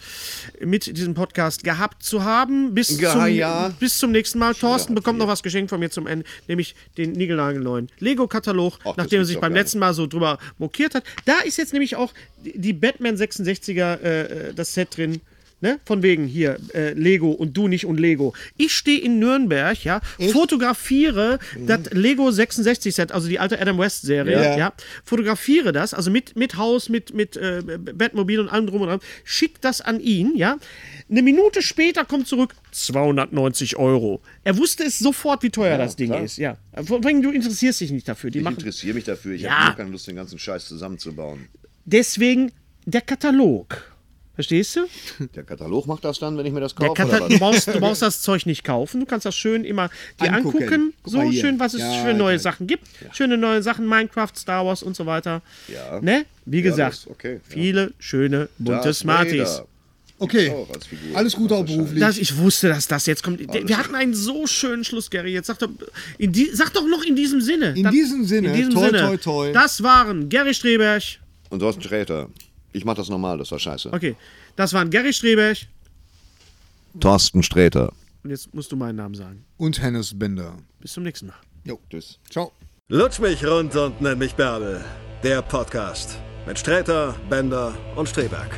mit diesem Podcast gehabt zu haben. Bis,
Ja,
zum,
ja.
bis zum nächsten Mal. Thorsten bekommt noch was geschenkt von mir zum Ende, nämlich den niegelnagelneuen Lego-Katalog,
das
nachdem er
gibt's
sich
doch
beim
gar
letzten Mal so drüber mokiert hat. Da ist jetzt nämlich auch die die Batman 66er, äh, äh, das Set drin. Ne? Von wegen hier, äh, Lego und du nicht und Lego. Ich stehe in Nürnberg, ja, fotografiere das Lego 66 Set, also die alte Adam West Serie,
Ja.
ja. fotografiere das, also mit, mit Haus, mit, mit äh, Batmobil und allem drum und dran, schick das an ihn, ja. Eine Minute später kommt zurück, 290 Euro. Er wusste es sofort, wie teuer das Ding ist, ja. Vor allem, du interessierst dich nicht dafür. Die
Ich
machen
interessiere mich dafür. Ich
Ja.
habe keine Lust, den ganzen Scheiß zusammenzubauen.
Deswegen der Katalog. Verstehst du?
Der Katalog macht das dann, wenn ich mir das
Der
kaufe.
Katal-
oder
du,
was?
brauchst, du brauchst das Zeug nicht kaufen. Du kannst das schön immer dir
Angucken.
angucken.
Guck mal
so
hier.
schön, was es
Ja,
für neue
ja.
Sachen gibt. Schöne neue Sachen, Minecraft, Star Wars und so weiter.
Ja.
Ne? Wie
Ja,
gesagt,
das- okay, ja.
viele schöne bunte
Darth
Smarties.
Vader.
äh, Okay.
Auch Also, als Figur.
Alles Gute auch beruflich.
Das, ich wusste, dass das jetzt kommt. Wir hatten einen so schönen Schluss, Gary. Jetzt sag doch, in die, sag doch noch in diesem Sinne.
In diesem Sinne.
In diesem
Toi,
Sinne.
toi, toi.
Das waren Gary Streberch.
Und Thorsten Sträter. Ich mach das nochmal, das war scheiße.
Okay, das waren Gary Streberch.
Thorsten Sträter.
Und jetzt musst du meinen Namen sagen.
Und Hennes Bender.
Bis zum nächsten Mal.
Jo.
Tschüss.
Ciao.
Lutsch mich rund und nenn mich Bärbel. Der Podcast mit Sträter, Bender und Streberg.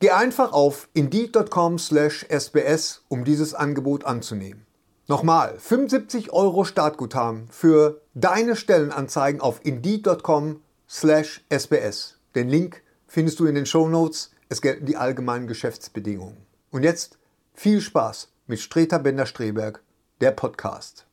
Geh einfach auf indeed.com slash sbs, um dieses Angebot anzunehmen. Nochmal, 75 Euro Startguthaben für deine Stellenanzeigen auf indeed.com slash sbs. Den Link findest du in den Shownotes. Es gelten die allgemeinen Geschäftsbedingungen. Und jetzt viel Spaß mit Streter Bender-Streberg, der Podcast.